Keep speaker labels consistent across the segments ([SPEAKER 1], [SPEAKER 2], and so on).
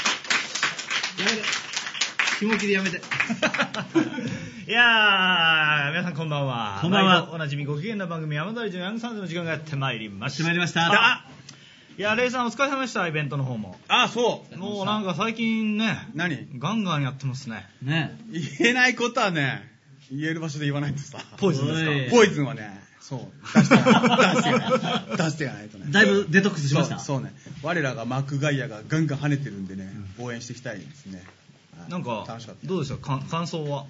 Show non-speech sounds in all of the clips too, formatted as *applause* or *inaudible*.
[SPEAKER 1] やめて。気持ちでやめて。
[SPEAKER 2] いやー、皆さんこんばんは。
[SPEAKER 1] こんばんは
[SPEAKER 2] 毎度おなじみご機嫌な番組、山鳥純ヤングサンズの時間がやってまいりました。
[SPEAKER 1] やってまいりました
[SPEAKER 2] あいや、レイさんお疲れ様でした、イベントの方も。
[SPEAKER 3] あ、そう。
[SPEAKER 2] もうなんか最近ね、
[SPEAKER 3] 何
[SPEAKER 2] ガンガンやってますね。
[SPEAKER 1] ね
[SPEAKER 3] 言えないことはね、言える場所で言わないとさ。
[SPEAKER 2] ポイズンですか
[SPEAKER 1] おい
[SPEAKER 3] ポイズンはね、そう。出していか
[SPEAKER 1] *laughs*
[SPEAKER 3] ない。出していかない。出していかないとね。
[SPEAKER 1] だいぶデトックスしました。
[SPEAKER 3] そうそうね。我らがマックガイアがガンガン跳ねてるんでね、応援していきたいですね。はい
[SPEAKER 2] なんか
[SPEAKER 3] 楽しかっ、た。
[SPEAKER 2] どうでしたかん感想は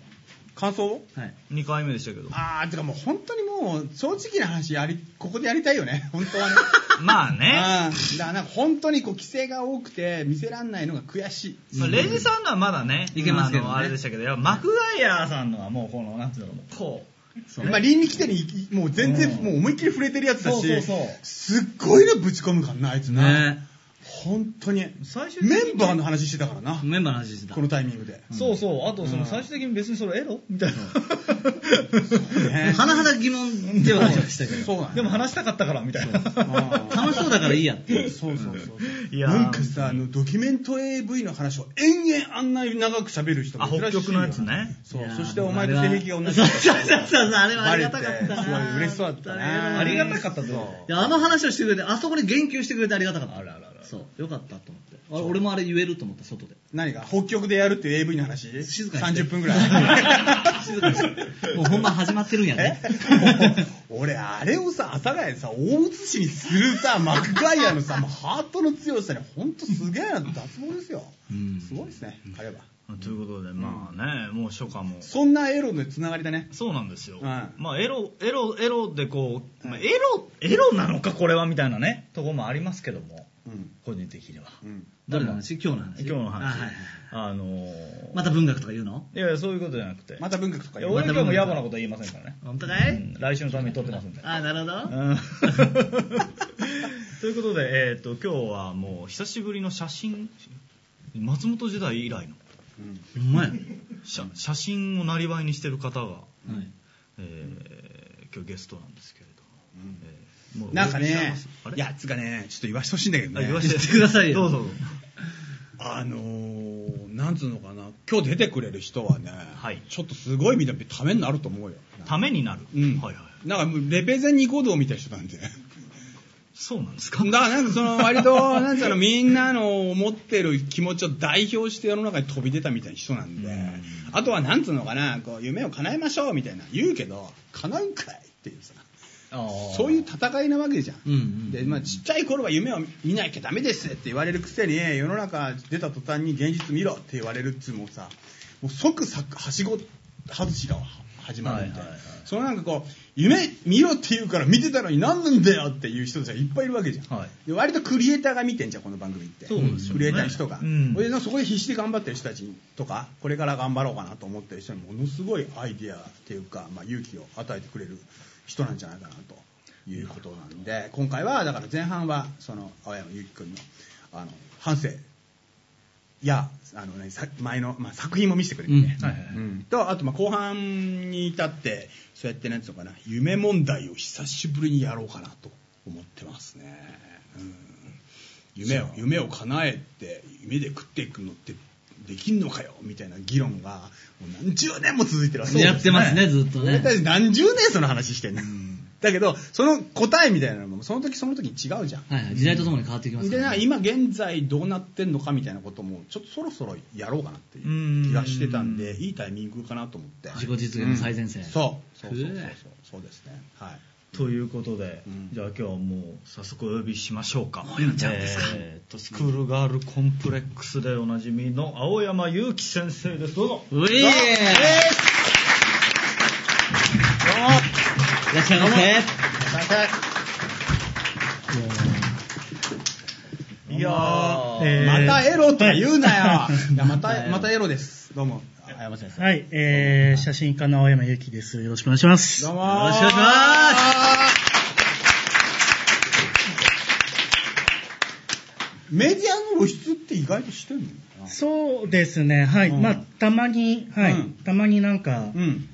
[SPEAKER 3] 感想を
[SPEAKER 1] はい。
[SPEAKER 2] ?2 回目でしたけど。
[SPEAKER 3] あー、てかもう本当にもう、正直な話、やり、ここでやりたいよね。 *laughs* 本当は
[SPEAKER 1] *laughs*
[SPEAKER 3] ね。
[SPEAKER 2] まあね、
[SPEAKER 3] あーだからなんか本当にこう規制が多くて見せらんないのが悔しい。
[SPEAKER 2] まあ、レイジさんのはまだね、
[SPEAKER 1] いけますけどね
[SPEAKER 2] あのあれでしたけど、いやマクガイアさんのはもうこの、なんていうの、もうこう。
[SPEAKER 3] まあ、倫理規定にいもう全然
[SPEAKER 2] うん
[SPEAKER 3] もう思いっきり触れてるやつだし、
[SPEAKER 2] そうそうそう
[SPEAKER 3] すっごいねぶち込むからなあいつな、
[SPEAKER 1] ね
[SPEAKER 3] 本当に
[SPEAKER 2] 最終的に
[SPEAKER 3] メンバーの話してたからな
[SPEAKER 1] メンバーの話してた
[SPEAKER 3] こ。のタイミングで、
[SPEAKER 2] そうそう、あとその最終的に別にそれエロみたいな。
[SPEAKER 1] はなはだ疑問ではありましたけ
[SPEAKER 3] そう
[SPEAKER 1] ど。
[SPEAKER 3] なん
[SPEAKER 2] でも話したかったからみたいな。
[SPEAKER 1] 楽しそうだからいいやっていう。
[SPEAKER 3] そうそうそう
[SPEAKER 2] いやー
[SPEAKER 3] なんかさあのドキュメント AV の話を延々あんなに長く喋る人
[SPEAKER 2] あ、
[SPEAKER 3] も珍しい
[SPEAKER 2] 北
[SPEAKER 3] よ
[SPEAKER 2] 極のやつね。
[SPEAKER 3] そ
[SPEAKER 1] いうやー
[SPEAKER 3] そしてお前と性癖が同じだった
[SPEAKER 1] そうそう
[SPEAKER 2] *laughs*
[SPEAKER 1] そうそうあれはありがたかったな
[SPEAKER 3] バレてすごい嬉しそうだったね
[SPEAKER 2] ありがたかったぞ。
[SPEAKER 1] いやあの話をしてくれて、あそこに言及してくれてありがたかった。
[SPEAKER 2] あらあらあら
[SPEAKER 1] そう、よかったと思って。あれ俺もあれ言えると思った、外で。
[SPEAKER 3] 何が北極でやるっていう AV の話
[SPEAKER 1] 静かにして
[SPEAKER 3] 30分ぐらい
[SPEAKER 1] 静かにしてもう本番始まってるんやね。
[SPEAKER 3] *laughs* 俺あれをさ阿佐ヶ谷でさ大写しにするさマクガイアのさもうハートの強さに本当すげえな脱帽ですよ、
[SPEAKER 1] うん
[SPEAKER 3] すごいですね彼は
[SPEAKER 2] ということで、まあね、もう初夏も。
[SPEAKER 3] そんなエロのつながりだね
[SPEAKER 2] そうなんですよ。
[SPEAKER 3] うん
[SPEAKER 2] まあ、エロ、エロ、エロでこう、まあエロ、エロなのかこれはみたいなね、とこもありますけども、
[SPEAKER 3] うん
[SPEAKER 2] 個人的には。
[SPEAKER 3] うん
[SPEAKER 1] 誰の話今日の話。
[SPEAKER 2] 今日の話
[SPEAKER 1] あはいはい。
[SPEAKER 2] あのー
[SPEAKER 1] また文学とか言うの
[SPEAKER 2] いやいや、そういうことじゃなくて。
[SPEAKER 3] また文学とか
[SPEAKER 2] い
[SPEAKER 3] 言
[SPEAKER 2] や
[SPEAKER 3] う
[SPEAKER 2] 俺は今日も野暮なことは言いませんからね。
[SPEAKER 1] 本当か
[SPEAKER 2] う
[SPEAKER 1] い
[SPEAKER 2] ん来週のために撮ってますんで。
[SPEAKER 1] あ、なるほ
[SPEAKER 2] う
[SPEAKER 1] ど。
[SPEAKER 2] ん *laughs* ということで、えっと今日はもう久しぶりの写真松本時代以来の
[SPEAKER 3] うん
[SPEAKER 1] うまい。は
[SPEAKER 2] 写写真をなりわいにしてる方が、
[SPEAKER 1] い。
[SPEAKER 2] えー今日ゲストなんですけれども,、えーもう
[SPEAKER 3] なんか
[SPEAKER 2] お呼びしちゃい
[SPEAKER 3] ね
[SPEAKER 2] ますあれ
[SPEAKER 3] やつがねちょっと言わしてほしいんだけど
[SPEAKER 2] あ
[SPEAKER 3] ね
[SPEAKER 2] 言わせ
[SPEAKER 1] 言ってくださいよ
[SPEAKER 2] どうぞどうぞ
[SPEAKER 3] あのー、なんつうのかな今日出てくれる人はね、
[SPEAKER 2] はい
[SPEAKER 3] ちょっとすごい見たためになると思うよ
[SPEAKER 2] ためになる、
[SPEAKER 3] うん
[SPEAKER 2] はいはい
[SPEAKER 3] なんかもうレペゼンニコ動みたいな人なんで
[SPEAKER 2] そうなんです
[SPEAKER 3] だ
[SPEAKER 2] か
[SPEAKER 3] からなんかその割と、なんつうの、みんなの思ってる気持ちを代表して世の中に飛び出たみたいな人なんで、
[SPEAKER 2] うん
[SPEAKER 3] あとはなんつうのかな、こう夢を叶えましょうみたいな言うけど、叶うんかいっていうさ、そういう戦いなわけじゃん。
[SPEAKER 1] うんうん
[SPEAKER 3] でまあ、ちっちゃい頃は夢を見なきゃダメですって言われるくせに世の中出た途端に現実見ろって言われるっつうもんさもう即さはしご外しが始まるみたいな、
[SPEAKER 2] はいはいはい
[SPEAKER 3] そのなんかこう夢見ろって言うから見てたのに何なんだよっていう人たちがいっぱいいるわけじゃん、
[SPEAKER 2] はい
[SPEAKER 3] で割とクリエイターが見てんじゃんこの番組って
[SPEAKER 2] そうですよね
[SPEAKER 3] クリエイターの人が、
[SPEAKER 2] うん
[SPEAKER 3] 俺のそこで必死で頑張ってる人たちとかこれから頑張ろうかなと思ってる人にものすごいアイディアっていうか、まあ、勇気を与えてくれる人なんじゃないかなということなんで今回はだから前半はその青山由紀君のあの反省やあの、ね、さ前の、まあ、作品も見せてくれてね、
[SPEAKER 1] うんはい
[SPEAKER 2] はいはい
[SPEAKER 3] うんとあとまあ後半に至ってそうやってなんつうのかな夢問題を久しぶりにやろうかなと思ってますね、うん、夢を夢を叶えて夢で食っていくのってできんのかよみたいな議論がもう何十年も続いてるわけ
[SPEAKER 1] やってますね、ずっと
[SPEAKER 3] 俺
[SPEAKER 1] ね。
[SPEAKER 3] たち何十年その話してんの、だけどその答えみたいなのもその時その時に違うじゃん
[SPEAKER 1] はいはい。時代とともに変わってきますか
[SPEAKER 3] でなん
[SPEAKER 1] ら
[SPEAKER 3] か
[SPEAKER 1] ね。
[SPEAKER 3] 今現在どうなってんのかみたいなこともちょっとそろそろやろうかなっていう気がしてたん
[SPEAKER 2] う
[SPEAKER 3] で
[SPEAKER 2] ん
[SPEAKER 3] いいタイミングかなと思って
[SPEAKER 1] 自己実現の最前線
[SPEAKER 3] うんそうそうそうそう
[SPEAKER 1] へえ
[SPEAKER 3] そうですねはい
[SPEAKER 2] ということで、
[SPEAKER 3] うん
[SPEAKER 2] じゃあ今日はもう早速お呼びしましょうか
[SPEAKER 1] 青山ちゃんですか
[SPEAKER 2] えーっとスクールガールコンプレックスでおなじみの青山祐希先生ですどうぞ
[SPEAKER 1] うえーいらっしゃいませ。
[SPEAKER 2] いやー、え
[SPEAKER 3] ま
[SPEAKER 2] ー
[SPEAKER 3] たエロって言う *laughs* なよいやま
[SPEAKER 1] ま
[SPEAKER 3] た
[SPEAKER 1] *laughs* たエロ
[SPEAKER 3] またエロですどうもあ山先生
[SPEAKER 4] はい、えー、写真家の青山由紀です。よろしくお願いします。
[SPEAKER 3] どうも
[SPEAKER 1] よろしくお願いし
[SPEAKER 3] ますメディアの露出って意外としてんの
[SPEAKER 4] そうですね、はい。
[SPEAKER 3] うん
[SPEAKER 4] まあ、たまに、はい、
[SPEAKER 3] うん
[SPEAKER 4] たまになんか、
[SPEAKER 3] うん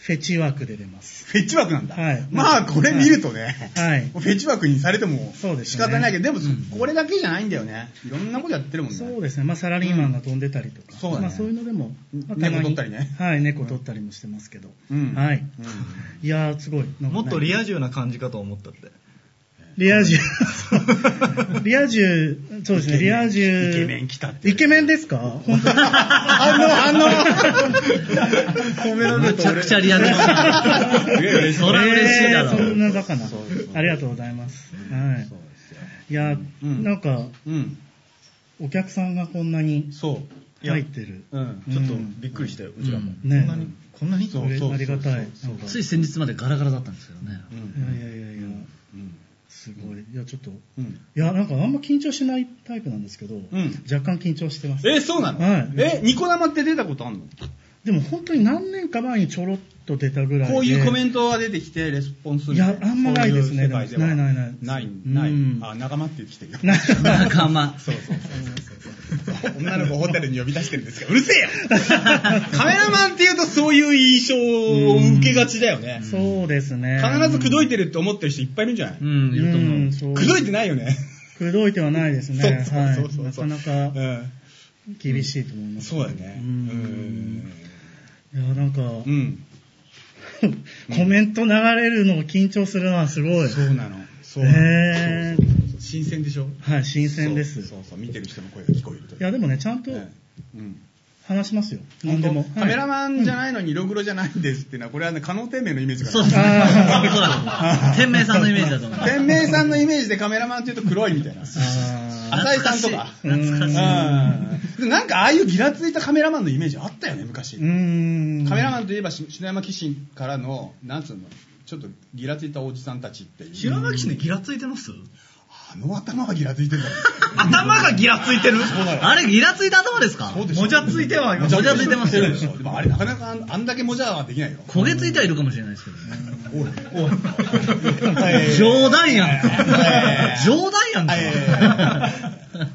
[SPEAKER 4] フェチ枠で出ます。
[SPEAKER 3] フェチ枠なんだ。
[SPEAKER 4] はい
[SPEAKER 3] まあ、これ見るとね、
[SPEAKER 4] はい
[SPEAKER 3] *laughs* フェチ枠にされても
[SPEAKER 4] そうです
[SPEAKER 3] 仕
[SPEAKER 4] ね
[SPEAKER 3] 方ないけど、でも、これだけじゃないんだよね。いろんなことやってるもんね。
[SPEAKER 4] そうですね、まあ、サラリーマンが飛んでたりとか、
[SPEAKER 3] うんそうだね
[SPEAKER 4] まあ、そういうのでも、まあ
[SPEAKER 3] 猫
[SPEAKER 4] たまに
[SPEAKER 3] 取ったりね
[SPEAKER 4] はい、猫取ったりもしてますけど、
[SPEAKER 3] うん
[SPEAKER 4] は
[SPEAKER 3] う
[SPEAKER 4] い、
[SPEAKER 3] ん
[SPEAKER 4] いやー、すごい、なんか
[SPEAKER 2] も
[SPEAKER 4] ね
[SPEAKER 2] っとリア充な感じかと思ったって。
[SPEAKER 4] リア充、リア充、そうですね、リア充、
[SPEAKER 3] イケメン来たって
[SPEAKER 4] イケメンですか
[SPEAKER 3] *laughs*
[SPEAKER 4] 本当に
[SPEAKER 3] あの、あの、褒められ
[SPEAKER 1] め
[SPEAKER 3] ると
[SPEAKER 1] ちゃくちゃリアル。そら嬉しいだろ
[SPEAKER 4] えーそんなバカな
[SPEAKER 3] そうです。
[SPEAKER 4] ありがとうございます。は
[SPEAKER 3] そうですよ。
[SPEAKER 4] い。いやー、
[SPEAKER 3] うん
[SPEAKER 4] なんか、
[SPEAKER 3] うん、
[SPEAKER 4] お客さんがこんなに
[SPEAKER 3] そう。いや
[SPEAKER 4] 入ってる。
[SPEAKER 3] うん。
[SPEAKER 2] ちょっとびっくりしたよ、うちらも。
[SPEAKER 4] うんね
[SPEAKER 2] こんなに、こんなに
[SPEAKER 3] そう
[SPEAKER 4] これありがたい。なん
[SPEAKER 3] そうそう
[SPEAKER 4] か
[SPEAKER 1] つい先日までガラガラだったんですけどね。
[SPEAKER 3] うん。
[SPEAKER 4] いやいやいやいや、
[SPEAKER 3] うん。
[SPEAKER 4] すごい。いや、ちょっと、い
[SPEAKER 3] うん。
[SPEAKER 4] や、なんかあんま緊張しないタイプなんですけど、
[SPEAKER 3] ん
[SPEAKER 4] 若干緊張してます。
[SPEAKER 3] え、そうなの
[SPEAKER 4] はい
[SPEAKER 3] え、ニコ生って出たことあんの
[SPEAKER 4] でも本当に何年か前にちょろっと出たぐらいで。
[SPEAKER 3] こういうコメ
[SPEAKER 4] ン
[SPEAKER 3] ントが出てきて、レスポンスみ
[SPEAKER 4] い
[SPEAKER 3] た
[SPEAKER 4] や
[SPEAKER 3] い、な。
[SPEAKER 4] あんまないですね。
[SPEAKER 3] そういう世界では
[SPEAKER 4] ないないない。
[SPEAKER 3] ない、
[SPEAKER 4] う
[SPEAKER 3] ない
[SPEAKER 4] ん。
[SPEAKER 3] あ、仲間って言ってきてるよ。
[SPEAKER 4] な
[SPEAKER 1] 仲間。
[SPEAKER 3] *laughs* そうそうそうそう。女の子をホテルに呼び出してるんですけど、うるせ *laughs* えよカメラマンって言うとそういう印象を受けがちだよね。
[SPEAKER 4] そうですね。
[SPEAKER 3] 必ず口説いてるって思ってる人いっぱいいるんじゃない
[SPEAKER 1] うん、いると思う。
[SPEAKER 4] うん
[SPEAKER 3] 口説いてないよね。
[SPEAKER 4] くどいてはないですね。
[SPEAKER 3] そうそうそうそう。
[SPEAKER 4] はい。なかなか
[SPEAKER 3] うん
[SPEAKER 4] 厳しいと思います。
[SPEAKER 3] そうだよね。
[SPEAKER 4] うんいや、なんか、
[SPEAKER 3] うん。うん。
[SPEAKER 4] コメント流れるのを緊張するのはすごい。
[SPEAKER 3] そうなの。そうなの。
[SPEAKER 4] へ
[SPEAKER 3] そうそ
[SPEAKER 4] ー
[SPEAKER 3] うそう新鮮でしょ
[SPEAKER 4] はい、新鮮です。
[SPEAKER 3] そうそうそう、見てる人の声が聞こえるという。
[SPEAKER 4] いや、でもね、ちゃんと
[SPEAKER 3] ねうん
[SPEAKER 4] 話しますよ。何でも。
[SPEAKER 3] カメラ
[SPEAKER 4] ン。
[SPEAKER 3] マンじゃないのに色黒じゃないんですっていうのは、これはね、可能天明のイメージが
[SPEAKER 1] そうですね。そうだと思う。天明さんのイメージだと思う。
[SPEAKER 3] 天明さんのイメージでカメラマンっていうと黒いみたいな。
[SPEAKER 4] あ
[SPEAKER 3] 浅井さんとか。
[SPEAKER 1] 懐かしい。
[SPEAKER 3] うんでもなんかああいうギラついたカメラマンのイメージあったよね、昔。
[SPEAKER 4] ーうーん。
[SPEAKER 3] カメラ
[SPEAKER 4] ン。
[SPEAKER 3] マンといえばし篠山紀信からの、なんつうの、ちょっとギラついたおじさんたちっていう。
[SPEAKER 2] 白巻氏にギラついてます
[SPEAKER 3] あの頭はギラついてんだもん。
[SPEAKER 2] 頭がギラついてる
[SPEAKER 1] あれ、ギラついた頭ですか
[SPEAKER 3] そうでしょ
[SPEAKER 2] もじゃついてはいます
[SPEAKER 1] もじゃついてますよ
[SPEAKER 3] でしょでもあれなかなかあんあんだけもじゃはできないよ。
[SPEAKER 1] 焦げついてはいるかもしれないですけどね。
[SPEAKER 3] おい、おい。
[SPEAKER 1] 冗談やんか
[SPEAKER 3] えー。
[SPEAKER 1] 冗談やんか
[SPEAKER 3] え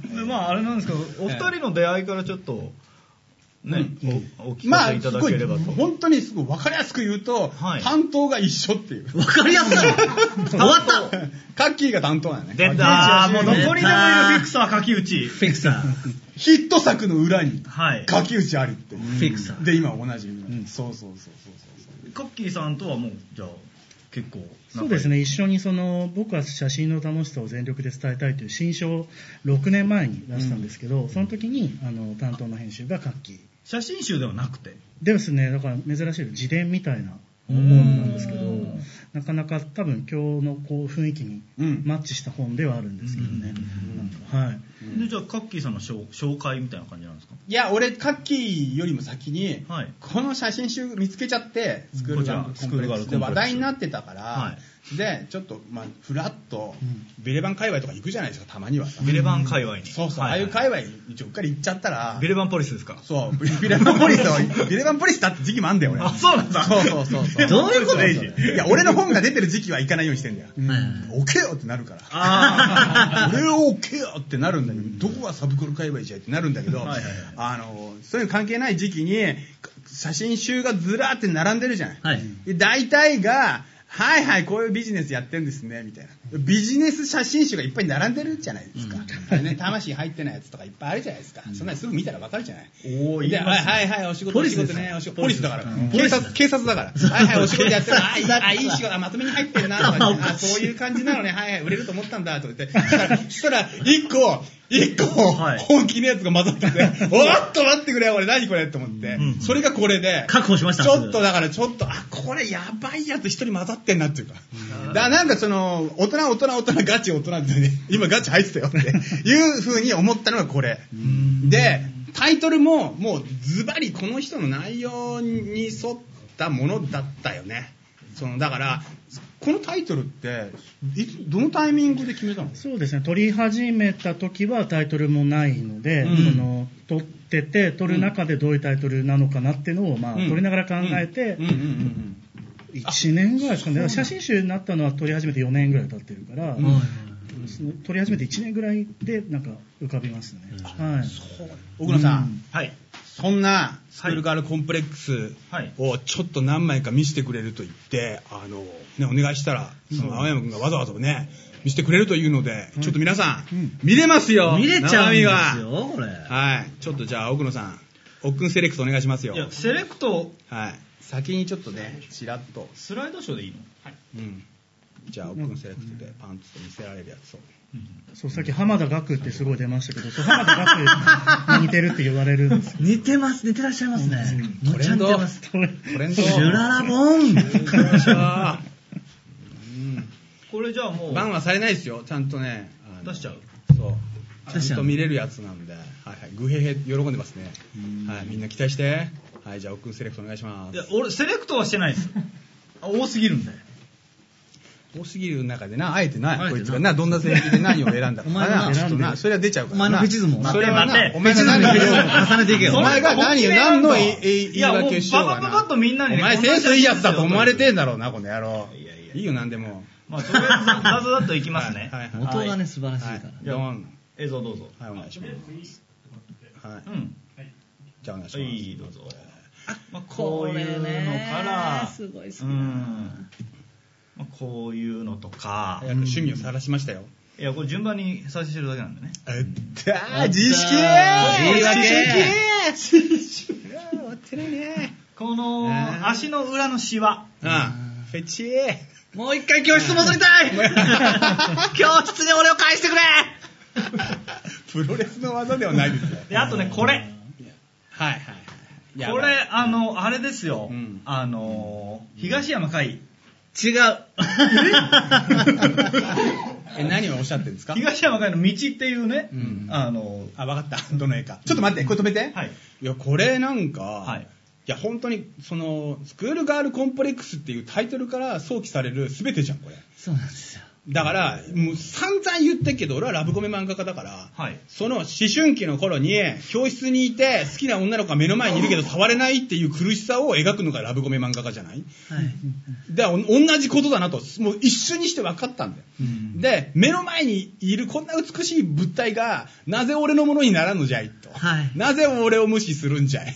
[SPEAKER 1] *laughs*
[SPEAKER 3] ー。
[SPEAKER 2] でまああれなんですけどお二人の出会いからちょっとね、おお聞
[SPEAKER 3] ま
[SPEAKER 2] か
[SPEAKER 3] あ、
[SPEAKER 2] せい
[SPEAKER 3] す
[SPEAKER 2] ただ
[SPEAKER 3] ご
[SPEAKER 2] け
[SPEAKER 3] い
[SPEAKER 2] ればと、、
[SPEAKER 3] 本当にすごい分かりやすく言うと、
[SPEAKER 2] はい
[SPEAKER 3] 担当が一緒っていう。
[SPEAKER 1] わかりやすい。終わった。フ
[SPEAKER 3] カッキーが担当なのね。
[SPEAKER 2] 出たもうどこにでもいる
[SPEAKER 1] 出
[SPEAKER 2] フ
[SPEAKER 1] た
[SPEAKER 2] ィクサー柿内
[SPEAKER 1] ィクサー。
[SPEAKER 3] ヒット作の裏に、
[SPEAKER 2] はいカ
[SPEAKER 3] 書き打ちありって。フ
[SPEAKER 1] ィクサー
[SPEAKER 3] で、今同じ。そうそうそうそうそう
[SPEAKER 2] ッキーさんとはもうじゃあ結構
[SPEAKER 4] そうです
[SPEAKER 2] ね
[SPEAKER 4] ね、一緒にその、僕は写真の楽しさを全力で伝えたいという新書を6年前に出したんですけど、その時に、あの、担当の編集がカッキー。
[SPEAKER 2] 写真集ではなくて
[SPEAKER 4] でですね、だから珍しい自伝みたいな本なんですけど、なかなか多分今日のこう雰囲気に
[SPEAKER 3] うん
[SPEAKER 4] マッチした本ではあるんですけどね。なんかはい。
[SPEAKER 2] でじゃあカッキーさんの紹紹介みたいな感じなんですか
[SPEAKER 3] いや、俺、カッキーよりも先に、
[SPEAKER 2] はい
[SPEAKER 3] この写真集見つけちゃって、スクールガール
[SPEAKER 2] こち
[SPEAKER 3] コ
[SPEAKER 2] ら
[SPEAKER 3] ンプレック
[SPEAKER 2] ス
[SPEAKER 3] ス
[SPEAKER 2] クールガールコ
[SPEAKER 3] で
[SPEAKER 2] ンプレックス
[SPEAKER 3] 話題になってたから、
[SPEAKER 2] は
[SPEAKER 3] で、ちょっと、まあ、ふらっと、ビレバン界隈とか行くじゃないですか、たまにはさ。
[SPEAKER 2] ビレバン界隈に
[SPEAKER 3] そうそう、
[SPEAKER 2] は
[SPEAKER 3] ああいう
[SPEAKER 2] は
[SPEAKER 3] 界隈にちょっかり行っちゃったら、
[SPEAKER 2] ビレバンポリスですか
[SPEAKER 3] そう、ビビレバンポリスを、ビレバンポリスだって時期もあんだよ、俺。
[SPEAKER 2] あそうなんだ
[SPEAKER 3] そうそうそうそう。
[SPEAKER 1] どういうこと
[SPEAKER 3] いや、俺の本が出てる時期は行かないようにしてんだよ。
[SPEAKER 1] ん
[SPEAKER 3] 置けよってなるから。
[SPEAKER 2] あ
[SPEAKER 3] *laughs* 俺を置けよってなるんだけど、どこがサブクル界隈じゃいってなるんだけど、
[SPEAKER 2] はいはいはい
[SPEAKER 3] あの、そういうの関係ない時期に、写真集がずらーって並んでるじゃない。
[SPEAKER 1] はい。
[SPEAKER 3] で、大体が、はいはい、こういうビジネスやってんですね、みたいな。ビジネス写真集がいっぱい並んでるじゃないですか。あれね、魂入ってないやつとかいっぱいあるじゃないですか。そんなにすぐ見たらわかるじゃない。
[SPEAKER 2] おー
[SPEAKER 3] で
[SPEAKER 2] 言いますね
[SPEAKER 3] はいはい、お仕事、
[SPEAKER 1] ポ
[SPEAKER 3] お
[SPEAKER 1] リ
[SPEAKER 3] 仕
[SPEAKER 1] スで
[SPEAKER 3] 事
[SPEAKER 1] す
[SPEAKER 3] ね、お仕事。
[SPEAKER 1] ポ
[SPEAKER 3] ポ
[SPEAKER 1] リ
[SPEAKER 3] リ
[SPEAKER 1] ス
[SPEAKER 3] ス
[SPEAKER 1] だ
[SPEAKER 3] だ
[SPEAKER 1] か
[SPEAKER 3] からら
[SPEAKER 1] うん。
[SPEAKER 3] 警
[SPEAKER 1] ポリスだ
[SPEAKER 3] 察、警察だから。はいはい、お仕事やってる。あ、いい、
[SPEAKER 1] 警察
[SPEAKER 3] あいい仕事、あまとめに入ってるな、と
[SPEAKER 1] *laughs*
[SPEAKER 3] か
[SPEAKER 1] 頭お
[SPEAKER 3] ね。あ、
[SPEAKER 1] かしい
[SPEAKER 3] そういう感じなのね、はいはい、売れると思ったんだ、とか言って。そしたら、そしたら一個、一個、
[SPEAKER 2] はい
[SPEAKER 3] 本気のやつが混ざって
[SPEAKER 1] *laughs*
[SPEAKER 3] て、おっと待ってくれ、俺何これって思って
[SPEAKER 2] うん。
[SPEAKER 3] それがこれで。
[SPEAKER 1] 確保しました
[SPEAKER 3] ちょっとだからちょっと、あ、これやばいやつ一人混ざってんなっていうか。だからなんかその、大人大人大人ガチ大人ってね、 *laughs* 今ガチ入ってたよ
[SPEAKER 1] *laughs*
[SPEAKER 3] っていう風に思ったのがこれ。で、タイトルももうズバリこの人の内容に沿ったものだったよね。その、だから、このタイトルって、いつ、どのタイミングで決めたの
[SPEAKER 4] そうですね、撮り始めた時はタイトルもないので、
[SPEAKER 3] うん
[SPEAKER 4] その撮ってて、撮る中でどういうタイトルなのかなっていうのを、まあ
[SPEAKER 3] うん
[SPEAKER 4] 撮りながら考えて
[SPEAKER 3] うん、うんうんうん
[SPEAKER 4] 1年ぐらいですかね、写真集になったのは撮り始めて4年ぐらい経ってるから、
[SPEAKER 1] はいはい
[SPEAKER 4] その撮り始めて1年ぐらいで、なんか浮かびますね。はい
[SPEAKER 3] 奥野さん、
[SPEAKER 2] はい
[SPEAKER 3] そんなスクールガールコンプレックス
[SPEAKER 2] はい
[SPEAKER 3] をちょっと何枚か見せてくれると言って、あの、ね、お願いしたら、その青山くんがわざわざね、見せてくれるというので、ちょっと皆さん、見れますよ
[SPEAKER 2] 見れちゃうんです
[SPEAKER 3] 生身が
[SPEAKER 2] よ、これ。
[SPEAKER 3] はい。ちょっとじゃあ、奥野さん、奥くんセレクトお願いしますよ
[SPEAKER 2] い。や、セレクト、
[SPEAKER 3] はい。先にちょっとね、ちらっと。
[SPEAKER 2] スライドショーでいいのはい。
[SPEAKER 3] うん。じゃあ、奥くんセレクトでパンツと見せられるやつを。
[SPEAKER 4] そうさっき浜田岳ってすごい出ましたけどそう浜田岳に似てるって言われるんですよ
[SPEAKER 1] 似てます、似てらっしゃいますね。むっちゃ似てます。
[SPEAKER 4] これ
[SPEAKER 3] トレン
[SPEAKER 1] シ
[SPEAKER 3] ド。
[SPEAKER 1] ュララボン
[SPEAKER 3] よいしょうん。
[SPEAKER 2] これじゃあもう、
[SPEAKER 3] バンはされないですよちゃんとねあの
[SPEAKER 2] 出しちゃう
[SPEAKER 3] そうちゃんと見れるやつなんで、はいはい、グヘヘ喜んでますね、はい、みんな期待してはいじゃあ奥君セレクトお願いしま
[SPEAKER 2] いや
[SPEAKER 3] す、
[SPEAKER 2] 俺、セレクトはしてないです。 *laughs* あ多すぎるんだよ。
[SPEAKER 3] 多すぎる中でなあえてな
[SPEAKER 1] あえてな
[SPEAKER 3] こいつがなどんな性癖で何を選んだか
[SPEAKER 1] お前が
[SPEAKER 3] あなちょっとなそれは出ちゃうからな
[SPEAKER 1] お前の口相撲
[SPEAKER 3] それはな
[SPEAKER 2] 待て
[SPEAKER 3] お前が
[SPEAKER 1] 口相
[SPEAKER 3] 何
[SPEAKER 1] 撲重ねていけよ
[SPEAKER 3] お前が何を何の言い言い
[SPEAKER 2] いやもう
[SPEAKER 3] 訳しようが
[SPEAKER 2] パ
[SPEAKER 3] な
[SPEAKER 2] パパパッとみんなにね
[SPEAKER 3] お前
[SPEAKER 2] こんな
[SPEAKER 3] セン
[SPEAKER 2] 写
[SPEAKER 3] ス
[SPEAKER 2] 真
[SPEAKER 3] いいやつだと思われてんだろうなこの野郎
[SPEAKER 2] いやいや
[SPEAKER 3] いいよ何でも
[SPEAKER 2] まあ、とりあえず、画像だといきますね。
[SPEAKER 3] はいはいはい
[SPEAKER 1] 元がね、素晴らしいか
[SPEAKER 3] はい。
[SPEAKER 1] ら
[SPEAKER 2] い
[SPEAKER 3] ドン
[SPEAKER 2] 映像どうぞ。
[SPEAKER 3] はいお願いしますはい
[SPEAKER 2] うん。
[SPEAKER 3] じゃあお願いし
[SPEAKER 2] は
[SPEAKER 3] ます。
[SPEAKER 2] い、どうぞ。まあ、こういうのから、
[SPEAKER 1] すごい好き
[SPEAKER 2] うん。まあ、こういうのとか、
[SPEAKER 3] 早く趣味を晒しましたよ。
[SPEAKER 2] いや、これ順番に再生してるだけなんでね。
[SPEAKER 3] えったー
[SPEAKER 1] 言い訳
[SPEAKER 3] 識終わってるね
[SPEAKER 2] この
[SPEAKER 3] えー
[SPEAKER 2] 足の裏のシワ。
[SPEAKER 3] うん。フェチー。
[SPEAKER 1] もう一回教室戻りたい教室に俺を返してくれ
[SPEAKER 3] *laughs* プロレスの技ではないですよ。
[SPEAKER 2] で、あとね、これ。
[SPEAKER 3] はいはいはい。やば
[SPEAKER 2] こ
[SPEAKER 3] い
[SPEAKER 2] れ、あの、あれですよ
[SPEAKER 3] うん。
[SPEAKER 2] あのー、東山海。
[SPEAKER 1] 違う。
[SPEAKER 3] え、何をおっしゃってるんですか
[SPEAKER 2] *laughs* 東山海の道っていうね
[SPEAKER 3] うん、
[SPEAKER 2] あの、
[SPEAKER 3] あ、わかった。どの絵か。ちょっと待って、これ止めて。
[SPEAKER 2] はい。
[SPEAKER 3] いや、これなんか、
[SPEAKER 2] はい
[SPEAKER 3] いや、本当に、その、スクールガールコンプレックスっていうタイトルから想起される全てじゃん、これ。
[SPEAKER 1] *laughs* そうなんですよ。
[SPEAKER 3] だから、もう散々言ってっけど、俺はラブコメ漫画家だから、
[SPEAKER 2] はい
[SPEAKER 3] その思春期の頃に、教室にいて、好きな女の子が目の前にいるけど、触れないっていう苦しさを描くのがラブコメ漫画家じゃない
[SPEAKER 1] はい。
[SPEAKER 3] だから、お同じことだなと、もう一瞬にして分かったんだよ。で、目の前にいるこんな美しい物体が、なぜ俺のものにならんのじゃいと。
[SPEAKER 1] はい
[SPEAKER 3] なぜ俺を無視するんじゃい。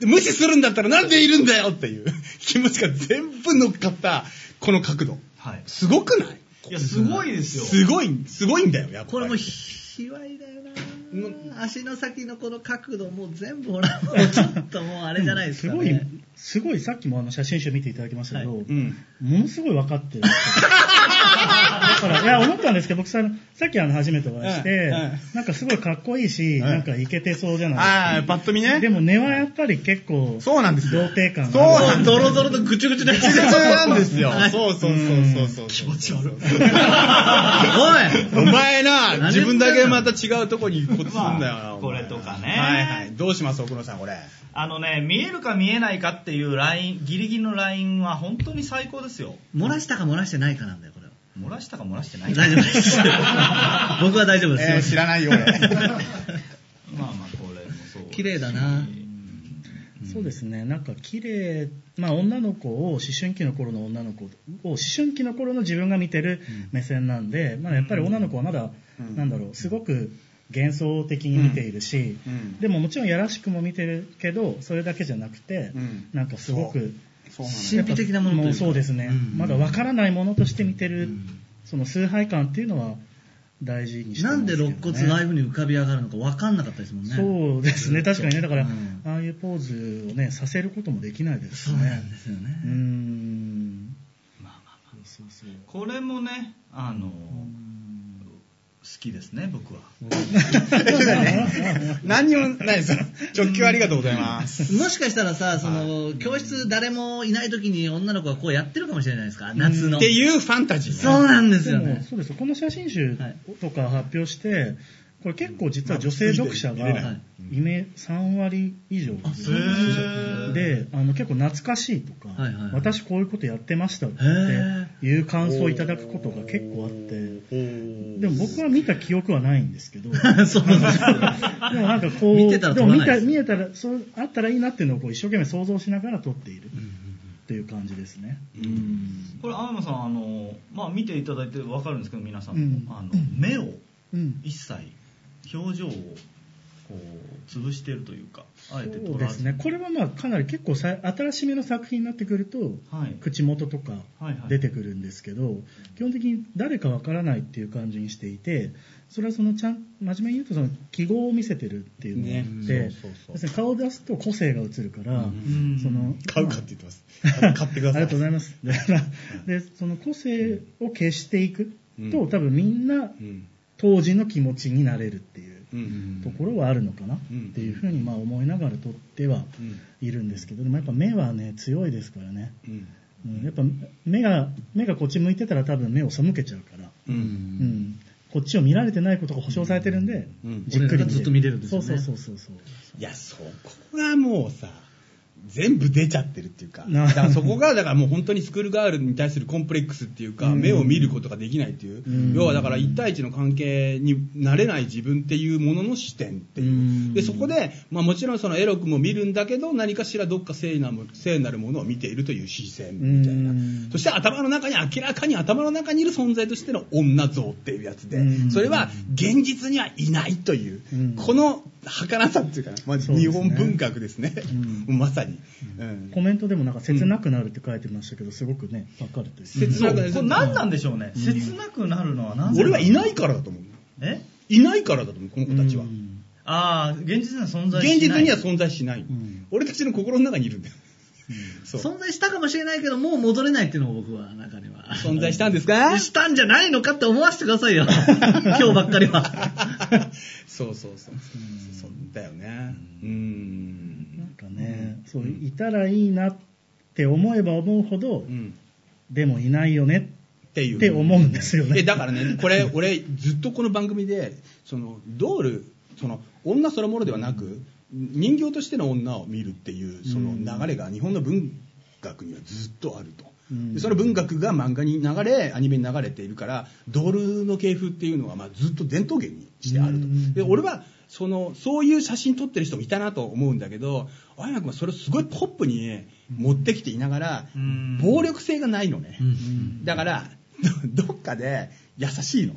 [SPEAKER 3] で無視するんだったらなんでいるんだよっていう気持ちが全部乗っかった、この角度。
[SPEAKER 2] はい。
[SPEAKER 3] すごくない
[SPEAKER 2] いや、すごいですよ。
[SPEAKER 3] すごい、すごいんだよ、やっぱり。
[SPEAKER 1] これもう卑猥だよ
[SPEAKER 3] う
[SPEAKER 1] な足の先のこの角度もう全部ほらもうちょっともうあれじゃない
[SPEAKER 2] *laughs*
[SPEAKER 1] ですか、ね、
[SPEAKER 4] すごいすごいさっきもあの写真集見ていただきましたけど、
[SPEAKER 3] うん。
[SPEAKER 4] ものすごい分かってるんです
[SPEAKER 1] *laughs*
[SPEAKER 4] よだからいや思ったんですけど僕ささっきあの初めてお会いして、
[SPEAKER 3] うんうん
[SPEAKER 4] なんかすごいかっこいいし、
[SPEAKER 3] ん
[SPEAKER 4] なんかイケてそうじゃないですか
[SPEAKER 3] ああ、パッと見ね。
[SPEAKER 4] でも根はやっぱり結構
[SPEAKER 3] そうなんですよ
[SPEAKER 4] 童貞感
[SPEAKER 3] そう
[SPEAKER 4] があ
[SPEAKER 3] な
[SPEAKER 4] る
[SPEAKER 3] んです
[SPEAKER 1] ドロドロとぐちゅぐちゅなやつ
[SPEAKER 3] なんですよ。
[SPEAKER 1] はい
[SPEAKER 3] そうそうそうそうそう。気持ち悪い。お前な、自分だけまた違うとこにこっちすんだよ
[SPEAKER 2] まあ
[SPEAKER 3] な。お
[SPEAKER 2] こ
[SPEAKER 3] 前
[SPEAKER 2] れとかね
[SPEAKER 3] はいはい。どうします、奥野さん、これ。
[SPEAKER 2] あのね、見えるか見えないかっていうライン、ギリギリのラインは本当に最高ですよ。
[SPEAKER 1] 漏らしたか漏らしてないかなんだよこれは
[SPEAKER 2] 漏らしたか漏らしてないか。
[SPEAKER 1] 大丈夫
[SPEAKER 4] *laughs*
[SPEAKER 1] です僕は大丈夫です、
[SPEAKER 3] えー知らないよ、俺。
[SPEAKER 1] *laughs*
[SPEAKER 2] まあまあ、これもそう。
[SPEAKER 1] 綺麗だな
[SPEAKER 4] そうですね、なんか綺麗まあ女の子を思春期の頃の女の子を思春期の頃の自分が見てる目線なんで、まあ、やっぱり女の子はまだ、
[SPEAKER 3] うん
[SPEAKER 4] なんだろうすごく幻想的に見ているし、
[SPEAKER 3] うんうん
[SPEAKER 4] でももちろんやらしくも見てるけどそれだけじゃなくて、
[SPEAKER 3] うん
[SPEAKER 4] なんかすごく
[SPEAKER 3] そうなの
[SPEAKER 1] 神秘的なものというか
[SPEAKER 4] もうそうですね、
[SPEAKER 1] うん
[SPEAKER 4] まだわからないものとして見てる、その崇拝感っていうのは大事にしてま
[SPEAKER 1] な
[SPEAKER 4] す
[SPEAKER 1] ん
[SPEAKER 4] け
[SPEAKER 1] で
[SPEAKER 4] どね
[SPEAKER 1] 肋骨外部に浮かび上がるのか分かんなかったですもんね
[SPEAKER 4] そうですね、確かにね、だから、
[SPEAKER 1] うん
[SPEAKER 4] ああいうポーズをね、させることもできないです
[SPEAKER 1] そ
[SPEAKER 4] し
[SPEAKER 1] うなん
[SPEAKER 4] ね
[SPEAKER 1] で。すよね
[SPEAKER 4] うーん。そうそう
[SPEAKER 2] これもね、あの、好きですね、僕は。
[SPEAKER 3] 何を、何その、直球ありがとうございます。
[SPEAKER 1] もしかしたらさその、教室誰もいない時に女の子がこうやってるかもしれないですか夏の
[SPEAKER 3] っていうファンタジーね。
[SPEAKER 1] そうなんですよ
[SPEAKER 4] でも
[SPEAKER 1] ね
[SPEAKER 4] そうですよこの写真集とか発表して、これ結構実は女性読者が
[SPEAKER 3] まあ
[SPEAKER 1] はい
[SPEAKER 4] イメ3割以上
[SPEAKER 1] あそう
[SPEAKER 2] なんだ
[SPEAKER 4] であの結構懐かしいとか、
[SPEAKER 1] はいはいはい
[SPEAKER 4] 私こういうことやってましたっていう感想をいただくことが結構あってでも僕は見た記憶はないんですけど
[SPEAKER 1] *laughs*
[SPEAKER 4] でも *laughs*
[SPEAKER 1] そうなんですよ
[SPEAKER 4] なんかこう
[SPEAKER 1] 見てたら
[SPEAKER 4] で
[SPEAKER 1] 撮
[SPEAKER 4] も
[SPEAKER 1] ら
[SPEAKER 4] 見
[SPEAKER 1] な
[SPEAKER 4] た
[SPEAKER 1] いです
[SPEAKER 4] 見えたらそうあったらいいなっていうのをこう一生懸命想像しながら撮っているっていう感じですね。
[SPEAKER 2] これ、青山さん、あの、まあ見ていただいてわかるんですけど、皆さん
[SPEAKER 4] うん
[SPEAKER 2] も、あの、目を
[SPEAKER 4] うん
[SPEAKER 2] 一切、表情をここう潰してるというかあえて
[SPEAKER 4] そう
[SPEAKER 2] 取
[SPEAKER 4] で
[SPEAKER 2] らず
[SPEAKER 4] すねこれはまあかなり結構さ新しめの作品になってくると、
[SPEAKER 2] はい
[SPEAKER 4] 口元とか
[SPEAKER 2] はいはい
[SPEAKER 4] 出てくるんですけど、基本的に誰かわからないっていう感じにしていてそれはそのちゃん真面目に言うとその記号を見せてるっていうのがあって、
[SPEAKER 3] ねそうそうそう
[SPEAKER 4] 要するに顔を出すと個性が映るから、
[SPEAKER 2] ん
[SPEAKER 4] その
[SPEAKER 3] 買うかって言って
[SPEAKER 4] *laughs*
[SPEAKER 3] ます。買ってください。
[SPEAKER 4] ありがとうござ
[SPEAKER 3] *laughs*
[SPEAKER 4] います。だから、で、その個性を消していくと、
[SPEAKER 3] うん
[SPEAKER 4] 多分みん
[SPEAKER 3] う
[SPEAKER 4] な
[SPEAKER 3] ん。
[SPEAKER 4] 当時の気持ちになれるっていう
[SPEAKER 3] うん。
[SPEAKER 4] ところはあるのかなっ
[SPEAKER 3] うん
[SPEAKER 4] ていうふうにまあ思いながら撮っては
[SPEAKER 3] うん
[SPEAKER 4] いるんですけど、でもやっぱ目はね、強いですからね。
[SPEAKER 3] うん。
[SPEAKER 4] うん、やっぱ目が、目がこっち向いてたら多分目を背けちゃうから、
[SPEAKER 3] う。
[SPEAKER 4] うんん。こっちを見られてないことが保証されてるんで、
[SPEAKER 3] うん
[SPEAKER 4] じっく
[SPEAKER 1] 俺ら
[SPEAKER 4] り
[SPEAKER 1] がずっと見れるんですよね
[SPEAKER 4] そうそうそうそう。
[SPEAKER 3] いや、そこがもうさ、全部出ちゃってるっていうか、
[SPEAKER 4] な
[SPEAKER 3] だからそこが、だからもう本当にスクールガールに対するコンプレックスっていうか、
[SPEAKER 4] うん
[SPEAKER 3] 目を見ることができないっていう、
[SPEAKER 4] うん
[SPEAKER 3] 要はだから1対1の関係になれない自分っていうものの視点っていう、
[SPEAKER 4] うん
[SPEAKER 3] でそこで、まあ、もちろんそのエロくも見るんだけど、何かしらどっか聖なも聖なるものを見ているという視線みたいな、
[SPEAKER 4] うん
[SPEAKER 3] そして頭の中に、明らかに頭の中にいる存在としての女像っていうやつで、
[SPEAKER 4] うん
[SPEAKER 3] それは現実にはいないという、
[SPEAKER 4] うん
[SPEAKER 3] この儚さっていうかな、まあ
[SPEAKER 4] そうです
[SPEAKER 3] 日
[SPEAKER 4] ね
[SPEAKER 3] 本文学ですね、
[SPEAKER 4] う
[SPEAKER 3] まさに、うん
[SPEAKER 4] コメントでもなんか切なくなるって書いてましたけど、すごくね、わかるという。
[SPEAKER 3] 切
[SPEAKER 2] そ
[SPEAKER 3] な
[SPEAKER 2] う
[SPEAKER 3] く
[SPEAKER 2] こ
[SPEAKER 3] なる
[SPEAKER 2] れ何なんでしょうね、切なくなるのは何
[SPEAKER 3] 俺はいないからだと思う
[SPEAKER 2] え
[SPEAKER 3] いないからだと思うこの子たちは、
[SPEAKER 4] うん
[SPEAKER 2] ああ現実には存在しない
[SPEAKER 3] 現実には存在しない、
[SPEAKER 4] ん
[SPEAKER 3] 俺たちの心の中にいるんだよ、そう
[SPEAKER 1] 存在したかもしれないけど、もう戻れないっていうのが僕は中には。
[SPEAKER 3] 存在したんですか
[SPEAKER 1] したんじゃないのかって思わせてくださいよ。今日ばっかりは。
[SPEAKER 3] そうそうそうそうだよねうん
[SPEAKER 4] なんかね、そう、いたらいいなって思えば思うほど、
[SPEAKER 3] うん
[SPEAKER 4] でもいないよね
[SPEAKER 3] っていう
[SPEAKER 4] って思うんですよ
[SPEAKER 3] で
[SPEAKER 4] ね。
[SPEAKER 3] だからね、これ、俺、ずっとこの番組で、そのドール、その女そのものではなく、人形としての女を見るっていう、その流れが日本の文学にはずっとあると。
[SPEAKER 4] うん
[SPEAKER 3] でその文学が漫画に流れアニメに流れているからドールの系風っていうのはまあずっと伝統芸にしてあると
[SPEAKER 4] うん
[SPEAKER 3] で俺はそのそういう写真撮ってる人もいたなと思うんだけど青山君はそれをすごいポップに持ってきていながら
[SPEAKER 2] うん
[SPEAKER 3] 暴力性がないのね、
[SPEAKER 1] うん
[SPEAKER 3] だから、 *laughs* どどっかで優しいの。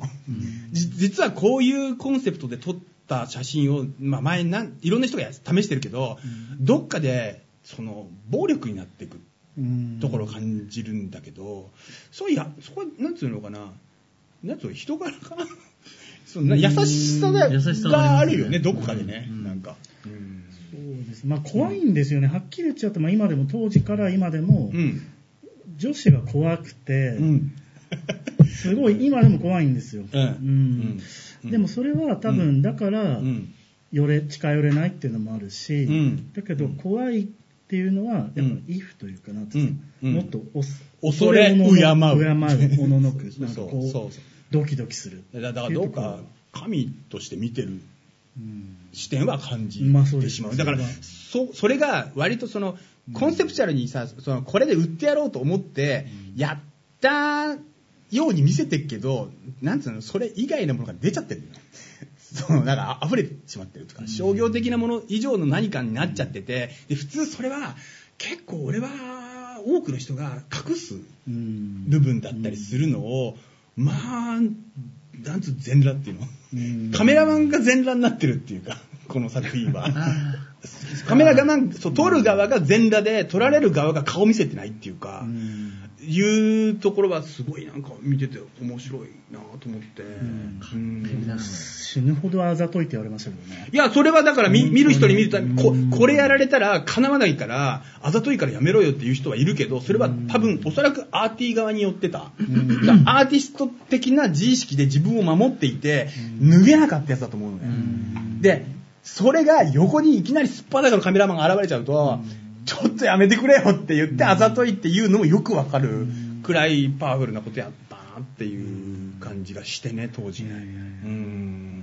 [SPEAKER 3] じ実はこういうコンセプトで撮った写真を、まあ、前なん、いろんな人がや試してるけど、どっかで、その、暴力になっていく
[SPEAKER 4] うん
[SPEAKER 3] ところを感じるんだけど、そういや、そこは、なんつうのかな、なんつうの、人柄かな。 *laughs* そんな優しさが
[SPEAKER 1] 優しさは
[SPEAKER 3] が
[SPEAKER 1] あ
[SPEAKER 3] あ
[SPEAKER 1] ります
[SPEAKER 3] る
[SPEAKER 1] ね
[SPEAKER 3] よね、どこかでね、
[SPEAKER 1] うん
[SPEAKER 3] なんか。
[SPEAKER 4] そうです。まあ怖いんですよね。はっきり言っちゃって、まあ今でも当時から今でも、
[SPEAKER 3] うん。
[SPEAKER 4] 女子が怖くて、
[SPEAKER 3] うん。
[SPEAKER 4] すごい今でも怖いんですよ。
[SPEAKER 3] うん
[SPEAKER 4] うん
[SPEAKER 3] うん
[SPEAKER 4] でもそれは多分、だから、
[SPEAKER 3] *laughs* うん。
[SPEAKER 4] 寄れ近寄れないっていうのもあるし、
[SPEAKER 3] うん
[SPEAKER 4] だけど怖いっていうのは
[SPEAKER 3] う
[SPEAKER 4] やっぱ
[SPEAKER 3] ん
[SPEAKER 4] イフというかな、つうか
[SPEAKER 3] うん
[SPEAKER 4] もっとおす
[SPEAKER 3] 恐れ
[SPEAKER 4] おのの
[SPEAKER 3] 敬う
[SPEAKER 4] 敬うおのの
[SPEAKER 3] *laughs*
[SPEAKER 4] く
[SPEAKER 3] そう
[SPEAKER 4] なんかこう
[SPEAKER 3] そうそう
[SPEAKER 4] ドキドキするってい
[SPEAKER 3] だだから
[SPEAKER 4] う
[SPEAKER 3] ど
[SPEAKER 4] と
[SPEAKER 3] う
[SPEAKER 4] ころ
[SPEAKER 3] か神として見てる
[SPEAKER 4] うん
[SPEAKER 3] 視点は感じ
[SPEAKER 4] まあそうで
[SPEAKER 3] て
[SPEAKER 4] す
[SPEAKER 3] しまう,、だからそそれが割とそのコンセプチュアルにさそのこれで売ってやろうと思ってやったように見せてるけどなんつうのそれ以外のものが出ちゃってるのよ *laughs* そのなんかあ溢れてしまってるとか商業的なもの以上の何かになっちゃっててで普通それは結構俺は多くの人が隠す
[SPEAKER 4] うん
[SPEAKER 3] 部分だったりするのを、まあなんつう全裸っていうの、
[SPEAKER 4] うん
[SPEAKER 3] カメラマンが全裸になってるっていうか *laughs* この作品は *laughs* カメラがなんそう撮る側が全裸で撮られる側が顔見せてないっていうか、
[SPEAKER 4] うん
[SPEAKER 3] いうところはすごいなんか見てて面白いなと思って、うん
[SPEAKER 4] 死ぬほどあざといって言われましたけどね
[SPEAKER 3] いや、それはだから見見る人に見るためこ、これやられたら叶わないから、あざといからやめろよっていう人はいるけど、それは多分、おそらくアーティー側によってた。だからアーティスト的な自意識で自分を守っていて、脱げなかったやつだと思うのね。で、それが横にいきなりすっぱだかのカメラマンが現れちゃうと、ちょっとやめてくれよって言って、あざといっていうのもよくわかるくらいパワフルなことやったなっていう感じがしてね、当時ね。うん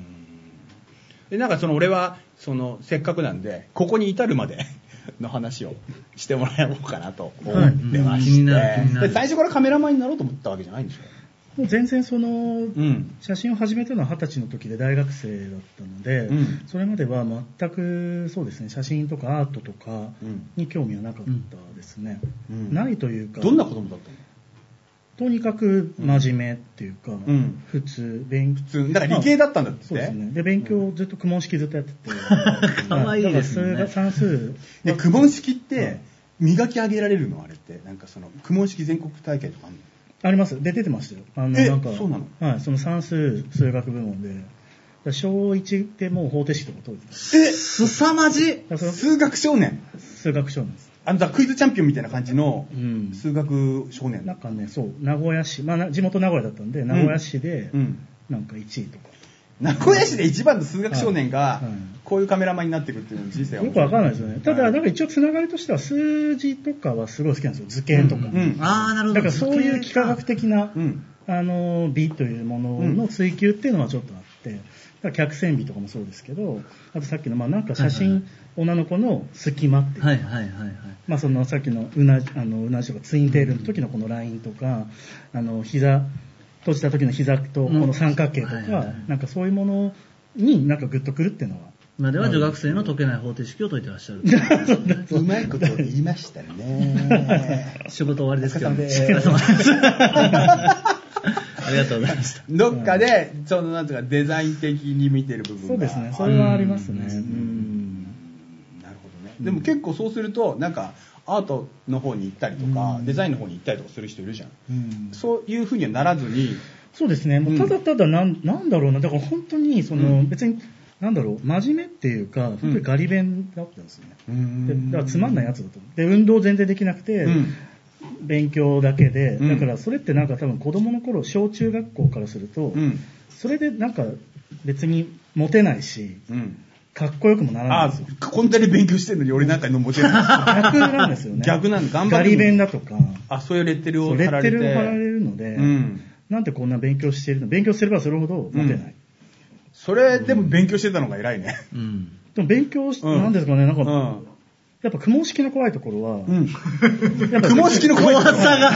[SPEAKER 3] でなんかその俺はそのせっかくなんでここに至るまで *laughs* の話をしてもらおうかなと思ってま
[SPEAKER 1] はいうん気
[SPEAKER 3] し
[SPEAKER 1] に
[SPEAKER 3] て、
[SPEAKER 1] なる気になる
[SPEAKER 3] で最初からカメラマンになろうと思ったわけじゃないんでしょ
[SPEAKER 4] もう全然その、
[SPEAKER 3] うん
[SPEAKER 4] 写真を始めたのは二十歳の時で大学生だったので、
[SPEAKER 3] うん
[SPEAKER 4] それまでは全くそうですね写真とかアートとかに興味はなかったですね、
[SPEAKER 3] うん
[SPEAKER 4] ないというか
[SPEAKER 3] どんな子供だったの
[SPEAKER 4] とにかく真面目っていうか、
[SPEAKER 3] ん
[SPEAKER 4] 普通、勉
[SPEAKER 3] 普通にだから理系だったんだって、
[SPEAKER 4] そうですね。で、勉強をずっと公文式ずっとやって
[SPEAKER 3] *laughs*
[SPEAKER 4] て。
[SPEAKER 1] かわいいです
[SPEAKER 4] だ
[SPEAKER 1] ね
[SPEAKER 4] から数が算数。
[SPEAKER 3] で公文式って磨き上げられるのあれってなんかその公文式全国大会とかあるの
[SPEAKER 4] あります。で、出てましたよ。あの、
[SPEAKER 3] え
[SPEAKER 4] なんか、
[SPEAKER 3] そうなの
[SPEAKER 4] はい、その算数、数学部門で。だから小1でもう方程式とか解いてた。
[SPEAKER 1] すさまじい
[SPEAKER 4] だからそ
[SPEAKER 3] 数学少年
[SPEAKER 4] の数学少年です。
[SPEAKER 3] あのだからクイズチャンピオンみたいな感じの
[SPEAKER 4] うん
[SPEAKER 3] 数学少年
[SPEAKER 4] なんかね、そう、名古屋市、まあな、地元名古屋だったんで、名古屋市で、
[SPEAKER 3] うん
[SPEAKER 4] なんか1位とか。
[SPEAKER 3] 名古屋市で一番の数学少年が
[SPEAKER 4] はいはい
[SPEAKER 3] こういうカメラマンになってくっていうのは人生は
[SPEAKER 4] よくわかんないですよね。ただ、
[SPEAKER 3] はい
[SPEAKER 4] なんか一応つながりとしては、数字とかはすごい好きなんですよ。図形とか。
[SPEAKER 3] うん
[SPEAKER 1] ああ、なるほど。
[SPEAKER 4] だからそういう幾何学的な、
[SPEAKER 3] うん
[SPEAKER 4] あの美というものの追求っていうのはちょっとあって、だから客船美とかもそうですけど、あとさっきの、まあ、なんか写真、
[SPEAKER 1] はいは
[SPEAKER 4] 女の子の隙間っていう、
[SPEAKER 1] はいはいはいはい。
[SPEAKER 4] まあ、そのさっきのうなじあのうなじとかツインテールの時のこのラインとか、あの膝閉じた時の膝とこの三角形とか、
[SPEAKER 1] うんはいはいはい
[SPEAKER 4] なんかそういうものになんかグッとくるっていうのは。
[SPEAKER 1] 今では女学生の解けない方程式を解いてらっしゃる。
[SPEAKER 3] うまいこと言いましたね
[SPEAKER 1] 仕事終わりですけど。
[SPEAKER 3] お
[SPEAKER 1] お
[SPEAKER 3] 疲
[SPEAKER 1] 疲
[SPEAKER 3] れ
[SPEAKER 1] れ
[SPEAKER 3] 様
[SPEAKER 1] 様です。ありがとうござい
[SPEAKER 3] *laughs*
[SPEAKER 1] ました。
[SPEAKER 3] *laughs* どっかでそのなんていうかデザイン的に見てる部分が
[SPEAKER 4] そうですね、
[SPEAKER 3] あ
[SPEAKER 4] それはありますね。
[SPEAKER 1] うん
[SPEAKER 4] うん
[SPEAKER 3] なるほどねでも結構そうするとなんかアートの方に行ったりとか
[SPEAKER 4] うん
[SPEAKER 3] デザインの方に行ったりとかする人いるじゃん
[SPEAKER 4] うん
[SPEAKER 3] そういうふうにはならずに
[SPEAKER 4] そうですね、もう
[SPEAKER 3] うん
[SPEAKER 4] ただただなん、なんだろうな、だから本当にその、別に、なんだろう、真面目っていうか、本当にガリ勉だったんですよね。でだからつまんないやつだと思う。で、運動全然できなくて、
[SPEAKER 3] うん
[SPEAKER 4] 勉強だけで、
[SPEAKER 3] うん
[SPEAKER 4] だからそれってなんか多分子供の頃、小中学校からすると、
[SPEAKER 3] うん
[SPEAKER 4] それでなんか別にモテないし、
[SPEAKER 3] うん
[SPEAKER 4] かっこよくもならない
[SPEAKER 3] あ
[SPEAKER 4] んですよ。
[SPEAKER 3] あこんなに勉強してるのに俺なんかのモテる
[SPEAKER 4] 逆なんですよね。
[SPEAKER 3] 逆なんだ頑張って
[SPEAKER 4] ガリ勉だとか、
[SPEAKER 3] あそういうレッテル
[SPEAKER 4] そ
[SPEAKER 3] を
[SPEAKER 4] うレ
[SPEAKER 3] 貼ら
[SPEAKER 4] ッ
[SPEAKER 3] れ
[SPEAKER 4] テ
[SPEAKER 3] て
[SPEAKER 4] ルを貼られるので、
[SPEAKER 3] うん
[SPEAKER 4] なんでこんな勉強しているの勉強すればするほどモテない。
[SPEAKER 3] うんそれでも勉強してたのが偉いね
[SPEAKER 1] うん。
[SPEAKER 4] でも勉強し、
[SPEAKER 3] うん
[SPEAKER 4] なんですかね、なんか、
[SPEAKER 3] うん
[SPEAKER 4] やっぱ、雲式の怖いところは、
[SPEAKER 3] うん
[SPEAKER 4] やっぱ、
[SPEAKER 3] 雲式の怖さが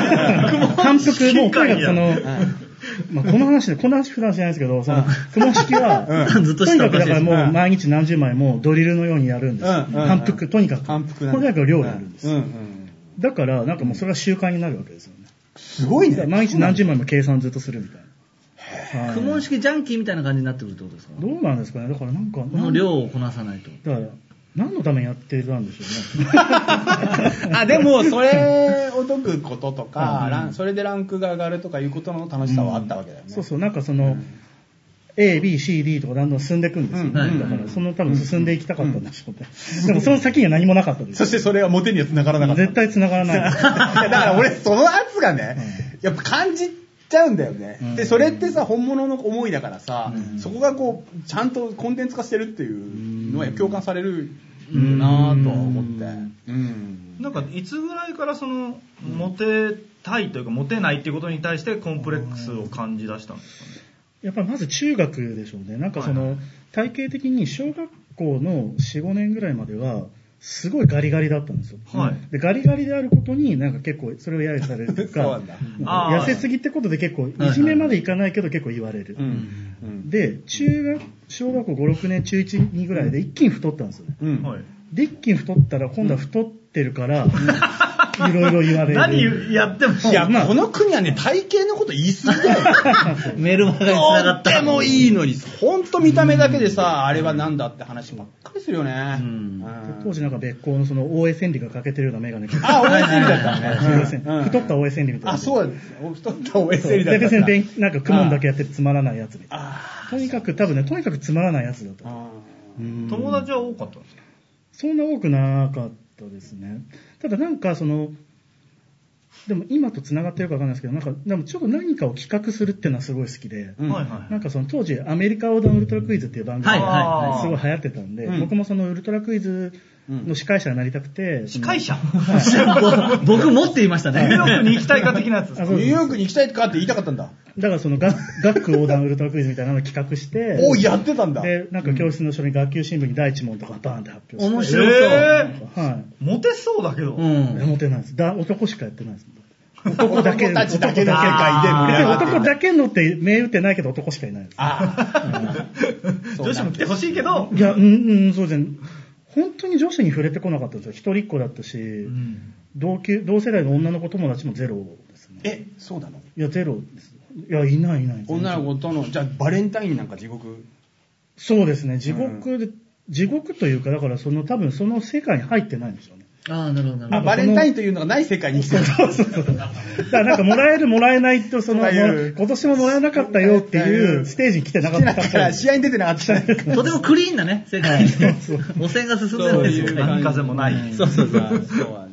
[SPEAKER 4] 反復、もう、とにかくその、
[SPEAKER 3] うん
[SPEAKER 4] まあ、この話で、この話普段しないですけど、その、雲式は、
[SPEAKER 3] うん
[SPEAKER 1] ずっ
[SPEAKER 4] と
[SPEAKER 1] と
[SPEAKER 4] に
[SPEAKER 1] したら
[SPEAKER 4] か
[SPEAKER 1] お
[SPEAKER 4] く
[SPEAKER 1] かし
[SPEAKER 4] だ
[SPEAKER 1] い
[SPEAKER 4] から
[SPEAKER 1] です。
[SPEAKER 4] も
[SPEAKER 3] う
[SPEAKER 4] うん毎日何十枚もドリルのようにやるんですよ。
[SPEAKER 3] うんうん
[SPEAKER 4] 反復、とにかく。
[SPEAKER 3] 反復
[SPEAKER 4] とにかく量をやるんです
[SPEAKER 3] う
[SPEAKER 4] よ。
[SPEAKER 3] んうん
[SPEAKER 4] だから、なんかもうそれが習慣になるわけですよね。
[SPEAKER 3] すごい
[SPEAKER 4] だか
[SPEAKER 3] ね
[SPEAKER 4] ら毎日何十枚も計算ずっとするみたいな。
[SPEAKER 1] 苦
[SPEAKER 4] はい
[SPEAKER 1] 悶式ジャンキーみたいな感じになってくるってことですか
[SPEAKER 4] どうなんですかね、だからなんか、
[SPEAKER 1] この量をこなさないと。
[SPEAKER 4] だから、何のためにやってたんでしょうね。
[SPEAKER 3] *laughs* あでもそれを解くこととか、
[SPEAKER 4] うん
[SPEAKER 3] ランそれでランクが上がるとかいうことの楽しさはあったわけだよね、
[SPEAKER 4] そうそう、なんかその、A、B、C、D とかだんだん進んでいくんです
[SPEAKER 3] う
[SPEAKER 4] よ、
[SPEAKER 3] ん
[SPEAKER 4] だ
[SPEAKER 1] はい
[SPEAKER 4] から、その多分進んでいきたかったんでしょうね。でも、その先には何もなかったです
[SPEAKER 3] そ。してそれがモテには繋がらなかった
[SPEAKER 4] 絶対繋がらない。
[SPEAKER 3] い *laughs* やだから俺その圧がね、やっぱ感じちゃうんだよね、
[SPEAKER 4] うん
[SPEAKER 3] でそれってさ本物の思いだからさ、
[SPEAKER 4] うん
[SPEAKER 3] そこがこうちゃんとコンテンツ化してるっていうのは共感されるなぁとは思ってうん
[SPEAKER 2] なんかいつぐらいからそのモテたいというかモテないっていうことに対してコンプレックスを感じ出したんですかね
[SPEAKER 4] やっぱりまず中学でしょうね。なんかそ
[SPEAKER 2] はいは
[SPEAKER 4] の、体系的に小学校の4、5年ぐらいまでは、すごいガリガリだったんですよ。
[SPEAKER 2] はい
[SPEAKER 4] でガリガリであることになんか結構それを揶揄されるという
[SPEAKER 3] *laughs*
[SPEAKER 4] か、
[SPEAKER 3] そうなんだ
[SPEAKER 2] あー
[SPEAKER 4] 痩せすぎってことで結構、いじめまでいかないけど結構言われる。
[SPEAKER 3] うんうん
[SPEAKER 4] で、中学、小学校5、6年、中1、2ぐらいで一気に太ったんですよね。
[SPEAKER 3] うん
[SPEAKER 2] はい
[SPEAKER 4] で、一気に太ったら、今度は太ってるから、
[SPEAKER 3] *laughs*
[SPEAKER 4] いろいろ言われる。
[SPEAKER 2] 何やっても
[SPEAKER 3] いや、
[SPEAKER 4] まあ
[SPEAKER 3] この国はね、体型のこと言い過ぎだよ。
[SPEAKER 1] メールマガに繋が
[SPEAKER 3] と
[SPEAKER 1] っ
[SPEAKER 3] って
[SPEAKER 1] た。
[SPEAKER 3] もいいのに、ほんと見た目だけでさ、あれはなんだって話ばっかりするよね。
[SPEAKER 1] うん
[SPEAKER 3] うん
[SPEAKER 4] 当時なんか別行のその大江千里が欠けてるようなメ
[SPEAKER 3] *laughs*
[SPEAKER 4] ガネ
[SPEAKER 3] あ、大江千里
[SPEAKER 4] 大江
[SPEAKER 3] だっ
[SPEAKER 4] 千
[SPEAKER 3] たね。
[SPEAKER 4] 里太った大江千里みたいな。
[SPEAKER 3] あ、そうなんですよ。太った大江
[SPEAKER 4] そう
[SPEAKER 3] 千
[SPEAKER 4] で
[SPEAKER 3] 里だっ
[SPEAKER 4] 別
[SPEAKER 3] た
[SPEAKER 4] に
[SPEAKER 3] んだ。
[SPEAKER 4] 勉なんか、クモンだけやってるつまらないやつみたい
[SPEAKER 3] あ
[SPEAKER 4] な。とにかく、多分ね、とにかくつまらないやつだった。
[SPEAKER 3] あ
[SPEAKER 4] うん
[SPEAKER 2] 友達は多かったんですか
[SPEAKER 4] そんな多くなかったですね。ただなんかその、でも今と繋がってるかわかんないですけど、なんか、でもちょっと何かを企画するっていうのはすごい好きで、
[SPEAKER 3] うん
[SPEAKER 2] はいはい
[SPEAKER 4] なんかその当時アメリカ横断ウルトラクイズっていう番組
[SPEAKER 1] はい
[SPEAKER 4] が
[SPEAKER 1] はい
[SPEAKER 2] あー
[SPEAKER 1] は
[SPEAKER 4] すごい流行ってたんで、
[SPEAKER 3] うん
[SPEAKER 4] 僕もそのウルトラクイズの司会者になりたくて、
[SPEAKER 2] 司会 *laughs* 者
[SPEAKER 1] い。僕持っていました
[SPEAKER 2] ニューヨーク
[SPEAKER 1] ね。
[SPEAKER 2] に行きたいか的なやつです
[SPEAKER 4] あ
[SPEAKER 2] か
[SPEAKER 4] そ
[SPEAKER 3] ニュ
[SPEAKER 4] う
[SPEAKER 3] ー
[SPEAKER 4] です
[SPEAKER 3] ヨークに行きたいかって言いたかったんだ。
[SPEAKER 4] だからその学学区横断ウルトラクイズみたいなのを企画して、
[SPEAKER 3] おうやってたんだ。
[SPEAKER 4] で、なんか教室の後ろに学級新聞に第一問とかバーンって発表して。
[SPEAKER 1] 面白そう。
[SPEAKER 2] えー
[SPEAKER 4] は
[SPEAKER 2] モテそうだけど
[SPEAKER 1] う
[SPEAKER 4] い。
[SPEAKER 1] ん。
[SPEAKER 4] モテないです。だ男しかやってないです。
[SPEAKER 3] 男だけ。男たちだけの世界で盛り上がってる
[SPEAKER 4] 男だけのって銘打ってないけど男しかいないです。
[SPEAKER 3] ああ。
[SPEAKER 2] *laughs* 女子も来てほしいけど
[SPEAKER 4] いや、うん、うん、そうですね。本当に女子に触れてこなかったんですよ。一人っ子だったし、
[SPEAKER 2] うん
[SPEAKER 4] 同級、同世代の女の子友達もゼロですね。
[SPEAKER 3] え
[SPEAKER 5] そうなの
[SPEAKER 4] いや、ゼロです。いや、いないいない。
[SPEAKER 3] 女の子とのじゃあバレンタインなんか地獄
[SPEAKER 4] そうですね、地獄で、地獄というか、だからその多分その世界に入ってないんですよね。
[SPEAKER 1] ああ、なるほど、な
[SPEAKER 3] あ
[SPEAKER 1] るほ
[SPEAKER 3] バレンタインというのがない世界に生きてる
[SPEAKER 4] そうそうそう。だからなんかもらえるもらえないと、その、
[SPEAKER 3] そういう
[SPEAKER 4] 今年ももらえなかったよっていうステージに来てなかった
[SPEAKER 3] だから試合に出てなかった
[SPEAKER 1] ど。とてもクリーンなね、世界で。汚染が進んでるんです
[SPEAKER 3] そういう
[SPEAKER 1] よ。
[SPEAKER 2] 波風もない。
[SPEAKER 3] そうそうそうそうなん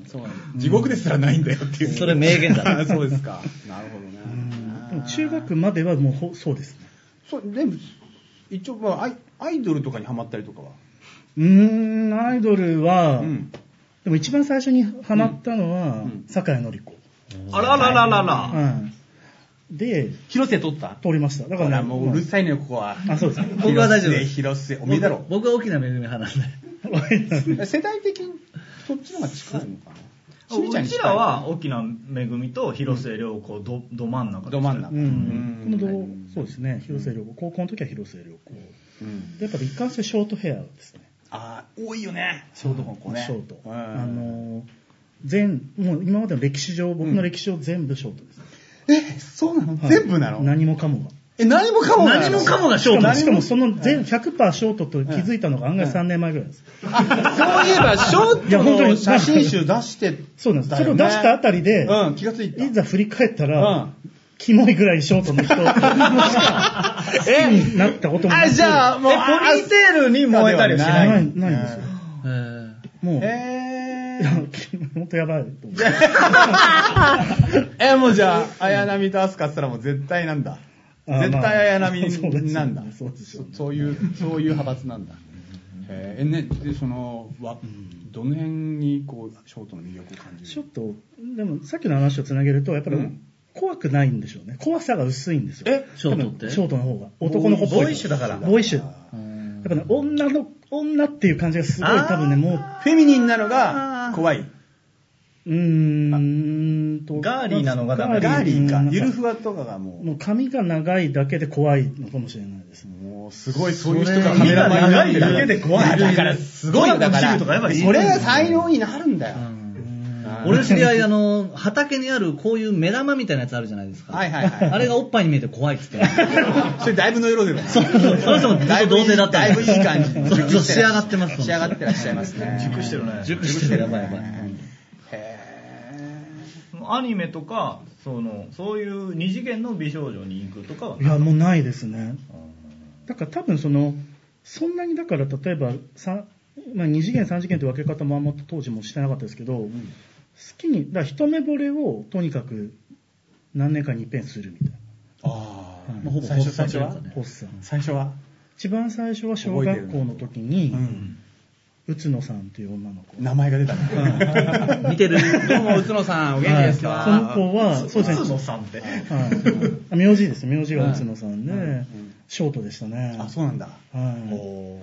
[SPEAKER 3] そうなん地獄ですらないんだよっていう
[SPEAKER 1] それ名言だ
[SPEAKER 3] あそうですかなるほどね
[SPEAKER 4] でも中学まではもうほそうですね。
[SPEAKER 3] そう全部一応まあアイアイドルとかにハマったりとかは
[SPEAKER 4] うーん、アイドルは、
[SPEAKER 3] うん
[SPEAKER 4] でも一番最初にハマったのは、
[SPEAKER 3] うん
[SPEAKER 4] 酒井紀子。
[SPEAKER 2] あららららら。
[SPEAKER 4] はい。で、
[SPEAKER 3] 広瀬取った
[SPEAKER 4] 通りました。だか
[SPEAKER 3] ほ
[SPEAKER 4] ら、
[SPEAKER 3] ら
[SPEAKER 4] ね、
[SPEAKER 3] もううるさいのよここは
[SPEAKER 4] あ、そうです。
[SPEAKER 1] 僕は大丈夫です
[SPEAKER 3] 広瀬広瀬おめえだろ
[SPEAKER 1] 僕は大きな恵み派なんで。
[SPEAKER 3] 世代的にそっちの方が近いのかなし
[SPEAKER 2] う
[SPEAKER 3] みに
[SPEAKER 2] ち
[SPEAKER 3] 近い
[SPEAKER 2] らは、大きな恵みと広末涼子ど、ど真ん中
[SPEAKER 3] ど真ん中
[SPEAKER 4] う。
[SPEAKER 3] うん
[SPEAKER 4] このどう
[SPEAKER 3] うん
[SPEAKER 4] そうですね、広末涼子。高校の時は広末涼子。
[SPEAKER 3] うん
[SPEAKER 4] でやっぱり一貫してショートヘアですね。
[SPEAKER 3] あー多いよねショートの子ね
[SPEAKER 4] ショート。
[SPEAKER 3] うん
[SPEAKER 4] あのー、全、もう今までの歴史上、僕の歴史上全部ショートです。
[SPEAKER 3] えそうなの
[SPEAKER 4] はい
[SPEAKER 3] 全部なの
[SPEAKER 4] 何もかもが。
[SPEAKER 3] え何もかもなの
[SPEAKER 1] 何もかもがショート
[SPEAKER 4] しかもその全100%ショートと気づいたのが案外3年前ぐらいです。
[SPEAKER 3] そういえば、ショ
[SPEAKER 4] いや
[SPEAKER 3] ー
[SPEAKER 4] 本
[SPEAKER 3] ト
[SPEAKER 4] 当
[SPEAKER 3] の
[SPEAKER 4] に
[SPEAKER 3] 写真集出して、
[SPEAKER 4] そうなんです。それを出したあたりで、
[SPEAKER 3] うん、気がついた。
[SPEAKER 4] いざ振り返った
[SPEAKER 3] う
[SPEAKER 4] ら
[SPEAKER 3] ん、
[SPEAKER 4] キモいぐらいショートの人もしか
[SPEAKER 3] *laughs* え
[SPEAKER 4] なったこともな
[SPEAKER 3] あ、
[SPEAKER 4] く
[SPEAKER 3] じゃあ、もう、
[SPEAKER 2] えポニーテールに燃えたりはし
[SPEAKER 4] ない
[SPEAKER 3] あ
[SPEAKER 4] ないないんですよ。
[SPEAKER 1] えー
[SPEAKER 4] もう、 *laughs*
[SPEAKER 3] え
[SPEAKER 4] 本当やばいと思って。
[SPEAKER 3] ー、え、もうじゃあ、綾波とアスカっつったらもう絶対なんだ。
[SPEAKER 4] あ
[SPEAKER 3] 絶
[SPEAKER 4] まあ
[SPEAKER 3] 対綾波
[SPEAKER 4] そうですね
[SPEAKER 3] なんだ。
[SPEAKER 4] *laughs* そうですよね
[SPEAKER 3] そそういう、そういう派閥なんだ。えー、えね、で、その、わ、どの辺に、こう、ショートの魅力を感じ
[SPEAKER 4] ちょっ
[SPEAKER 3] る
[SPEAKER 4] と、でもさっきの話をつなげると、やっぱり
[SPEAKER 3] うん
[SPEAKER 4] 怖くないんでしょうね。怖さが薄いんですよ。
[SPEAKER 3] え
[SPEAKER 1] ショートって
[SPEAKER 4] ショートの方が。男の子っぽい。
[SPEAKER 1] ボーイッシュだから
[SPEAKER 4] ボーイッシュ。だからね、女の、女っていう感じがすごい多分ね、もう、
[SPEAKER 3] フェミニンなのが怖い。
[SPEAKER 4] うーんと。
[SPEAKER 2] ガーリーなのがダメ
[SPEAKER 3] ガーリーか。ゆるふ
[SPEAKER 4] わ。
[SPEAKER 3] わとかがも
[SPEAKER 4] もう髪が長いだけで怖いのかもしれないですね。
[SPEAKER 3] う、もうすごいそういう人が
[SPEAKER 1] それ
[SPEAKER 3] カメラマンにな
[SPEAKER 2] 長いだけで怖い
[SPEAKER 3] やだからすごいよだか
[SPEAKER 2] ドラゴンシー
[SPEAKER 3] ら。
[SPEAKER 2] ルとかやっぱいい
[SPEAKER 3] それが才能になるんだよ。うん
[SPEAKER 1] 俺の知り合い、あの、畑にあるこういう目玉みたいなやつあるじゃないですか。
[SPEAKER 3] はいはいはい
[SPEAKER 1] あれがおっぱいに見えて怖いっつって。
[SPEAKER 3] それだいぶの色でもそう
[SPEAKER 1] そうその人もずっと童貞だった
[SPEAKER 3] だいぶいい感じ
[SPEAKER 1] そうそう仕上がってますもん
[SPEAKER 3] 仕上がってらっしゃいますね。
[SPEAKER 2] 熟してるね
[SPEAKER 1] 熟してるやばいやばい。
[SPEAKER 3] へ
[SPEAKER 2] アニメとか、その、そういう二次元の美少女に行くとかはい
[SPEAKER 4] や、もうないですね。だから多分その、そんなにだから例えば、さまあ、2次元、3次元って分け方もあんま当時もしてなかったですけど、好きに、だから一目惚れをとにかく何年間に一遍するみたい
[SPEAKER 3] あ
[SPEAKER 4] な。
[SPEAKER 1] まあほぼ
[SPEAKER 3] 最初
[SPEAKER 1] 発作という
[SPEAKER 3] 最
[SPEAKER 1] か
[SPEAKER 3] 初
[SPEAKER 1] ね
[SPEAKER 4] 発作
[SPEAKER 3] 最初は
[SPEAKER 4] 一番最初は小学校の時に、
[SPEAKER 3] うん
[SPEAKER 4] うつのさんという女の子。
[SPEAKER 3] 名前が出たね。
[SPEAKER 1] *laughs* 見てる。
[SPEAKER 3] どうも、宇都野さん、お元気ですか
[SPEAKER 4] はいその子は、そうですね。
[SPEAKER 2] さんって。
[SPEAKER 4] はいあ、名字です。名字がうつのさんで、
[SPEAKER 3] うんうん
[SPEAKER 4] ショートでしたね。
[SPEAKER 3] あ、そうなんだ。
[SPEAKER 4] はい
[SPEAKER 3] お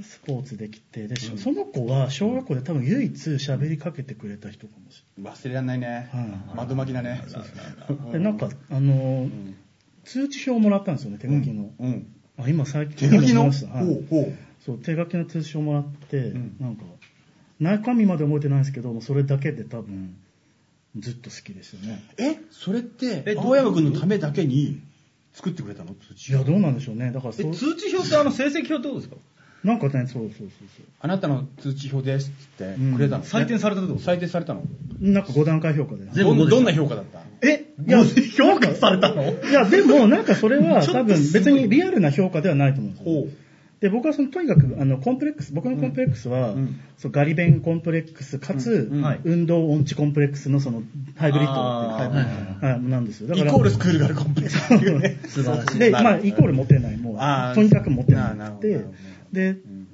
[SPEAKER 3] ー
[SPEAKER 4] スポーツできてで、しょその子は小学校で多分唯一喋りかけてくれた人かもし
[SPEAKER 3] 忘れられないね
[SPEAKER 4] う。ん
[SPEAKER 3] 窓巻きだね。
[SPEAKER 4] れない、でなんかあのー、
[SPEAKER 3] うん
[SPEAKER 4] 通知表もらったんですよね手書きの、
[SPEAKER 3] うん。
[SPEAKER 4] あ今最近
[SPEAKER 3] 手書き
[SPEAKER 4] 今
[SPEAKER 3] の
[SPEAKER 4] 思いましたはい
[SPEAKER 3] ほうほう。
[SPEAKER 4] そう手書きの通知表もらって、
[SPEAKER 3] ん
[SPEAKER 4] なんか中身まで覚えてないんですけどもうそれだけで多分ずっと好きでしたね
[SPEAKER 3] えそれって
[SPEAKER 2] え
[SPEAKER 3] 青山君のためだけに作ってくれたの土
[SPEAKER 4] いやどうなんでしょうねだからそ
[SPEAKER 2] え
[SPEAKER 4] う
[SPEAKER 2] 通知表ってあの成績表ってことですか
[SPEAKER 4] なんかねそうそうそうそ
[SPEAKER 3] あなたの通知表ですって言ってくれたの、
[SPEAKER 4] うん
[SPEAKER 2] 採点されたってこと
[SPEAKER 3] 採点されたの
[SPEAKER 4] うなんか5段階評価で
[SPEAKER 1] 全部
[SPEAKER 3] どん
[SPEAKER 1] ど
[SPEAKER 3] ど
[SPEAKER 1] うんで
[SPEAKER 3] な
[SPEAKER 1] した
[SPEAKER 3] 評価だった
[SPEAKER 4] えいや
[SPEAKER 2] 評価されたの
[SPEAKER 4] いやでもなんかそれは多分別にリアルな評価ではないと思うんですよ
[SPEAKER 3] ほう
[SPEAKER 4] で僕はそのとにかくあのコンプレックス僕のコンプレックスは、
[SPEAKER 3] うん
[SPEAKER 4] そうガリ勉コンプレックスかつ、
[SPEAKER 3] うん
[SPEAKER 2] はい
[SPEAKER 4] 運動音痴コンプレックスのそのハイブリッドっていうタイプ
[SPEAKER 1] あ
[SPEAKER 4] はいはいなんですよだ
[SPEAKER 3] イ
[SPEAKER 4] から
[SPEAKER 3] コール
[SPEAKER 4] *laughs*
[SPEAKER 3] スクールがあるコンプレックスっていうね
[SPEAKER 1] 素晴らしい。
[SPEAKER 4] で、
[SPEAKER 3] なる
[SPEAKER 4] まあ、イコールモテないも
[SPEAKER 3] あ
[SPEAKER 4] う
[SPEAKER 3] ー
[SPEAKER 4] とにかくモテ
[SPEAKER 3] なる
[SPEAKER 4] なく
[SPEAKER 3] ほどな
[SPEAKER 4] て
[SPEAKER 3] るほ
[SPEAKER 4] で
[SPEAKER 3] うん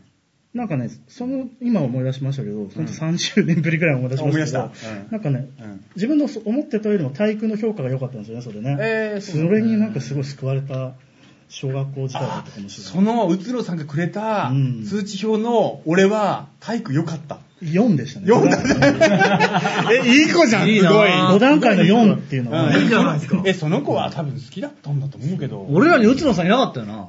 [SPEAKER 4] なんかねその今思い出しましたけど本当30年ぶりぐらい思い出しました
[SPEAKER 3] 思い出
[SPEAKER 4] け
[SPEAKER 3] した
[SPEAKER 4] ど、
[SPEAKER 3] うん
[SPEAKER 4] なんかね、
[SPEAKER 3] うん
[SPEAKER 4] 自分の思ってたよりも体育の評価が良かったんですよねそれね、
[SPEAKER 3] えー
[SPEAKER 4] そ
[SPEAKER 3] そうなんだ
[SPEAKER 4] れになんかすごい救われた小学校時代だったかもしれない
[SPEAKER 3] その宇都野さんがくれた
[SPEAKER 4] うん
[SPEAKER 3] 通知表の俺は体育良かった、
[SPEAKER 4] 4でしたね。
[SPEAKER 3] 4だえいい子じゃん
[SPEAKER 1] いい
[SPEAKER 3] す
[SPEAKER 1] な
[SPEAKER 3] ごい
[SPEAKER 4] 5段階の4っていうのは、
[SPEAKER 2] いいじゃないですか
[SPEAKER 3] えその子は多分好きだったんだと思うけど
[SPEAKER 1] 俺らに内野さんいなかったよな。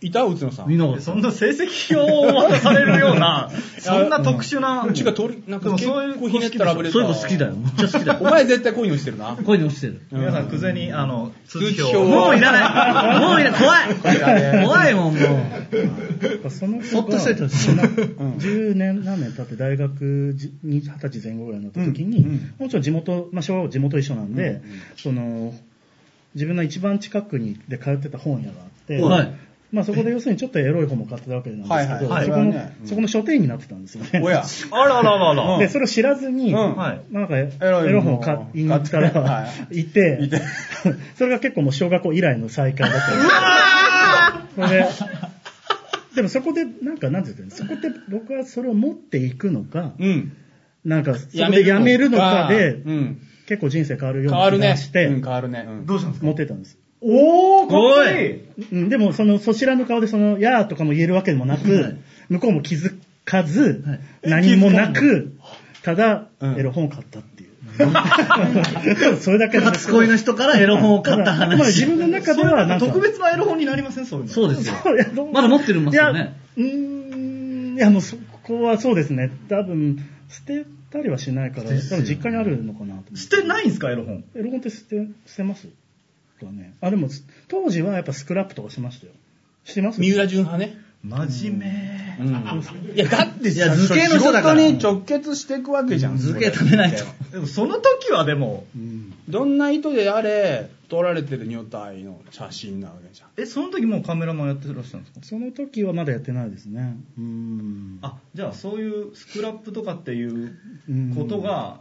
[SPEAKER 6] いた内野さん。
[SPEAKER 1] 見なかった
[SPEAKER 2] そんな成績表を渡されるような、そんな特殊な。
[SPEAKER 6] うちが通り、なんか
[SPEAKER 2] でも
[SPEAKER 6] 結
[SPEAKER 2] そういう
[SPEAKER 6] 構ひねったらぶれた。
[SPEAKER 1] そういうの好きだよ。めっちゃ好きだ
[SPEAKER 6] *laughs* お
[SPEAKER 1] よ。
[SPEAKER 6] 前絶対こういうのしてる
[SPEAKER 1] *laughs*
[SPEAKER 6] な。
[SPEAKER 1] こういうの落ちてる。
[SPEAKER 2] 皆さん、久世に、あの、通知
[SPEAKER 6] 通知
[SPEAKER 2] 表
[SPEAKER 6] 表
[SPEAKER 2] を。
[SPEAKER 1] もういらない。もういらない。怖い。怖いもん、もう。
[SPEAKER 4] なんかその子
[SPEAKER 1] そっと
[SPEAKER 4] が
[SPEAKER 1] しといてほしい
[SPEAKER 4] な10年何年経って大学じに20歳前後ぐらいになった時に、
[SPEAKER 3] うんうん
[SPEAKER 4] もちろん地元、まあ、昭和は地元一緒なんで、その自分の一番近くにで通ってた本屋があって、
[SPEAKER 1] はい
[SPEAKER 4] まあ、そこで要するにちょっとエロい本も買ってたわけなんですけど、
[SPEAKER 3] はいはいはい
[SPEAKER 4] そこの
[SPEAKER 3] それはねうん
[SPEAKER 4] そこの書店員になってたんですよね。
[SPEAKER 3] おや。
[SPEAKER 2] あらららら。
[SPEAKER 4] *laughs* でそれを知らずに、
[SPEAKER 3] うん
[SPEAKER 2] はい。
[SPEAKER 4] なんか、エ
[SPEAKER 3] ロい
[SPEAKER 4] ロ本を買いに行ったら、、
[SPEAKER 3] はい
[SPEAKER 4] て、
[SPEAKER 3] いて
[SPEAKER 4] *laughs* それが結構もう小学校以来の再会だったんですそれで、でもそこで、なんか、なんていうんですかね、そこで僕はそれを持っていくのか、
[SPEAKER 6] うん。
[SPEAKER 4] なんか、そこでやめるのかで、
[SPEAKER 6] うん。
[SPEAKER 4] 結構人生変わるよう
[SPEAKER 6] 変
[SPEAKER 4] な
[SPEAKER 6] わる
[SPEAKER 4] 気
[SPEAKER 6] ね。
[SPEAKER 4] がして、
[SPEAKER 6] うん、変わるね。うん
[SPEAKER 2] どうしたんですか
[SPEAKER 4] 持ってたんです。
[SPEAKER 2] おー、かっこいい。
[SPEAKER 4] うん、でも、その、そちらの顔で、その、やーとかも言えるわけでもなく、向こうも気づかず、何もなく、ただ、
[SPEAKER 6] うん
[SPEAKER 4] エロ本を買ったっていう。 *laughs* それだけなんです
[SPEAKER 1] 初恋の人からエロ本を買った
[SPEAKER 4] まあ自
[SPEAKER 1] 話。
[SPEAKER 4] 分の中ではなんか、
[SPEAKER 2] 特別なエロ本になりませんそういうの。
[SPEAKER 1] そうですよ。
[SPEAKER 4] そういやどう
[SPEAKER 1] まだ持ってるますよね。
[SPEAKER 4] いや、うーん、いやもうそこはそうですね。多分、捨てたりはしないから、多分実家にあるのかなと思って。
[SPEAKER 2] 捨てないんですか、エロ本。
[SPEAKER 4] エロ本って捨て、捨てますかね。あ、でも、当時はやっぱスクラップとかしましたよ。してます
[SPEAKER 6] 三浦淳派ね。
[SPEAKER 2] 真面目。
[SPEAKER 6] うん。いや、だって
[SPEAKER 1] いや
[SPEAKER 6] さ、
[SPEAKER 1] 図形の人だから
[SPEAKER 6] 仕事に直結していくわけじゃん。
[SPEAKER 1] 図形食べないと。
[SPEAKER 2] でもその時はでも、
[SPEAKER 6] どんな意図であれ、撮られてる女体の写真なわけじゃん。
[SPEAKER 2] え、その時もうカメラマンやってらっしゃるんですか
[SPEAKER 4] その時はまだやってないですね。うん。
[SPEAKER 2] あ、じゃあそういうスクラップとかっていう
[SPEAKER 4] うん
[SPEAKER 2] ことが、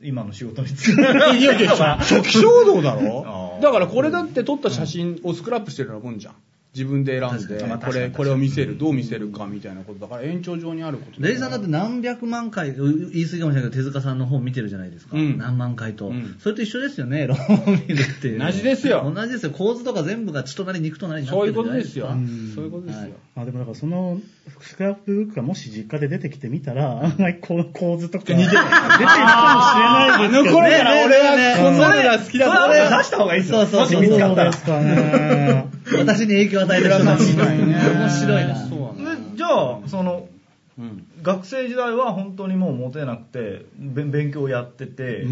[SPEAKER 2] 今の仕事につ
[SPEAKER 6] いやいや、初期衝動だろ
[SPEAKER 2] あー
[SPEAKER 6] だからこれだって撮った写真をスクラップしてるようなもんじゃん。自分で選ん
[SPEAKER 1] 確か
[SPEAKER 6] で
[SPEAKER 1] にまあ、
[SPEAKER 6] これ、これを見せる、どう見せるかみたいなことだから、延長上にあること
[SPEAKER 1] レイさんだって何百万回、う言い過ぎかもしれないけど、手塚さんの本見てるじゃないですか。
[SPEAKER 6] うん
[SPEAKER 1] 何万回と、
[SPEAKER 6] うん
[SPEAKER 1] それと一緒ですよね、 *laughs* ローンを見るっていう。
[SPEAKER 6] 同じですよ
[SPEAKER 1] 同じですよ。構図とか全部が血となり肉となりになっ
[SPEAKER 6] そう
[SPEAKER 1] て
[SPEAKER 6] い
[SPEAKER 1] る
[SPEAKER 6] う
[SPEAKER 1] じゃ
[SPEAKER 6] こと
[SPEAKER 1] ない
[SPEAKER 6] ですよ
[SPEAKER 1] か。
[SPEAKER 4] ん。
[SPEAKER 6] そういうことですよ。
[SPEAKER 4] あでもだからそのスクラップブックがもし実家で出てきてみたら、案外 *laughs* こう構図とか出てるかもしれないですけど、ね。
[SPEAKER 6] だから俺はこんなのが好きだ
[SPEAKER 2] そ
[SPEAKER 6] ぞ
[SPEAKER 2] れ出した方がいいですよ。
[SPEAKER 1] そうそうそう
[SPEAKER 2] もし見つかったら。
[SPEAKER 4] そうですかね。
[SPEAKER 1] 私に影響を与えた人たち。
[SPEAKER 6] 確かにね
[SPEAKER 1] 面白いな。
[SPEAKER 6] そうな
[SPEAKER 2] でじゃあ、その、
[SPEAKER 6] うん。
[SPEAKER 2] 学生時代は本当にもうモテなくて、べ勉強やってて、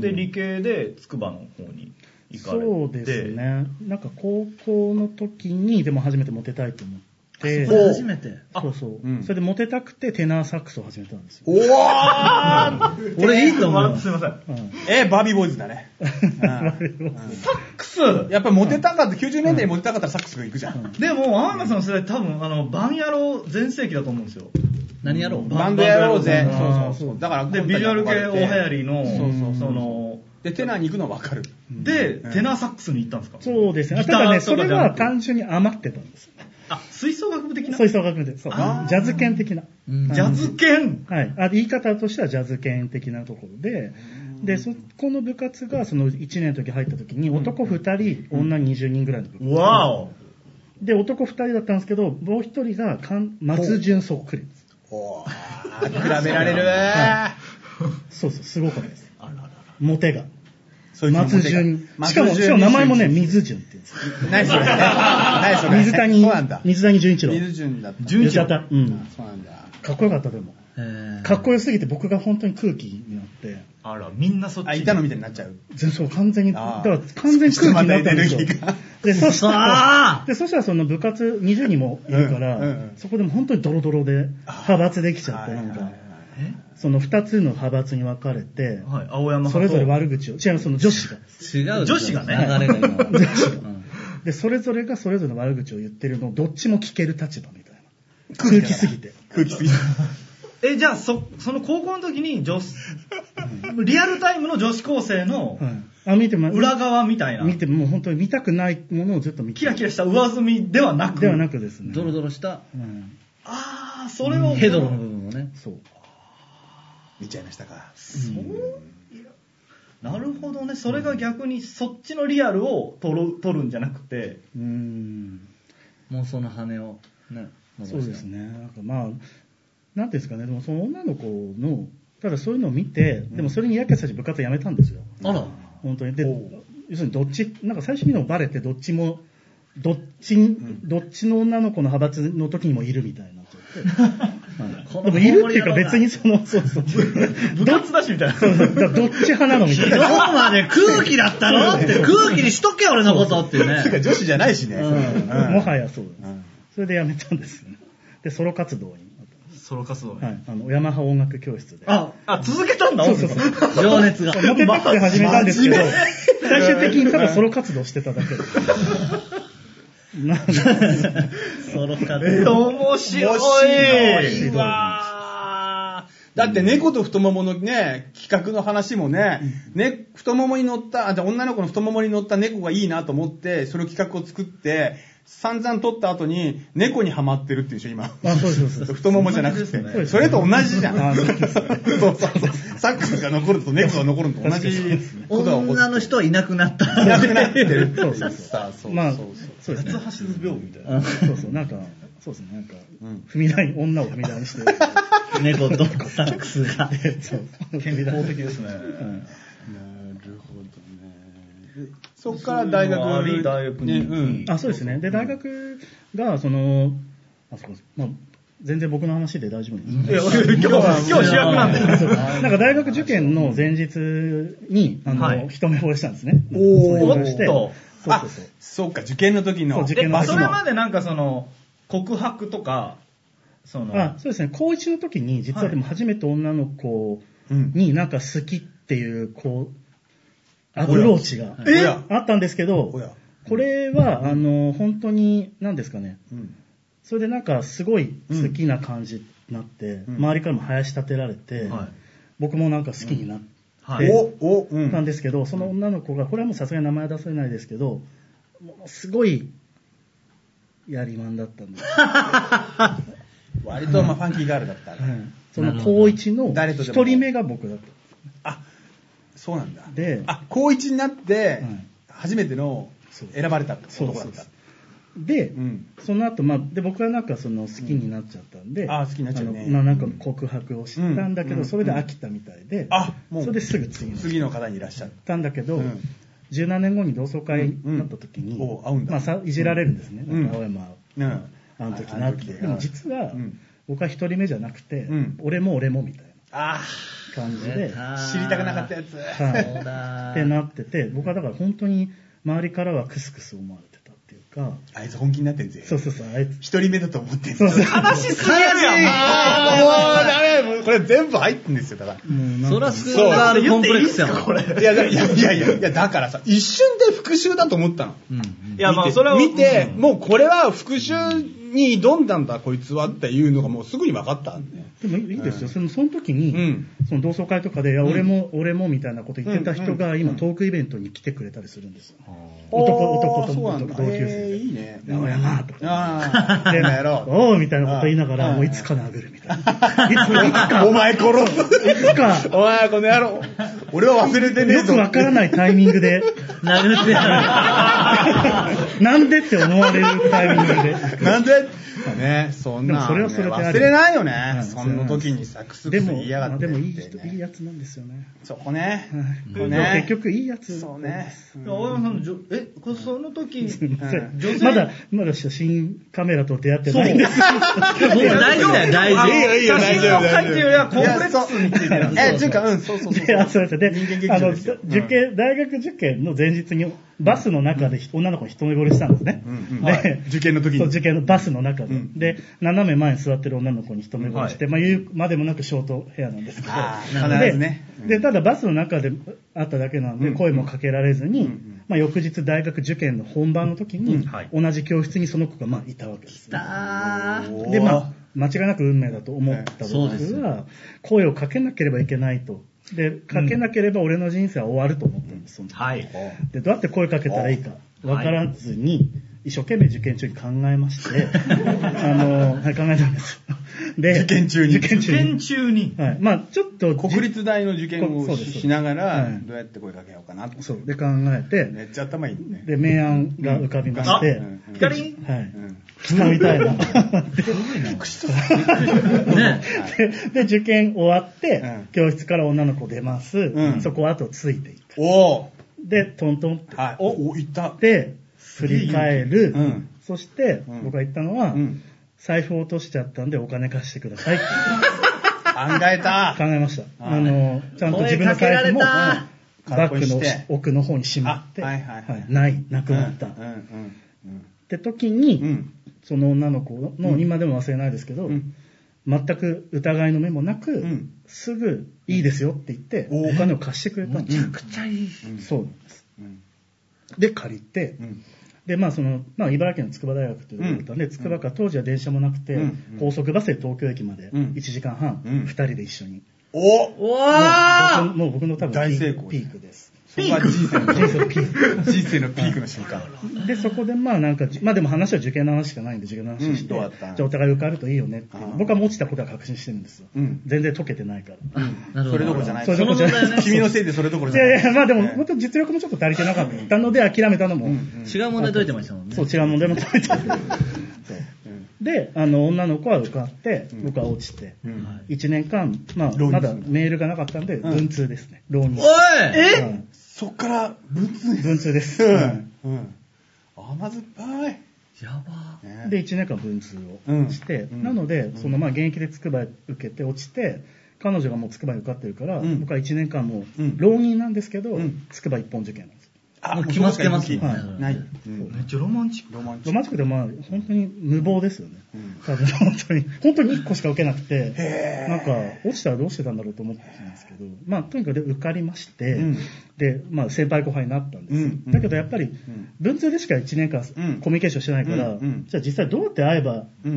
[SPEAKER 2] で、理系で筑波の方に行かれて。
[SPEAKER 4] そうです。ね。なんか高校の時にでも初めてモテたいと思って
[SPEAKER 1] こ、れ初めて。
[SPEAKER 4] そうそう、
[SPEAKER 6] うん
[SPEAKER 4] それでモテたくてテナーサックスを始めたんですよ。
[SPEAKER 6] おー
[SPEAKER 1] 俺いいと思うよ。
[SPEAKER 2] すいません。
[SPEAKER 4] うん
[SPEAKER 6] え、バビーボーイズだね。
[SPEAKER 2] クス
[SPEAKER 6] やっぱモテたかった、90年代にモテたかったらサックスが行くじゃん。
[SPEAKER 2] でも、浜田さんの世代多分、あの、バン野郎全盛期だと思うんですよ。
[SPEAKER 1] 何やろう
[SPEAKER 6] バンドやろうぜ。
[SPEAKER 4] バン
[SPEAKER 6] そ
[SPEAKER 4] ド
[SPEAKER 6] う
[SPEAKER 4] や
[SPEAKER 6] そう
[SPEAKER 4] ろ
[SPEAKER 6] う
[SPEAKER 4] ぜ
[SPEAKER 6] そう。だから、
[SPEAKER 2] で、ビジュアル系大流行りの、
[SPEAKER 6] そうそうそう
[SPEAKER 2] その、
[SPEAKER 6] で、テナーに行くのはわかる。
[SPEAKER 2] で、テナーサックスに行ったんですか
[SPEAKER 4] *laughs* そうですね。
[SPEAKER 2] ギター
[SPEAKER 4] ただね、
[SPEAKER 2] と
[SPEAKER 4] そ
[SPEAKER 2] か
[SPEAKER 4] れ
[SPEAKER 2] じゃな
[SPEAKER 4] は
[SPEAKER 2] くて
[SPEAKER 4] 単純に余ってたんです。
[SPEAKER 2] あ、吹奏楽部的な
[SPEAKER 4] そういう
[SPEAKER 2] ジ
[SPEAKER 4] 人が組んで、そう。ジ
[SPEAKER 6] あー
[SPEAKER 4] ャズ犬的な。
[SPEAKER 1] うん
[SPEAKER 2] ャズ犬
[SPEAKER 4] はい、あ言い方としてはジャズ犬的なところで、でそこの部活がその1年の時入った時に男2人、女20人ぐらいの部活
[SPEAKER 2] わお
[SPEAKER 4] で男2人だったんですけどもう1人がかん松潤そっくりです
[SPEAKER 6] おー、比べら *laughs* れる。
[SPEAKER 4] そうそうすごかったですモテが
[SPEAKER 3] そういう気持
[SPEAKER 4] 松
[SPEAKER 3] ちが
[SPEAKER 4] 潤しかもしかも名前もね。水潤って言うんですよ
[SPEAKER 6] 何それ *laughs* 何それ
[SPEAKER 4] *laughs* 水谷
[SPEAKER 6] そうなんだ。
[SPEAKER 4] 水谷純一郎
[SPEAKER 6] 水潤だった。
[SPEAKER 4] 純一郎うん
[SPEAKER 6] そうなんだ。
[SPEAKER 4] かっこよかったでも
[SPEAKER 1] えー
[SPEAKER 4] かっこよすぎて僕が本当に空気になって
[SPEAKER 2] あら、みんなそっち。
[SPEAKER 6] あ、いたのみたいになっちゃう。
[SPEAKER 4] 全そう完全にだ
[SPEAKER 6] あ
[SPEAKER 4] か
[SPEAKER 6] ー
[SPEAKER 4] ら完全に空気になった
[SPEAKER 6] *laughs*
[SPEAKER 4] んですよ
[SPEAKER 6] ちょっとまたエネルギーが
[SPEAKER 4] でそした
[SPEAKER 1] あ
[SPEAKER 4] ら
[SPEAKER 1] ー
[SPEAKER 4] でそしたらその部活20人もいるから、
[SPEAKER 6] うんうんうん
[SPEAKER 4] そこでも本当にドロドロで派閥できちゃってなんか、
[SPEAKER 2] え
[SPEAKER 4] その2つの派閥に分かれて、
[SPEAKER 2] はい、青山
[SPEAKER 4] それぞれ
[SPEAKER 2] 派
[SPEAKER 4] 悪口を違うその女子が
[SPEAKER 1] 違う
[SPEAKER 2] 女子がね
[SPEAKER 1] 流れが今
[SPEAKER 4] 女子が
[SPEAKER 1] うん
[SPEAKER 4] でそれぞれがそれぞれの悪口を言ってるのをどっちも聞ける立場みたいな空気すぎて
[SPEAKER 6] 空気 *laughs* すぎる。
[SPEAKER 2] とえ、じゃあ、そ、その高校の時に女子、リアルタイムの女子高生の
[SPEAKER 4] はい、あ見ても
[SPEAKER 2] 裏側みたいな、
[SPEAKER 4] 見てもう本当に見たくないものをずっと見て
[SPEAKER 2] キラキラした上積みではなく。
[SPEAKER 4] ではなくですね
[SPEAKER 1] ドロドロした
[SPEAKER 4] うん、
[SPEAKER 2] ああ、それを。
[SPEAKER 1] ヘドロの部分もね。
[SPEAKER 4] そう
[SPEAKER 6] 見ちゃいましたか。
[SPEAKER 2] なるほどね。それが逆にそっちのリアルを取る取るんじゃなくて、
[SPEAKER 4] うん
[SPEAKER 1] 妄想の羽をね。伸ばして
[SPEAKER 4] そうですね、なんかまあ、なんていうんですかね、でもその女の子の、ただそういうのを見て、でもそれにやけさし部活辞めたんですよ、
[SPEAKER 1] あら。
[SPEAKER 4] 本当に。で、要するにどっち、なんか最初にのバレて、どっちもどっち、どっちの女の子の派閥の時にもいるみたいな。はいでもいるっていうか別にその、そうそう。
[SPEAKER 2] 部活だしみたいな。
[SPEAKER 4] だからどっち派なのみたい
[SPEAKER 1] ど
[SPEAKER 4] な。
[SPEAKER 1] こまで空気だった *laughs* ろって空気にしとけ俺のことって *laughs* いう
[SPEAKER 3] つうか
[SPEAKER 1] ね。
[SPEAKER 3] 女子じゃないしね。
[SPEAKER 4] うんもは
[SPEAKER 3] や。
[SPEAKER 4] やそうです。それでやめたんですよね。で、ソロ活動に。
[SPEAKER 2] ソロ活動
[SPEAKER 4] は
[SPEAKER 2] ね。
[SPEAKER 4] い。あの、ヤマハ音楽教室で。
[SPEAKER 1] あ、
[SPEAKER 2] あ、続けたんだ、
[SPEAKER 4] そうそうそう。
[SPEAKER 2] *laughs*
[SPEAKER 1] 情熱が。
[SPEAKER 4] モテたくて始めたんですけど、最終的にただソロ活動してただけです。なんで
[SPEAKER 1] ソロ活
[SPEAKER 2] えー
[SPEAKER 1] 動。
[SPEAKER 2] 面白い。
[SPEAKER 4] ひどい話
[SPEAKER 3] わーだって猫と太もものね、企画の話もね、ね、太ももに乗った、あ、じゃあ女の子の太ももに乗った猫がいいなと思って、その企画を作って、散々撮った後に、猫にハマってるっていうでしょ、今。
[SPEAKER 4] あ、そうです、そうです。
[SPEAKER 3] 太ももじゃなく
[SPEAKER 2] そうです
[SPEAKER 4] ね
[SPEAKER 3] て、それと同じじゃ
[SPEAKER 4] あ
[SPEAKER 3] ん。
[SPEAKER 4] そ
[SPEAKER 3] そうう
[SPEAKER 4] で
[SPEAKER 3] そうそう。サックスが残るのと猫が残るのと同じことが起こ
[SPEAKER 1] 女の人はいなくなった。
[SPEAKER 3] いなくなってるって
[SPEAKER 4] そ
[SPEAKER 3] いうう。
[SPEAKER 4] そうそう
[SPEAKER 3] さあ、そう
[SPEAKER 4] まあ、
[SPEAKER 3] そうそう。
[SPEAKER 4] そうですね。
[SPEAKER 2] 八図病みたいな。
[SPEAKER 4] そうそう、なんか、そうですね、なんか
[SPEAKER 3] うん、
[SPEAKER 4] 踏み台、女を踏み台にして、
[SPEAKER 1] 猫とサックスが。
[SPEAKER 4] そう、
[SPEAKER 2] 健康的ですね。
[SPEAKER 4] うん
[SPEAKER 3] なるほどね。そこから大学
[SPEAKER 2] そういうのはあり大学に
[SPEAKER 3] ねうん
[SPEAKER 4] あそうですね、で大学がそのあそうですまあ、全然僕の話で大丈夫なんです
[SPEAKER 2] いや今日、今日主役なんだよ。
[SPEAKER 4] けど、なんか大学受験の前日にあの、
[SPEAKER 2] はい
[SPEAKER 4] 一目惚れしたんですね、
[SPEAKER 2] おー
[SPEAKER 4] そういうのをして
[SPEAKER 2] おっと
[SPEAKER 4] そうそうそう
[SPEAKER 3] あそうか、受験の時
[SPEAKER 4] そう
[SPEAKER 3] の。
[SPEAKER 4] 受験
[SPEAKER 2] え
[SPEAKER 4] の、時
[SPEAKER 2] それまでなんかその、告白とか、その、
[SPEAKER 4] あそうですね、高1の時に、実はでも初めて女の子
[SPEAKER 3] うん
[SPEAKER 4] になんか好きっていう、こう、アプローチが
[SPEAKER 3] おや
[SPEAKER 4] あったんですけ
[SPEAKER 3] お
[SPEAKER 4] ど
[SPEAKER 3] や、
[SPEAKER 4] これは、あの、本当に、何ですかね、
[SPEAKER 3] うん
[SPEAKER 4] それでなんかすごい好きな感じになって、
[SPEAKER 3] ん
[SPEAKER 4] 周りからも林立てられて、
[SPEAKER 2] はい
[SPEAKER 4] 僕もなんか好きになっ
[SPEAKER 2] は
[SPEAKER 4] て
[SPEAKER 2] い。
[SPEAKER 3] お、お、う
[SPEAKER 4] たん
[SPEAKER 3] ん。
[SPEAKER 4] ですけど、その女の子が、これはもうさすがに名前は出せないですけど、ものすごい、やりまんだったんです。
[SPEAKER 3] 割と、まあ、ファンキーガールだった。
[SPEAKER 4] その高一の
[SPEAKER 3] 誰とで
[SPEAKER 4] 一
[SPEAKER 3] も
[SPEAKER 4] 人目が僕だった。
[SPEAKER 3] あ、そうなんだ。
[SPEAKER 4] で
[SPEAKER 3] あ、高一になって
[SPEAKER 4] うん、
[SPEAKER 3] 初めての
[SPEAKER 4] そう
[SPEAKER 3] 選ばれた男だ
[SPEAKER 4] そう
[SPEAKER 3] っ
[SPEAKER 4] そう
[SPEAKER 3] た。
[SPEAKER 4] で、
[SPEAKER 3] うん
[SPEAKER 4] その後、まあ、で、僕はなんかその好きになっちゃったんで、
[SPEAKER 3] うんあー好きになっちゃうね
[SPEAKER 4] あのまあ、なんか告白をしたんだけど、
[SPEAKER 3] うん
[SPEAKER 4] それで飽きたみたいで、
[SPEAKER 3] あもう
[SPEAKER 4] それですぐ次に行っ
[SPEAKER 3] 次の方にいらっしゃる。
[SPEAKER 4] たんだけど、
[SPEAKER 3] うん
[SPEAKER 4] 17年後に同窓会になった時に、
[SPEAKER 3] うんうんおう会うんだ
[SPEAKER 4] まあ、さいじられるんですね、
[SPEAKER 3] うん
[SPEAKER 4] なんか青山
[SPEAKER 3] うん。
[SPEAKER 4] あの時なって。でも実は、
[SPEAKER 3] うん
[SPEAKER 4] 僕は一人目じゃなくて、
[SPEAKER 3] ん
[SPEAKER 4] 俺も俺もみたい
[SPEAKER 3] あ
[SPEAKER 4] な感じで、
[SPEAKER 3] あ、知りたくなかったやつ。
[SPEAKER 1] そうだ
[SPEAKER 4] ってなってて、僕はだから本当に周りからはクスクス思われてたっていうか、
[SPEAKER 3] あいつ本気になってんぜ。
[SPEAKER 4] そうそうそう、あいつ、
[SPEAKER 3] 一人目だと思ってん
[SPEAKER 4] そう
[SPEAKER 3] ぜ。
[SPEAKER 4] そう
[SPEAKER 2] 悲しすぎるやん。
[SPEAKER 3] ああ、もうダメ。もうこれ全部入ってんですよ、だから。
[SPEAKER 4] もうなん
[SPEAKER 1] そ
[SPEAKER 4] か
[SPEAKER 1] りゃスクールガールコンプレックスやもん。
[SPEAKER 3] いや、だいやいや
[SPEAKER 2] *laughs*
[SPEAKER 3] いやいや、だからさ、一瞬で復讐だと思ったの。
[SPEAKER 1] うん
[SPEAKER 2] いや、まあ、それは。
[SPEAKER 3] 見て、もうこれは復讐に挑んだんだ、こいつはっていうのがもうすぐに分かったんで。
[SPEAKER 4] でもいいですよ、そのその時に、
[SPEAKER 3] うん
[SPEAKER 4] その同窓会とかで、いや、俺も、俺もみたいなこと言ってた人が、今、トークイベントに来てくれたりするんですよ。男、男と
[SPEAKER 3] そうなんだ
[SPEAKER 4] 同級生
[SPEAKER 3] へー
[SPEAKER 4] で。
[SPEAKER 3] いいね。
[SPEAKER 4] 名古屋なとか。
[SPEAKER 3] あ *laughs* あ、
[SPEAKER 4] で
[SPEAKER 3] 変な野郎。
[SPEAKER 4] おうみたいなこと言いなが
[SPEAKER 3] あ
[SPEAKER 4] ら、
[SPEAKER 3] あ
[SPEAKER 4] もういつか殴るみた
[SPEAKER 3] *laughs*
[SPEAKER 4] いな。いつか、いつか、
[SPEAKER 3] お前殺す。
[SPEAKER 4] いつか、
[SPEAKER 3] お前この野郎。俺は忘れてねえ
[SPEAKER 4] よ
[SPEAKER 3] ぞ。
[SPEAKER 4] くわからないタイミン
[SPEAKER 3] *laughs*
[SPEAKER 4] グで、
[SPEAKER 1] 殴ってやる。
[SPEAKER 4] なんでって思われるタイミングで。
[SPEAKER 3] なんでね、そん
[SPEAKER 4] でも
[SPEAKER 3] な、
[SPEAKER 4] それは
[SPEAKER 3] ね、
[SPEAKER 4] それであ
[SPEAKER 3] 忘
[SPEAKER 4] り
[SPEAKER 3] れないよ
[SPEAKER 4] は
[SPEAKER 3] ね。
[SPEAKER 4] い
[SPEAKER 3] そんな時にさ、クス
[SPEAKER 4] で
[SPEAKER 3] クス
[SPEAKER 4] も、
[SPEAKER 3] 言いやが
[SPEAKER 4] まあ
[SPEAKER 3] って
[SPEAKER 4] で
[SPEAKER 3] っ
[SPEAKER 4] もいい
[SPEAKER 3] て
[SPEAKER 4] 人、いい
[SPEAKER 3] ね。
[SPEAKER 4] やつなんですよね。
[SPEAKER 3] そこね。ここ
[SPEAKER 4] でも
[SPEAKER 3] ね
[SPEAKER 4] 結局いいやつ。
[SPEAKER 3] そうね。うん
[SPEAKER 2] 青山さんのじょ、え、こその時、
[SPEAKER 3] ん
[SPEAKER 2] 女性
[SPEAKER 4] まだ、まだ写真カメラと出会ってないんですよ。
[SPEAKER 1] もう大事だよ、大
[SPEAKER 2] あの
[SPEAKER 3] いいよ
[SPEAKER 1] 事。
[SPEAKER 3] いい
[SPEAKER 2] 写真を
[SPEAKER 3] よ
[SPEAKER 2] 描いてるよりはコンプレックスについてる。
[SPEAKER 3] え、純か、うん、そうそうそう
[SPEAKER 4] で、 *laughs* あ、そうですで
[SPEAKER 3] 人間劇
[SPEAKER 4] あ
[SPEAKER 3] 場
[SPEAKER 4] の、
[SPEAKER 3] ですよ
[SPEAKER 4] 受験、大学受験の前日に、バスの中で女の子に一目惚れしたんですね。
[SPEAKER 3] うんうん
[SPEAKER 4] で、
[SPEAKER 3] はい受験の時に
[SPEAKER 4] そう、受験のバスの中で。
[SPEAKER 3] うん
[SPEAKER 4] で、斜め前に座ってる女の子に一目惚れして、まあ言うまでもなくショートヘアなんですけど。
[SPEAKER 3] あー
[SPEAKER 4] なんで
[SPEAKER 3] 必ずねうん
[SPEAKER 4] で、ただバスの中で会っただけなんで、
[SPEAKER 3] うん
[SPEAKER 4] 声もかけられずに、
[SPEAKER 3] ん
[SPEAKER 4] まあ翌日大学受験の本番の時に、
[SPEAKER 3] うん
[SPEAKER 2] はい
[SPEAKER 4] 同じ教室にその子がまあいたわけですね。
[SPEAKER 1] だー
[SPEAKER 4] で、まあ、間違いなく運命だと思った
[SPEAKER 1] そう
[SPEAKER 4] 僕
[SPEAKER 1] です
[SPEAKER 4] は、声をかけなければいけないと。で、かけなければ俺の人生は終わると思ったんです、その時
[SPEAKER 2] はい。
[SPEAKER 4] で、どうやって声かけたらいいかわからずに、一生懸命受験中に考えま
[SPEAKER 3] *laughs*
[SPEAKER 4] して、あの、はい、考えたんですよ。で、
[SPEAKER 3] 受験中に
[SPEAKER 4] 受験
[SPEAKER 2] 受
[SPEAKER 4] 中
[SPEAKER 2] 験
[SPEAKER 4] に。
[SPEAKER 2] 中に。
[SPEAKER 4] はい。まあ、ちょっと、
[SPEAKER 3] 国立大の受験
[SPEAKER 4] そう
[SPEAKER 3] を
[SPEAKER 4] です
[SPEAKER 3] ししなが
[SPEAKER 4] は
[SPEAKER 3] ら
[SPEAKER 4] い、
[SPEAKER 3] どうやって声かけようかなって。
[SPEAKER 4] そう、で考え
[SPEAKER 3] め
[SPEAKER 4] て、
[SPEAKER 3] っちゃ頭いいね。
[SPEAKER 4] で、明暗が浮かびまして
[SPEAKER 3] うん、うん
[SPEAKER 4] で
[SPEAKER 2] 光
[SPEAKER 4] はい
[SPEAKER 3] う
[SPEAKER 4] *laughs*
[SPEAKER 3] ん。
[SPEAKER 4] 掴みたいな。
[SPEAKER 3] *laughs*
[SPEAKER 1] ね。
[SPEAKER 4] で、受験終わって、
[SPEAKER 3] うん
[SPEAKER 4] 教室から女の子出ます。
[SPEAKER 3] うん
[SPEAKER 4] そこ後ついていく。
[SPEAKER 3] おお
[SPEAKER 4] で、トントンって。
[SPEAKER 3] はい。お、お、いった。
[SPEAKER 4] で、振り返る、
[SPEAKER 3] うん
[SPEAKER 4] そして、
[SPEAKER 3] うん
[SPEAKER 4] 僕が言ったのは、
[SPEAKER 3] うん
[SPEAKER 4] 財布を落としちゃったんでお金貸してく
[SPEAKER 3] *laughs*
[SPEAKER 4] ださいって
[SPEAKER 3] 考えた。
[SPEAKER 4] 考えました
[SPEAKER 3] あー
[SPEAKER 4] あの、ちゃんと自分の財布も、
[SPEAKER 1] 声か
[SPEAKER 4] バ
[SPEAKER 3] かっこい
[SPEAKER 4] ッグの
[SPEAKER 3] いして
[SPEAKER 4] 奥の方にしまって、
[SPEAKER 3] あはいはいはい
[SPEAKER 4] ない、なく
[SPEAKER 3] うん
[SPEAKER 4] なった。
[SPEAKER 3] うんうんうん
[SPEAKER 4] って時に、
[SPEAKER 3] うん
[SPEAKER 4] その女の子の、今でも忘れないですけど、
[SPEAKER 3] うん
[SPEAKER 4] 全く疑いの目もなく、
[SPEAKER 3] ん
[SPEAKER 4] すぐいいですよって言って、お金を貸してくれたん
[SPEAKER 1] め
[SPEAKER 4] で
[SPEAKER 1] ち
[SPEAKER 4] す
[SPEAKER 1] ゃくちゃいい。
[SPEAKER 4] そうなんです。
[SPEAKER 3] うん
[SPEAKER 4] で、借りて、
[SPEAKER 3] うん
[SPEAKER 4] で、まあ、その、まあ、茨城の筑波大学ということだったんで、筑波から当時は電車もなくて、
[SPEAKER 3] うん
[SPEAKER 4] 高速バスで東京駅まで
[SPEAKER 3] うん
[SPEAKER 4] 1時間半、
[SPEAKER 3] うん
[SPEAKER 4] 2人で一緒に。
[SPEAKER 3] お
[SPEAKER 1] おー
[SPEAKER 4] もう僕のもう僕の多分
[SPEAKER 3] 大
[SPEAKER 4] ピ
[SPEAKER 3] 成
[SPEAKER 4] ーク
[SPEAKER 3] 功
[SPEAKER 4] ピークです。
[SPEAKER 3] そこは人生の
[SPEAKER 4] 人生のピーク。
[SPEAKER 3] 人生のピークの瞬間
[SPEAKER 4] で、そこでまあなんか、まあでも話は受験の話しかないんで、受験の話して、
[SPEAKER 3] うん
[SPEAKER 4] じ
[SPEAKER 3] どうだ
[SPEAKER 4] ゃ
[SPEAKER 3] った
[SPEAKER 4] あお互い受かるといいよねっていう
[SPEAKER 3] あー
[SPEAKER 4] 僕はもう落ちたことは確信してるんですよ。
[SPEAKER 3] うん
[SPEAKER 4] 全然解けてないから。
[SPEAKER 1] なるほど。
[SPEAKER 3] それどころじゃない
[SPEAKER 4] それどころじゃない
[SPEAKER 1] その問題ね
[SPEAKER 3] 君のせいでそれどころ
[SPEAKER 4] い
[SPEAKER 3] じゃない
[SPEAKER 4] やいや、まあでも、
[SPEAKER 3] ね
[SPEAKER 4] 本当実力もちょっと足りてなかったので諦めたのも、
[SPEAKER 1] 違う問題解いてましたもんね。
[SPEAKER 4] そう、違う問題も解いてで、あの、女の子は受かって、僕は落ちて、
[SPEAKER 1] はい
[SPEAKER 4] 1年間、まあ、
[SPEAKER 3] 浪人
[SPEAKER 4] まだメールがなかったんで、文通ですね。浪人。
[SPEAKER 1] おい
[SPEAKER 4] はい
[SPEAKER 3] そっから文通に
[SPEAKER 4] 文通です。
[SPEAKER 3] う
[SPEAKER 4] は
[SPEAKER 3] んうん甘酸っぱい
[SPEAKER 1] やば
[SPEAKER 3] ね
[SPEAKER 4] いで、1年間文通
[SPEAKER 3] うん
[SPEAKER 4] をして、
[SPEAKER 3] うん
[SPEAKER 4] なので、その、まあ、現役で筑波受けて落ちて、彼女がもう筑波に受かってるから、
[SPEAKER 3] うん
[SPEAKER 4] 僕は1年間もう
[SPEAKER 3] うん、
[SPEAKER 4] 浪人なんですけど
[SPEAKER 3] うん、
[SPEAKER 4] 筑波一本受験なんです。
[SPEAKER 3] あ
[SPEAKER 1] もう決まってます
[SPEAKER 3] もうそうか
[SPEAKER 4] はい
[SPEAKER 3] ない
[SPEAKER 2] めっちゃロマンチック
[SPEAKER 3] ロマンチ
[SPEAKER 4] ロ
[SPEAKER 3] ック
[SPEAKER 4] マンチックでまあ本当に無謀ですよね。多分本当に、本当に1個しか受けなくて、なんか落ちたらどうしてたんだろうと思ってたんですけど、まあとにかく受かりまして、
[SPEAKER 3] うん
[SPEAKER 4] で、まあ先輩後輩になったんですよ。
[SPEAKER 3] うんうん
[SPEAKER 4] だけどやっぱり文通でしか1年間
[SPEAKER 3] うん
[SPEAKER 4] コミュニケーションしてないから、
[SPEAKER 3] うんうん
[SPEAKER 4] じゃあ実際どうやって会えば
[SPEAKER 3] うん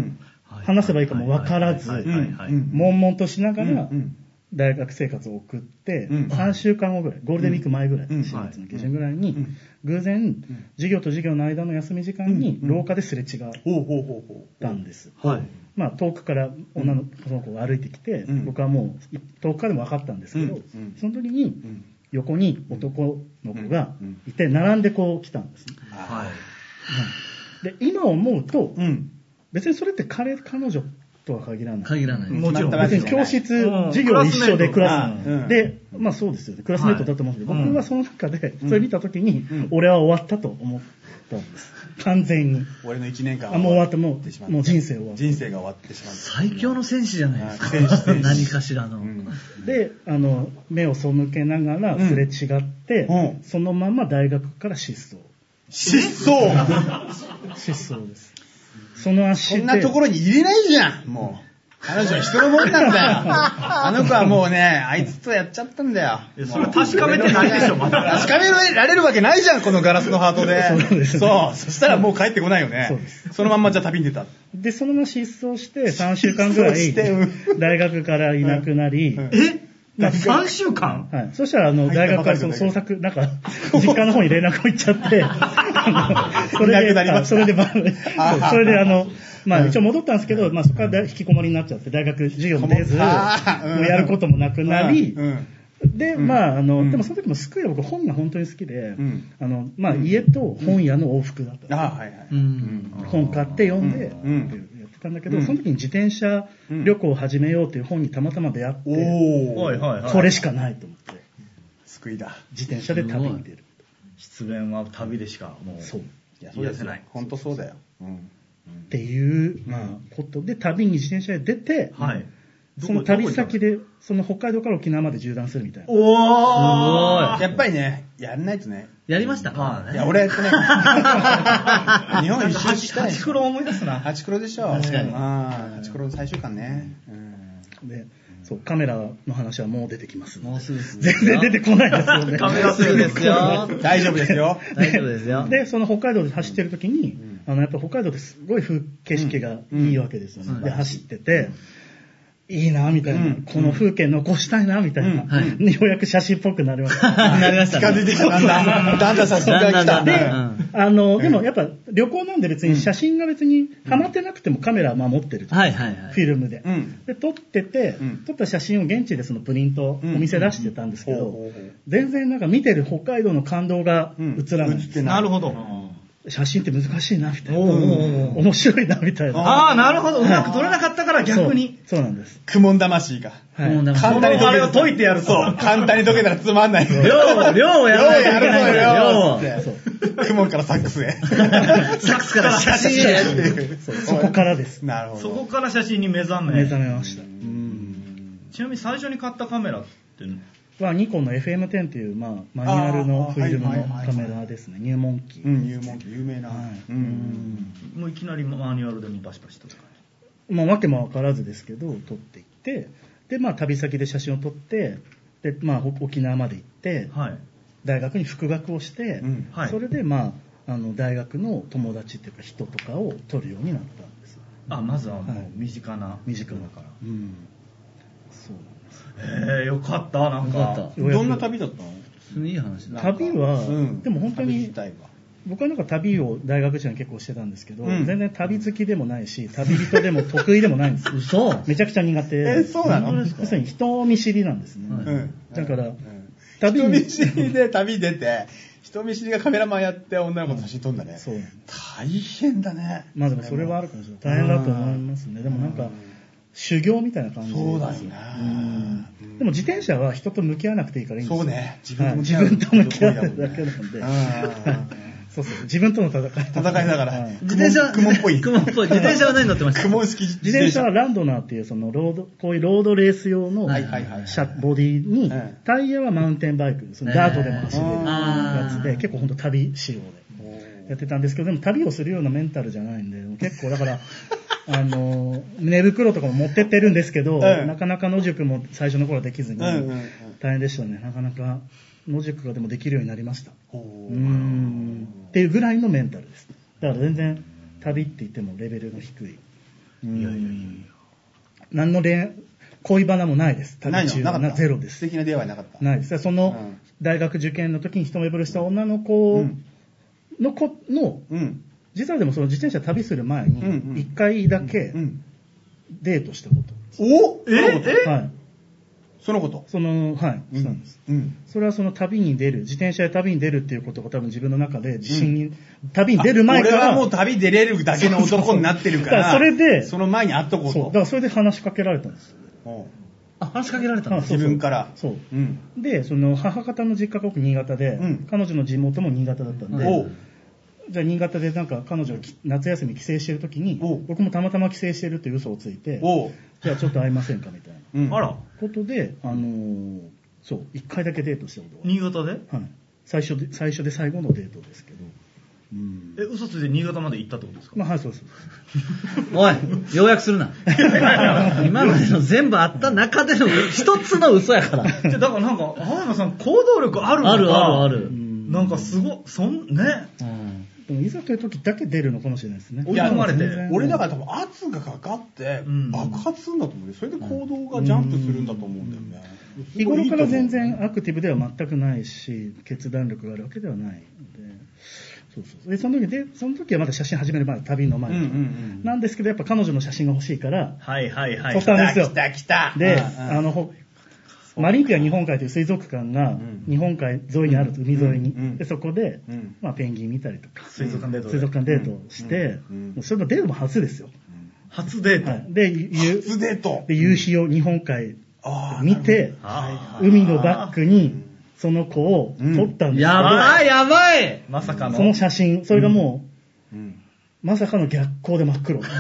[SPEAKER 1] い
[SPEAKER 4] 話せばいいかも分からず
[SPEAKER 1] はいはいはい
[SPEAKER 3] うん
[SPEAKER 4] 悶々としなが
[SPEAKER 3] うんう
[SPEAKER 4] ら
[SPEAKER 3] ん
[SPEAKER 4] 大学生活を送って、
[SPEAKER 3] うん
[SPEAKER 4] 3週間後ぐらい、ゴールデンウィーク前ぐらい、
[SPEAKER 3] うんうん
[SPEAKER 4] 4月の下旬ぐらいに、
[SPEAKER 3] うん
[SPEAKER 4] 偶然、授業と授業の間の休み時間に
[SPEAKER 3] うん
[SPEAKER 4] 廊下ですれ違っ
[SPEAKER 3] ほうほうほうほう
[SPEAKER 4] たんです。
[SPEAKER 1] はい。
[SPEAKER 4] まあ、遠くから女の子の子が歩いてきて、
[SPEAKER 3] うん
[SPEAKER 4] 僕はもう遠くからでも分かったんですけど、
[SPEAKER 3] うんうん
[SPEAKER 4] その時に
[SPEAKER 3] ん
[SPEAKER 4] 横に男の子がいて、並んでこう来たんですね。
[SPEAKER 1] はい。
[SPEAKER 4] で、今思うと、
[SPEAKER 3] うん
[SPEAKER 4] 別にそれって彼彼女とは限らない。
[SPEAKER 1] 限らない。
[SPEAKER 2] もちろん
[SPEAKER 3] 全く
[SPEAKER 4] 別に
[SPEAKER 3] じゃな
[SPEAKER 4] 教
[SPEAKER 3] い
[SPEAKER 4] 室
[SPEAKER 2] うん、
[SPEAKER 4] 授業一緒でク
[SPEAKER 2] ク
[SPEAKER 4] ラ
[SPEAKER 2] ラ
[SPEAKER 3] ス
[SPEAKER 4] ス
[SPEAKER 3] メート
[SPEAKER 4] で、まあそうですよね、クラスメートだと思うんですけど、
[SPEAKER 2] はい
[SPEAKER 4] 僕はその中で、それ見たときに
[SPEAKER 3] うん、
[SPEAKER 4] 俺は終わったと思ったんです。完全に。
[SPEAKER 3] 俺の一年間
[SPEAKER 4] あ、もう終わった、も
[SPEAKER 3] てしまっ
[SPEAKER 4] う、
[SPEAKER 3] た
[SPEAKER 4] もう人生終わった。
[SPEAKER 3] 人生が終わってしまった
[SPEAKER 1] 最強の戦士じゃないですか。
[SPEAKER 3] 戦士戦士
[SPEAKER 1] 何かしらの。
[SPEAKER 3] うん
[SPEAKER 4] で、あの、目を背けながらすれ違って、
[SPEAKER 3] うん
[SPEAKER 4] そのまま大学から失踪。
[SPEAKER 3] 失踪
[SPEAKER 4] 失踪です。その足
[SPEAKER 3] そ
[SPEAKER 4] で。
[SPEAKER 3] んなところに入れないじゃん、もう。彼女は人のもんなんだよ。あの子はもうね、あいつとやっちゃったんだよ。
[SPEAKER 2] いやそれ確かめてないでしょまだ
[SPEAKER 3] 確かめられるわけないじゃん、このガラスのハートで。
[SPEAKER 4] そうですね
[SPEAKER 3] そうそしたらもう帰ってこないよね。
[SPEAKER 4] そうです
[SPEAKER 3] のまんまじゃ旅に出た。
[SPEAKER 4] で、そのまま失踪して、3週間ぐら
[SPEAKER 3] 失
[SPEAKER 4] い
[SPEAKER 3] 踪してう、ん
[SPEAKER 4] 大学からいなくなり、
[SPEAKER 2] えなんか3週間
[SPEAKER 4] はい。そしたら、あの、
[SPEAKER 3] 入った
[SPEAKER 4] 大学からその
[SPEAKER 3] ば
[SPEAKER 4] 捜
[SPEAKER 3] か
[SPEAKER 4] 索、なんか、 *laughs* 実家の方に連絡を行っちゃ
[SPEAKER 3] *laughs*
[SPEAKER 4] って、あのそれ
[SPEAKER 3] いなく
[SPEAKER 4] で、
[SPEAKER 3] なりました
[SPEAKER 4] あそれで、まあ
[SPEAKER 3] あ
[SPEAKER 4] そうそれで、あの、まあ、一応戻ったんですけど、まあ、そこから大引きこもりになっちゃって、大学授業も出ず、もう
[SPEAKER 3] あーうん
[SPEAKER 4] やることもなくなり
[SPEAKER 3] う、ん。
[SPEAKER 4] で、まあ、あ
[SPEAKER 3] う
[SPEAKER 4] の、
[SPEAKER 3] ん
[SPEAKER 4] でもその時も救いは僕本が本当に好きで
[SPEAKER 3] ん、
[SPEAKER 4] あの、まあ、家と本屋の往復だったんです
[SPEAKER 3] あはいはい。
[SPEAKER 1] うん。
[SPEAKER 4] 本買って読んで、
[SPEAKER 3] うん
[SPEAKER 4] やってたんだけど、
[SPEAKER 3] うん
[SPEAKER 4] その時に自転車旅行を始めようという本にたまたま出会って、
[SPEAKER 3] おお、
[SPEAKER 2] はいはいはい
[SPEAKER 4] これしかないと思って、
[SPEAKER 3] 救いだ。
[SPEAKER 4] 自転車で旅に出る。
[SPEAKER 2] 失恋は旅でしかもう
[SPEAKER 4] そう。
[SPEAKER 3] いや、そう
[SPEAKER 2] 癒
[SPEAKER 3] です
[SPEAKER 2] せ
[SPEAKER 3] よ
[SPEAKER 2] ない。
[SPEAKER 3] ほんとそうだよ。うん。
[SPEAKER 4] っていう、まあ、ことで、旅に自転車で出て、
[SPEAKER 2] はい
[SPEAKER 4] その旅先で、その北海道から沖縄まで縦断するみたいな。
[SPEAKER 3] おやっぱりね、やんないとね。
[SPEAKER 1] やりましたか
[SPEAKER 3] いや、俺やってね。日本一周したい。
[SPEAKER 2] 八黒思い出すな
[SPEAKER 3] ハチクロでしょ。確かに。ハチクロの最終巻ね。うん
[SPEAKER 4] で、そう、カメラの話はもう出てきますの
[SPEAKER 1] もう
[SPEAKER 4] で。
[SPEAKER 1] すぐですね
[SPEAKER 4] 全然出てこないですよね。
[SPEAKER 2] カメラするんですよ
[SPEAKER 3] 大丈夫ですよ。
[SPEAKER 1] 大丈夫ですよ。
[SPEAKER 4] で、その北海道で走ってる時に、あの、やっぱ北海道ですごい風景色がいいわけですよね。で、走ってて、いいな、みたいな、
[SPEAKER 3] うん
[SPEAKER 4] この風景残したいな、みたいな、
[SPEAKER 3] うん
[SPEAKER 1] は
[SPEAKER 4] ね *laughs* ようやく写真っぽくなりました。
[SPEAKER 1] *laughs* なりました
[SPEAKER 3] 近づい
[SPEAKER 1] ね。
[SPEAKER 3] てきた。だんだん、だんだん早速が
[SPEAKER 1] だ
[SPEAKER 3] 来
[SPEAKER 1] んだ
[SPEAKER 3] た。
[SPEAKER 1] んだんだん
[SPEAKER 3] ね
[SPEAKER 4] あの、でもやっぱ旅行なんで別に写真が別にハマってなくてもカメラはまあ持ってると。
[SPEAKER 1] はいはいは
[SPEAKER 4] フィ
[SPEAKER 1] い。
[SPEAKER 4] ルムで,、
[SPEAKER 3] うん
[SPEAKER 4] で撮ってて、
[SPEAKER 3] うん
[SPEAKER 4] 撮った写真を現地でそのプリント、
[SPEAKER 3] うん
[SPEAKER 4] お店出してたんですけど、
[SPEAKER 3] ほうほうほう
[SPEAKER 4] 全然なんか見てる北海道の感動が
[SPEAKER 3] うん
[SPEAKER 4] 映らない、
[SPEAKER 3] 映ってない
[SPEAKER 2] なるほど
[SPEAKER 4] 写真って難しいな、みたいな。
[SPEAKER 2] おうおうおう
[SPEAKER 4] 面白いな、みたいな。
[SPEAKER 2] ああ、なるほど。うまく取れなかったから逆に。
[SPEAKER 4] そう。そうなんです。
[SPEAKER 3] 苦悶魂が。
[SPEAKER 4] はい
[SPEAKER 1] もうなんか
[SPEAKER 3] 簡単に
[SPEAKER 2] このあれを
[SPEAKER 3] 解けた
[SPEAKER 2] 解いてやると
[SPEAKER 3] そう。簡単に解けたらつまんない。
[SPEAKER 1] 量を、量をやらないといけないんだよ、量を。
[SPEAKER 4] そう
[SPEAKER 3] 苦悶からサックスへ。
[SPEAKER 1] サックスから写真へ。
[SPEAKER 4] そうそこからです。
[SPEAKER 3] なるほど。
[SPEAKER 2] そこから写真に目覚
[SPEAKER 4] 目
[SPEAKER 2] め。
[SPEAKER 4] 覚めました。
[SPEAKER 2] ちなみに最初に買ったカメラって、
[SPEAKER 4] はニコンの FM10 っていう、まあ、マニュアルのフィルムのカメラですね。入門機。
[SPEAKER 3] うん、入門機有名な。
[SPEAKER 4] はい
[SPEAKER 3] うん。
[SPEAKER 2] もういきなりマニュアルでもバシバシとか。
[SPEAKER 4] まあ、わけもわからずですけど、撮っていって、で、まあ、旅先で写真を撮って、で、まあ、お沖縄まで行って、
[SPEAKER 2] はい。
[SPEAKER 4] 大学に復学をして、
[SPEAKER 3] うん
[SPEAKER 2] はい
[SPEAKER 4] それで、まあ、あの、大学の友達っていうか人とかを撮るようになったんです。
[SPEAKER 2] あ、まずはもう
[SPEAKER 4] はい
[SPEAKER 2] 身近な。
[SPEAKER 4] 身近
[SPEAKER 2] だ
[SPEAKER 4] な
[SPEAKER 2] か
[SPEAKER 4] うん。そう
[SPEAKER 2] ら。へえ、よかった、なん
[SPEAKER 1] よか
[SPEAKER 2] か
[SPEAKER 1] っ。
[SPEAKER 4] ようやく
[SPEAKER 3] どんな旅だったの
[SPEAKER 1] すいい話だ。。
[SPEAKER 4] 旅は、
[SPEAKER 3] うん
[SPEAKER 4] でも本当
[SPEAKER 3] 旅
[SPEAKER 4] に
[SPEAKER 3] 自、体
[SPEAKER 4] 僕はなんか旅を大学時代に結構してたんですけど、
[SPEAKER 3] うん
[SPEAKER 4] 全然旅好きでもないし、旅人でも得意でもないんです
[SPEAKER 3] *laughs*
[SPEAKER 1] 嘘
[SPEAKER 4] めちゃくちゃ苦手。
[SPEAKER 3] えそうなの
[SPEAKER 4] 要するに人見知りなんですね。
[SPEAKER 1] は
[SPEAKER 3] が。うん。
[SPEAKER 4] だか
[SPEAKER 3] う
[SPEAKER 4] ら、
[SPEAKER 3] ん
[SPEAKER 4] 旅
[SPEAKER 3] 人
[SPEAKER 4] に
[SPEAKER 3] 見知りで旅出て、人見知りがカメラマンやって女の子と写真撮んだね。
[SPEAKER 4] そう。
[SPEAKER 3] 大変だね。
[SPEAKER 4] まあでもそれはあるかもしれない。大変だと思いますね。でもなんか、修行みたいな感じです
[SPEAKER 3] そうだよね
[SPEAKER 4] うんでも自転車は人と向き合わなくていいからいいんですよ。
[SPEAKER 3] そうね自
[SPEAKER 4] 自
[SPEAKER 3] 分
[SPEAKER 4] 分
[SPEAKER 3] と
[SPEAKER 4] と
[SPEAKER 3] 向
[SPEAKER 4] 向
[SPEAKER 3] き
[SPEAKER 4] き
[SPEAKER 3] 合
[SPEAKER 4] 合
[SPEAKER 3] う
[SPEAKER 4] う。自分と向き合うだ
[SPEAKER 3] う
[SPEAKER 4] けな
[SPEAKER 3] ん
[SPEAKER 4] んで。
[SPEAKER 3] うん
[SPEAKER 4] そうそう。自分との戦い。
[SPEAKER 3] 戦いだから
[SPEAKER 4] はい
[SPEAKER 1] 自転車は、
[SPEAKER 3] クモンっぽい
[SPEAKER 1] クモンっぽい。自転車は何乗ってました
[SPEAKER 3] 雲式自
[SPEAKER 4] 自転車はランドナーっていう、そのロード、こういうロードレース用の
[SPEAKER 1] はいはいはい
[SPEAKER 3] はい
[SPEAKER 4] 車、ボディに
[SPEAKER 3] うん、
[SPEAKER 4] タイヤはマウンテンバイクですね。
[SPEAKER 1] ね
[SPEAKER 4] ダートでも走れるやつ
[SPEAKER 1] あー
[SPEAKER 4] で、結構本当旅仕様でやってたんですけど、でも旅をするようなメンタルじゃないんで、結構だから、 *laughs* あの、寝袋とかも持ってってるんですけど、
[SPEAKER 3] うん
[SPEAKER 4] なかなか野宿も最初の頃はできずに、
[SPEAKER 3] うんうんうん
[SPEAKER 4] 大変でしたね。なかなか野宿がでもできるようになりました。うー
[SPEAKER 3] ほ
[SPEAKER 4] んっていうぐらいのメンタルです。だから全然旅って言ってもレベルの低い。いやいやいや何の恋、恋バナもないです。
[SPEAKER 3] うない
[SPEAKER 4] 旅
[SPEAKER 3] のなか
[SPEAKER 4] 中
[SPEAKER 3] った
[SPEAKER 4] はゼロです
[SPEAKER 3] 素。敵な出会いはなかった
[SPEAKER 4] ないです。そ
[SPEAKER 3] う
[SPEAKER 4] の
[SPEAKER 3] ん
[SPEAKER 4] 大学受験の時に一目惚れした女の
[SPEAKER 3] う
[SPEAKER 4] 子
[SPEAKER 3] ん
[SPEAKER 4] の子の、
[SPEAKER 3] うん
[SPEAKER 4] 実はでもその自転車旅する前
[SPEAKER 3] うんうん
[SPEAKER 4] に、一回だけ
[SPEAKER 3] うん
[SPEAKER 4] デートしたこ
[SPEAKER 3] お
[SPEAKER 2] ええ
[SPEAKER 4] と。はい。
[SPEAKER 3] そのこと
[SPEAKER 4] その、はい。
[SPEAKER 3] う
[SPEAKER 4] したんです。
[SPEAKER 3] うん
[SPEAKER 4] それはその旅に出る、自転車で旅に出るっていうことが多分自分の中で自信に、旅に出る前か
[SPEAKER 3] 俺
[SPEAKER 4] ら、
[SPEAKER 3] はもう旅出れるだけの男になってるから
[SPEAKER 4] そうそうそうだからそれで
[SPEAKER 3] その前に会っとこう
[SPEAKER 4] そう。だ
[SPEAKER 3] と
[SPEAKER 4] からそれで話しかけられたんです。
[SPEAKER 3] おう
[SPEAKER 1] あ、話しかけられたん
[SPEAKER 4] あ
[SPEAKER 1] で
[SPEAKER 4] そ
[SPEAKER 1] す
[SPEAKER 4] う
[SPEAKER 3] 自分から
[SPEAKER 4] そう
[SPEAKER 3] うん
[SPEAKER 4] で、その母方の実家が僕新潟で、
[SPEAKER 3] うん
[SPEAKER 4] 彼女の地元も新潟だったんで、
[SPEAKER 3] おう
[SPEAKER 4] じゃあ新潟でなんか彼女がき夏休み帰省してる時に
[SPEAKER 3] おう、
[SPEAKER 4] 僕もたまたま帰省してるっていう嘘をついて、
[SPEAKER 3] おう
[SPEAKER 4] じゃあちょっと会いませんかみたいな
[SPEAKER 3] うん
[SPEAKER 2] あら、
[SPEAKER 4] ことで、あのーそう、一回だけデートしたことが
[SPEAKER 2] 新潟で
[SPEAKER 4] あるはい。最初で、最初で最後のデートですけど。うん
[SPEAKER 2] え、嘘ついて新潟まで行ったってことですか
[SPEAKER 4] まあ、はい、そうです。
[SPEAKER 1] おい、要約す
[SPEAKER 3] *laughs*
[SPEAKER 1] るな。今までの全部あった中での一つの嘘やから。
[SPEAKER 2] じゃあだからなんか、青山さん行動力あるのか
[SPEAKER 1] あるあるある
[SPEAKER 2] なんかすご、そん、ね。
[SPEAKER 4] でも、いざという時だけ出るのかもしれないですね。
[SPEAKER 2] 追い込まれて
[SPEAKER 4] いや
[SPEAKER 3] 俺だから多分圧がかかって
[SPEAKER 2] うん
[SPEAKER 3] 爆発するんだと思うよそれで行動がジャンプするんだと思うんだよね
[SPEAKER 4] 日頃から全然アクティブでは全くないし、決断力があるわけではないので、そうそうそうでその時でその時はまだ写真始める前、旅の前、
[SPEAKER 3] うんうんうん
[SPEAKER 4] なんですけど、やっぱ彼女の写真が欲しいから、
[SPEAKER 2] はいはいは
[SPEAKER 4] 撮ったんですよ。
[SPEAKER 3] 来た来た
[SPEAKER 4] で、
[SPEAKER 3] うんうん
[SPEAKER 4] あのほマリンピア日本海という水族館が
[SPEAKER 3] ん
[SPEAKER 4] 日本海沿いにあるんです、海沿いに、
[SPEAKER 3] うんうん
[SPEAKER 4] でそこで、
[SPEAKER 3] うん
[SPEAKER 4] まあ、ペンギン見たりとか
[SPEAKER 2] 水族館デートで
[SPEAKER 4] 水族館デートをして、
[SPEAKER 3] うんうん
[SPEAKER 4] もうそれもデートも初ですよ、
[SPEAKER 2] 初デート。
[SPEAKER 4] はい、で夕
[SPEAKER 3] 初デート
[SPEAKER 4] で夕日を日本海
[SPEAKER 3] あー
[SPEAKER 4] 見て、
[SPEAKER 2] あ
[SPEAKER 4] 海のバックにその子を撮ったんですよ、
[SPEAKER 1] やばい、やばい
[SPEAKER 2] ーまさかの。
[SPEAKER 4] その写真それがも
[SPEAKER 3] うん
[SPEAKER 4] う、まさかの逆光で真っ黒
[SPEAKER 2] *laughs*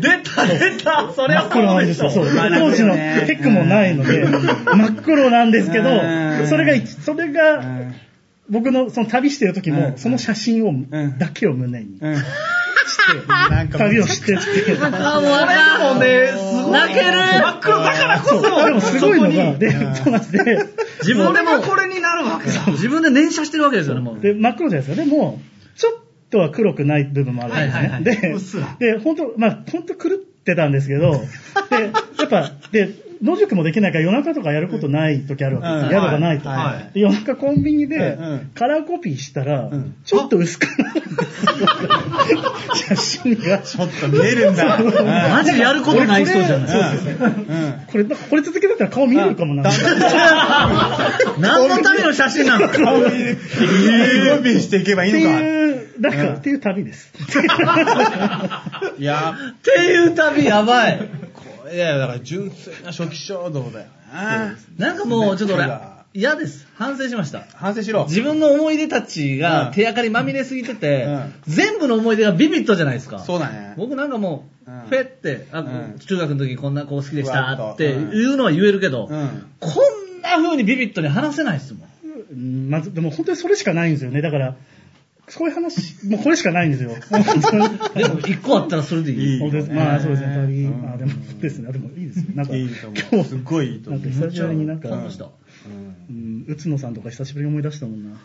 [SPEAKER 2] 出た出たそれ
[SPEAKER 4] 真っ
[SPEAKER 2] は
[SPEAKER 4] 黒
[SPEAKER 2] そう
[SPEAKER 4] な
[SPEAKER 2] んで
[SPEAKER 4] で
[SPEAKER 2] し
[SPEAKER 4] す
[SPEAKER 2] ょ
[SPEAKER 4] よ。そう。
[SPEAKER 3] まあ
[SPEAKER 4] 当時の
[SPEAKER 3] なるほどね
[SPEAKER 4] テックもないので、真っ黒なんですけど
[SPEAKER 3] うん、
[SPEAKER 4] それが一、それが、
[SPEAKER 3] うん
[SPEAKER 4] 僕のその旅してる時
[SPEAKER 3] うん
[SPEAKER 4] も、その写真を
[SPEAKER 3] ん、
[SPEAKER 4] だけを胸にして、
[SPEAKER 3] うんなんか
[SPEAKER 4] 旅をしてって。
[SPEAKER 1] あ、もう
[SPEAKER 2] あれでもね、すごい。
[SPEAKER 1] 泣ける
[SPEAKER 2] 真っ黒だからこそ、
[SPEAKER 4] でもすごいのが、
[SPEAKER 2] そこに
[SPEAKER 4] で、そうなんで、
[SPEAKER 1] 自分で
[SPEAKER 2] 俺がこ
[SPEAKER 1] も、
[SPEAKER 2] れになるわけだ。
[SPEAKER 1] 自分で連写してるわけですよね、もう。
[SPEAKER 4] で、真っ黒じゃないですか。でも、ちょっとは黒くない部分もあるんですね。
[SPEAKER 1] はいはいは
[SPEAKER 4] で、で、本当まあ、本当狂ってたんですけど、で、やっぱ、で、野宿もできないから夜中とかやることない時あるわけですよ。
[SPEAKER 3] うん
[SPEAKER 4] 宿がないと、
[SPEAKER 3] は
[SPEAKER 4] で夜中コンビニで
[SPEAKER 3] うんうん
[SPEAKER 4] カラーコピーしたら、
[SPEAKER 3] ん
[SPEAKER 4] ちょっと薄くなる。写真が。
[SPEAKER 3] ちょっと見えるんだ。うん
[SPEAKER 1] マジやることない人じゃない。
[SPEAKER 3] うん
[SPEAKER 4] これ、なんかこれ続けてたら顔見えるかもな。
[SPEAKER 1] 何のための写真なの
[SPEAKER 3] 顔見える。コピーしていけばい
[SPEAKER 4] っ
[SPEAKER 3] い
[SPEAKER 4] て
[SPEAKER 3] のか。
[SPEAKER 4] いう、なんか、っていう旅です。
[SPEAKER 3] いや、
[SPEAKER 1] っていう旅やばい。
[SPEAKER 3] これだよ、だから純粋な初期衝動だよね。
[SPEAKER 1] なんかもうちょっと俺、嫌です。反省しました。
[SPEAKER 3] 反省しろ。
[SPEAKER 1] 自分の思い出たち
[SPEAKER 3] う
[SPEAKER 1] が
[SPEAKER 3] ん
[SPEAKER 1] 手垢にまみれすぎてて、
[SPEAKER 3] うん
[SPEAKER 1] 全部の思い出がビビットじゃないですか。
[SPEAKER 3] そうだね。
[SPEAKER 1] 僕なんかもう、
[SPEAKER 3] うん
[SPEAKER 1] フェって、あ
[SPEAKER 3] うん
[SPEAKER 1] 中学の時にこんな子好きでした
[SPEAKER 3] ふわっと
[SPEAKER 1] って言うのは言えるけ
[SPEAKER 3] う
[SPEAKER 1] ど、
[SPEAKER 3] ん。
[SPEAKER 1] こんな風にビビットに話せないですもん。
[SPEAKER 4] うんまず、でも本当にそれしかないんですよね。だから、そういう話、もうこれしかないんですよ。本当に
[SPEAKER 1] でも一個あったらそれでいい。
[SPEAKER 3] いい
[SPEAKER 4] 本当です。まあそうですね、旅、
[SPEAKER 3] うん
[SPEAKER 4] まあでもそうですね、でもいいですよ。なんか、
[SPEAKER 3] いいと思う
[SPEAKER 4] 今日、
[SPEAKER 3] すっごいいいと
[SPEAKER 4] な
[SPEAKER 3] 思
[SPEAKER 4] ん
[SPEAKER 3] う
[SPEAKER 4] か久しぶりになんか、
[SPEAKER 1] この人。
[SPEAKER 3] うん
[SPEAKER 4] うん、宇野さんとか久しぶりに思い出したもんな。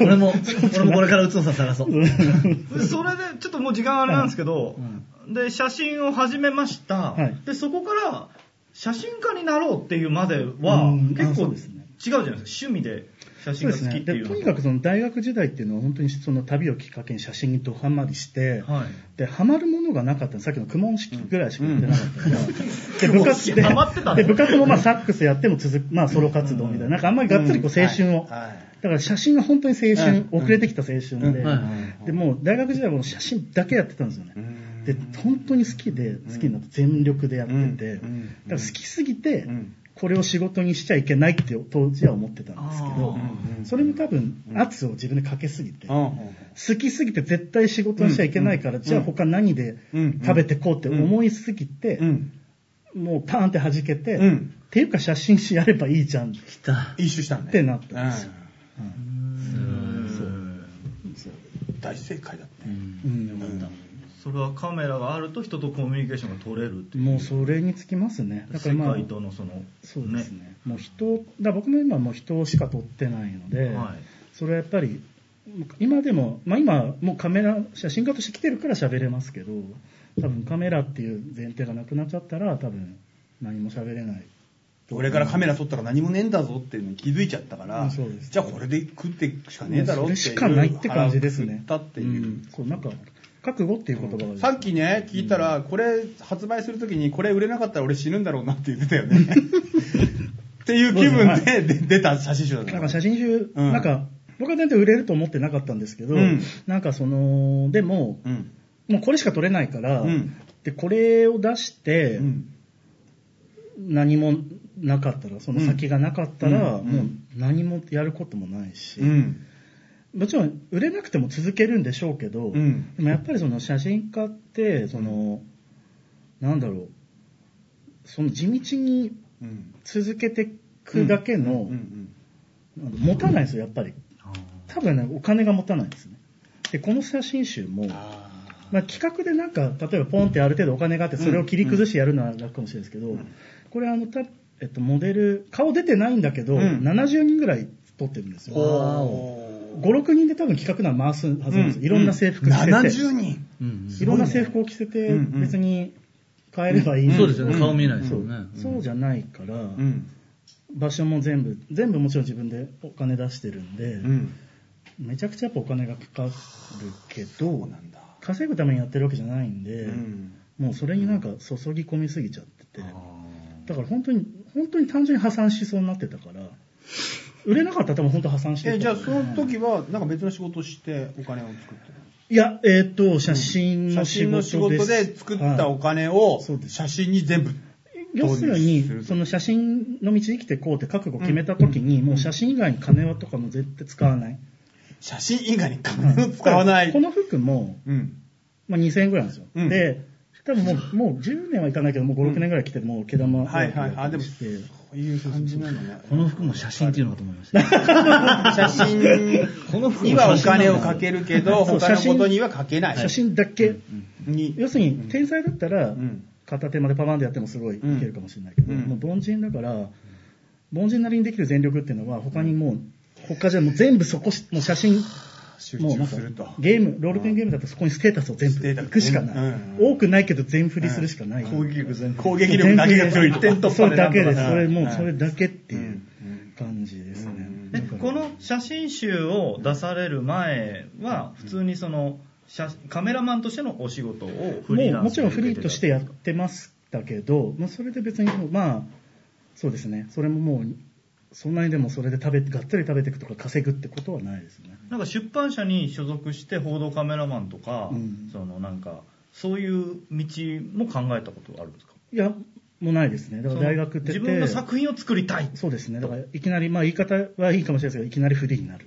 [SPEAKER 1] 俺も、俺もこれから宇都さん探そ
[SPEAKER 4] *laughs*
[SPEAKER 1] う。
[SPEAKER 2] それで、ちょっともう時間あれなんですけど、で、写真を始めました。
[SPEAKER 4] はい
[SPEAKER 2] で、そこから、写真家になろうっていうまでは
[SPEAKER 4] うん、
[SPEAKER 2] 結
[SPEAKER 4] あそ
[SPEAKER 2] 構
[SPEAKER 4] う
[SPEAKER 2] 違う
[SPEAKER 4] ですね
[SPEAKER 2] じゃないですか。趣味で写
[SPEAKER 4] そ
[SPEAKER 2] 真が
[SPEAKER 4] うで
[SPEAKER 2] 好
[SPEAKER 4] す
[SPEAKER 2] き
[SPEAKER 4] ね。
[SPEAKER 2] ってい
[SPEAKER 4] で、
[SPEAKER 2] う
[SPEAKER 4] と
[SPEAKER 2] の
[SPEAKER 4] にかくその大学時代っていうのは本当にその旅をきっかけに写真にドハマりして、
[SPEAKER 2] はい。
[SPEAKER 4] で、ハマるものがなかったのさっきの苦悶式ぐらいしかやってなかったから、で、部活で
[SPEAKER 2] ハマってた、の
[SPEAKER 4] で、部活もまあサックスやっても続く、まあソロ活動みたいな、なんかあんまりがっつりこう青春を、
[SPEAKER 3] はいはい
[SPEAKER 4] だから写真が本当に青春、
[SPEAKER 3] うん
[SPEAKER 4] 遅れてきた青春で、
[SPEAKER 1] うんはい
[SPEAKER 4] で、もう大学時代はもう写真だけやってたんですよね。で、本当に好きで、好きになって全力でやってて、
[SPEAKER 3] うん
[SPEAKER 4] だ
[SPEAKER 3] うん
[SPEAKER 4] から好きすぎて
[SPEAKER 3] ん、
[SPEAKER 4] これを仕事にしちゃいけないって当時は思ってたんですけど
[SPEAKER 3] うんう、ん
[SPEAKER 4] それも多分圧を自分でかけすぎて、
[SPEAKER 3] うんうん
[SPEAKER 4] 好きすぎて絶対仕事にしちゃいけないから、じゃあ他何で
[SPEAKER 3] うん
[SPEAKER 4] 食べてこうって思いすぎて、
[SPEAKER 3] うん。
[SPEAKER 4] もうパーンって弾けて、
[SPEAKER 3] うん
[SPEAKER 4] っていうか写真誌やればいいじゃん。
[SPEAKER 1] 来た。
[SPEAKER 3] 一周したんだ
[SPEAKER 4] ってなったんですよ
[SPEAKER 3] うん大正解だったね。
[SPEAKER 2] それはカメラがあると人とコミュニケーションが取れるっていう。
[SPEAKER 4] もうそれにつきますね。だから
[SPEAKER 2] 世
[SPEAKER 4] まあ、
[SPEAKER 2] 界とのその、
[SPEAKER 4] そうですね。もう人を、だから僕も今もう人しか撮ってないので、
[SPEAKER 2] はい
[SPEAKER 4] それはやっぱり、今でも、まあ今、もうカメラ、写真家として来てるから喋れますけど、多分カメラっていう前提がなくなっちゃったら、多分何も喋れない。
[SPEAKER 3] 俺からカメラ撮ったら何もねえんだぞっていうのに気づいちゃったか
[SPEAKER 4] う
[SPEAKER 3] ら、
[SPEAKER 4] んそうです
[SPEAKER 3] じゃあこれで食っていくしかねえだろ
[SPEAKER 4] そうれ
[SPEAKER 3] っていう
[SPEAKER 4] しかないって感じですね。
[SPEAKER 3] 腹をくくったっていう。
[SPEAKER 4] んそう、なんか、覚悟っていう言葉がある、
[SPEAKER 3] さっきね、聞いたら、これ発売するときに、これ売れなかったら俺死ぬんだろうなって言ってたよね。っていう気分でで出た写真集だった
[SPEAKER 4] なん
[SPEAKER 3] の
[SPEAKER 4] か。写真集、
[SPEAKER 3] うん
[SPEAKER 4] なんか、僕は全然売れると思ってなかったんですけど、
[SPEAKER 3] うん
[SPEAKER 4] なんかその、でも、
[SPEAKER 3] うん。
[SPEAKER 4] もうこれしか撮れないから、
[SPEAKER 3] うん
[SPEAKER 4] で、これを出して、
[SPEAKER 3] うん
[SPEAKER 4] 何もなかったら、その先がなかったら、
[SPEAKER 3] うん
[SPEAKER 4] もう何もやることもないし、
[SPEAKER 3] うん。
[SPEAKER 4] もちろん売れなくても続けるんでしょうけど、
[SPEAKER 3] うん
[SPEAKER 4] でもやっぱりその写真家って、その、なんだろう、その地道に
[SPEAKER 3] うん。
[SPEAKER 4] 続けていくだけの、
[SPEAKER 3] うん。
[SPEAKER 4] あの持たないんですよ、やっぱり。多分ね、お金が持たないんですね。で、この写真集も、まあ、企画でなんか、例えばポンってある程度お金があって、それを切り崩してやるのは楽かもしれないですけど、これあの、たえっと、モデル、顔出てないんだけど、
[SPEAKER 3] うん
[SPEAKER 4] 70人ぐらい撮ってるんですよ。5、6人で多分企画なら回すはずなんですよ。いろんな制服着せて、
[SPEAKER 3] 70人。
[SPEAKER 1] うん
[SPEAKER 4] いろんな制服を着せて、
[SPEAKER 3] うんうん
[SPEAKER 4] 別に変えればいい、
[SPEAKER 1] そうですよね。
[SPEAKER 3] うん
[SPEAKER 1] 顔見えないです
[SPEAKER 4] そ
[SPEAKER 1] よ
[SPEAKER 4] う
[SPEAKER 1] ね。
[SPEAKER 4] そうじゃないから、
[SPEAKER 3] うん。
[SPEAKER 4] 場所も全部、全部もちろん自分でお金出してるんで、
[SPEAKER 3] うん。
[SPEAKER 4] めちゃくちゃやっぱお金がかかるけ
[SPEAKER 3] そう
[SPEAKER 4] ど、
[SPEAKER 3] なんだ。
[SPEAKER 4] 稼ぐためにやってるわけじゃないんで、
[SPEAKER 3] うん。
[SPEAKER 4] もうそれになんか注ぎ込みすぎちゃってて、だから本当に、本当に単純に破産しそうになってたから、売れなかったら多分本当破産してた
[SPEAKER 3] え、じゃあその時は、なんか別の仕事をしてお金を作って
[SPEAKER 4] いや、えっ、と、写
[SPEAKER 3] る
[SPEAKER 4] 真
[SPEAKER 3] 写
[SPEAKER 4] の仕
[SPEAKER 3] 真の仕
[SPEAKER 4] 事
[SPEAKER 3] 事
[SPEAKER 4] です。
[SPEAKER 3] で作ったお
[SPEAKER 4] はい
[SPEAKER 3] 金を
[SPEAKER 4] そうで、す
[SPEAKER 3] 写真に全部。
[SPEAKER 4] 要する
[SPEAKER 3] 投入する
[SPEAKER 4] に、
[SPEAKER 3] と
[SPEAKER 4] その写真の道生きてこうって覚悟決めた時に、もう写真以外に金はとかも絶対使わない。
[SPEAKER 3] 写真以外に金を使わな
[SPEAKER 4] こ
[SPEAKER 3] い。
[SPEAKER 4] の服も、
[SPEAKER 3] うん。
[SPEAKER 4] まあ、2000円ぐらいなんですよ。
[SPEAKER 3] うん
[SPEAKER 4] で、多分も
[SPEAKER 3] *laughs*
[SPEAKER 4] う、もう10年はいかないけど、もう5、6年ぐらい来て、もう毛玉
[SPEAKER 3] はいはい。あ、でも、
[SPEAKER 4] し
[SPEAKER 3] そ
[SPEAKER 4] て
[SPEAKER 3] ういう感じなのね。
[SPEAKER 1] この服も写真っていうのかと思いました。
[SPEAKER 3] 写真
[SPEAKER 1] この服
[SPEAKER 3] にはお金をかけるけど、
[SPEAKER 4] *laughs* そう
[SPEAKER 3] 他
[SPEAKER 4] 写
[SPEAKER 3] の
[SPEAKER 4] 真
[SPEAKER 3] ことにはかけない。
[SPEAKER 4] 写真だけ、
[SPEAKER 3] に。
[SPEAKER 4] 要するに、天才だったら
[SPEAKER 3] ん、
[SPEAKER 4] 片手までパパンでやってもすごいいけるかもしれないけど、
[SPEAKER 3] うん
[SPEAKER 4] もう凡人だから、凡人なりにできる全力っていうのは、他にもう、他じゃもう全部そこし、もう写真
[SPEAKER 3] 集
[SPEAKER 4] もう
[SPEAKER 3] 中
[SPEAKER 4] なんか
[SPEAKER 3] すると。
[SPEAKER 4] ゲーム、ロールプレイングゲームだったらそこにステータスを全
[SPEAKER 3] ス
[SPEAKER 4] 部
[SPEAKER 3] テータ
[SPEAKER 4] い
[SPEAKER 3] ス
[SPEAKER 4] くしかない
[SPEAKER 3] うん。うん
[SPEAKER 4] 多くないけど全振りするしかない。
[SPEAKER 2] 攻撃力全部
[SPEAKER 3] 攻撃力だけが強いと。
[SPEAKER 2] 全然
[SPEAKER 4] それだけです。
[SPEAKER 2] うん
[SPEAKER 4] それも
[SPEAKER 3] う
[SPEAKER 4] うんそれだけっていううん感じですね
[SPEAKER 3] うん。
[SPEAKER 2] でこの写真集を出される前は普通にその写カメラマンとしてのお仕事をフリー
[SPEAKER 4] も
[SPEAKER 2] ラ
[SPEAKER 4] う
[SPEAKER 2] ン
[SPEAKER 4] も
[SPEAKER 2] ス
[SPEAKER 4] ち
[SPEAKER 2] で
[SPEAKER 4] ろん
[SPEAKER 2] 受
[SPEAKER 4] フ
[SPEAKER 2] け
[SPEAKER 4] リ
[SPEAKER 2] た
[SPEAKER 4] ーとしてやってましたけど、まあ、それで別にまあそうですねそれももうそんなにでもそれで食べがっつり食べていくとか稼ぐってことはないですね
[SPEAKER 2] なんか出版社に所属して報道カメラマンとか、
[SPEAKER 4] うん
[SPEAKER 2] そのなんかそういう道も考えたことあるんですか
[SPEAKER 4] いやもうないですねだから大学出
[SPEAKER 2] 自
[SPEAKER 4] て
[SPEAKER 2] 分の作品を作りたい
[SPEAKER 4] そうですねだからいきなりまあ言い方はいいかもしれないですけどいきなりフリーになる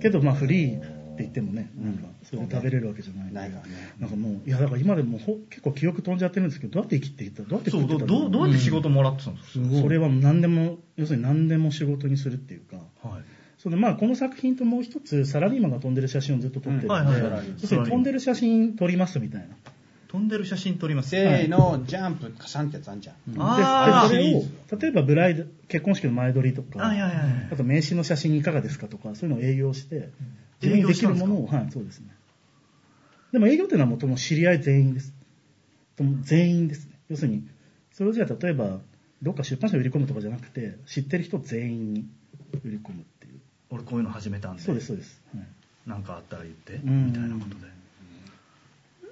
[SPEAKER 4] けどまあフリーって言ってもねなんかそれで食べれるわけじゃないんで
[SPEAKER 3] ないからね。
[SPEAKER 4] なんかもういやだから今でもほ結構記憶飛んじゃってるんですけどどうやって生きていったどうやって
[SPEAKER 2] そ
[SPEAKER 4] 食っ
[SPEAKER 2] うど
[SPEAKER 4] てたの
[SPEAKER 2] どうどうやって仕事もらってたんですか、
[SPEAKER 4] それはもう何でも要するに何でも仕事にするっていうか
[SPEAKER 2] はい
[SPEAKER 4] そのまあこの作品ともう一つサラリーマンが飛んでる写真をずっと撮ってるんで、
[SPEAKER 2] はいはいはい
[SPEAKER 4] 要するに飛んでる写真撮りますみたいな。
[SPEAKER 2] 飛んでる写真撮ります
[SPEAKER 3] せーの、ジャンプ、カシャンってやつあんじゃん。
[SPEAKER 2] あー
[SPEAKER 4] ででそれを例えばブライド結婚式の前撮りとか、
[SPEAKER 2] はいはいはいはい
[SPEAKER 4] あと名刺の写真いかがですかとかそういうのを営業して
[SPEAKER 2] うん
[SPEAKER 4] 自分にできるものをはいそうですね。でも営業っていうのはもうとも知り合い全員です。とも全員ですね。要するにそれじゃあ例えばどっか出版社に売り込むとかじゃなくて知ってる人全員に売り込むっていう。
[SPEAKER 2] 俺こういうの始めたんで
[SPEAKER 4] そうですそうです。はい
[SPEAKER 2] なんかあったら言って
[SPEAKER 4] うん
[SPEAKER 2] みたいなことで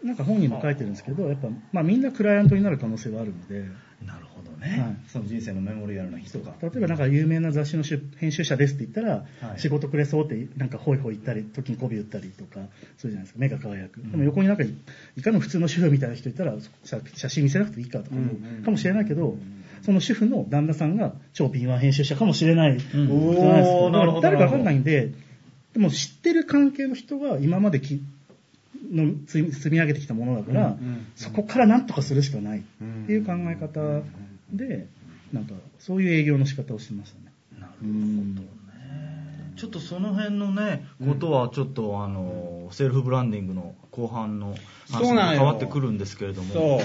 [SPEAKER 4] なんか本にも書いてるんですけど、やっぱ、まあ、みんなクライアントになる可能性はあるので、
[SPEAKER 2] なるほど
[SPEAKER 4] は
[SPEAKER 2] ね
[SPEAKER 4] い
[SPEAKER 2] その人生のメモリアルな人が
[SPEAKER 4] 例えばなんか有名な雑誌の出編集者ですって言ったら、
[SPEAKER 2] はい
[SPEAKER 4] 仕事くれそうって、なんかホイホイ言ったり、時に媚び打ったりとか、そうじゃないですか、目が輝く、でも横になんかい、いかにも普通の主婦みたいな人いたら、写写真見せなくていいかとか思う、かもしれないけど、その主婦の旦那さんが超敏腕編集者かもしれない、
[SPEAKER 2] ん
[SPEAKER 4] じゃないですか
[SPEAKER 2] おーなるほど
[SPEAKER 4] 誰か分かんないんで、でも知ってる関係の人が今まできの積み積み上げてきたものだから、そこから何とかするしかないっていう考え方で、なんかそういう営業の仕方をしてましたね。
[SPEAKER 2] なるほどねちょっとその辺のねことはちょっとあのセルフブランディングの後半の話
[SPEAKER 3] そう
[SPEAKER 2] にも
[SPEAKER 3] なのよ
[SPEAKER 2] 変わってくるんですけれども
[SPEAKER 6] そ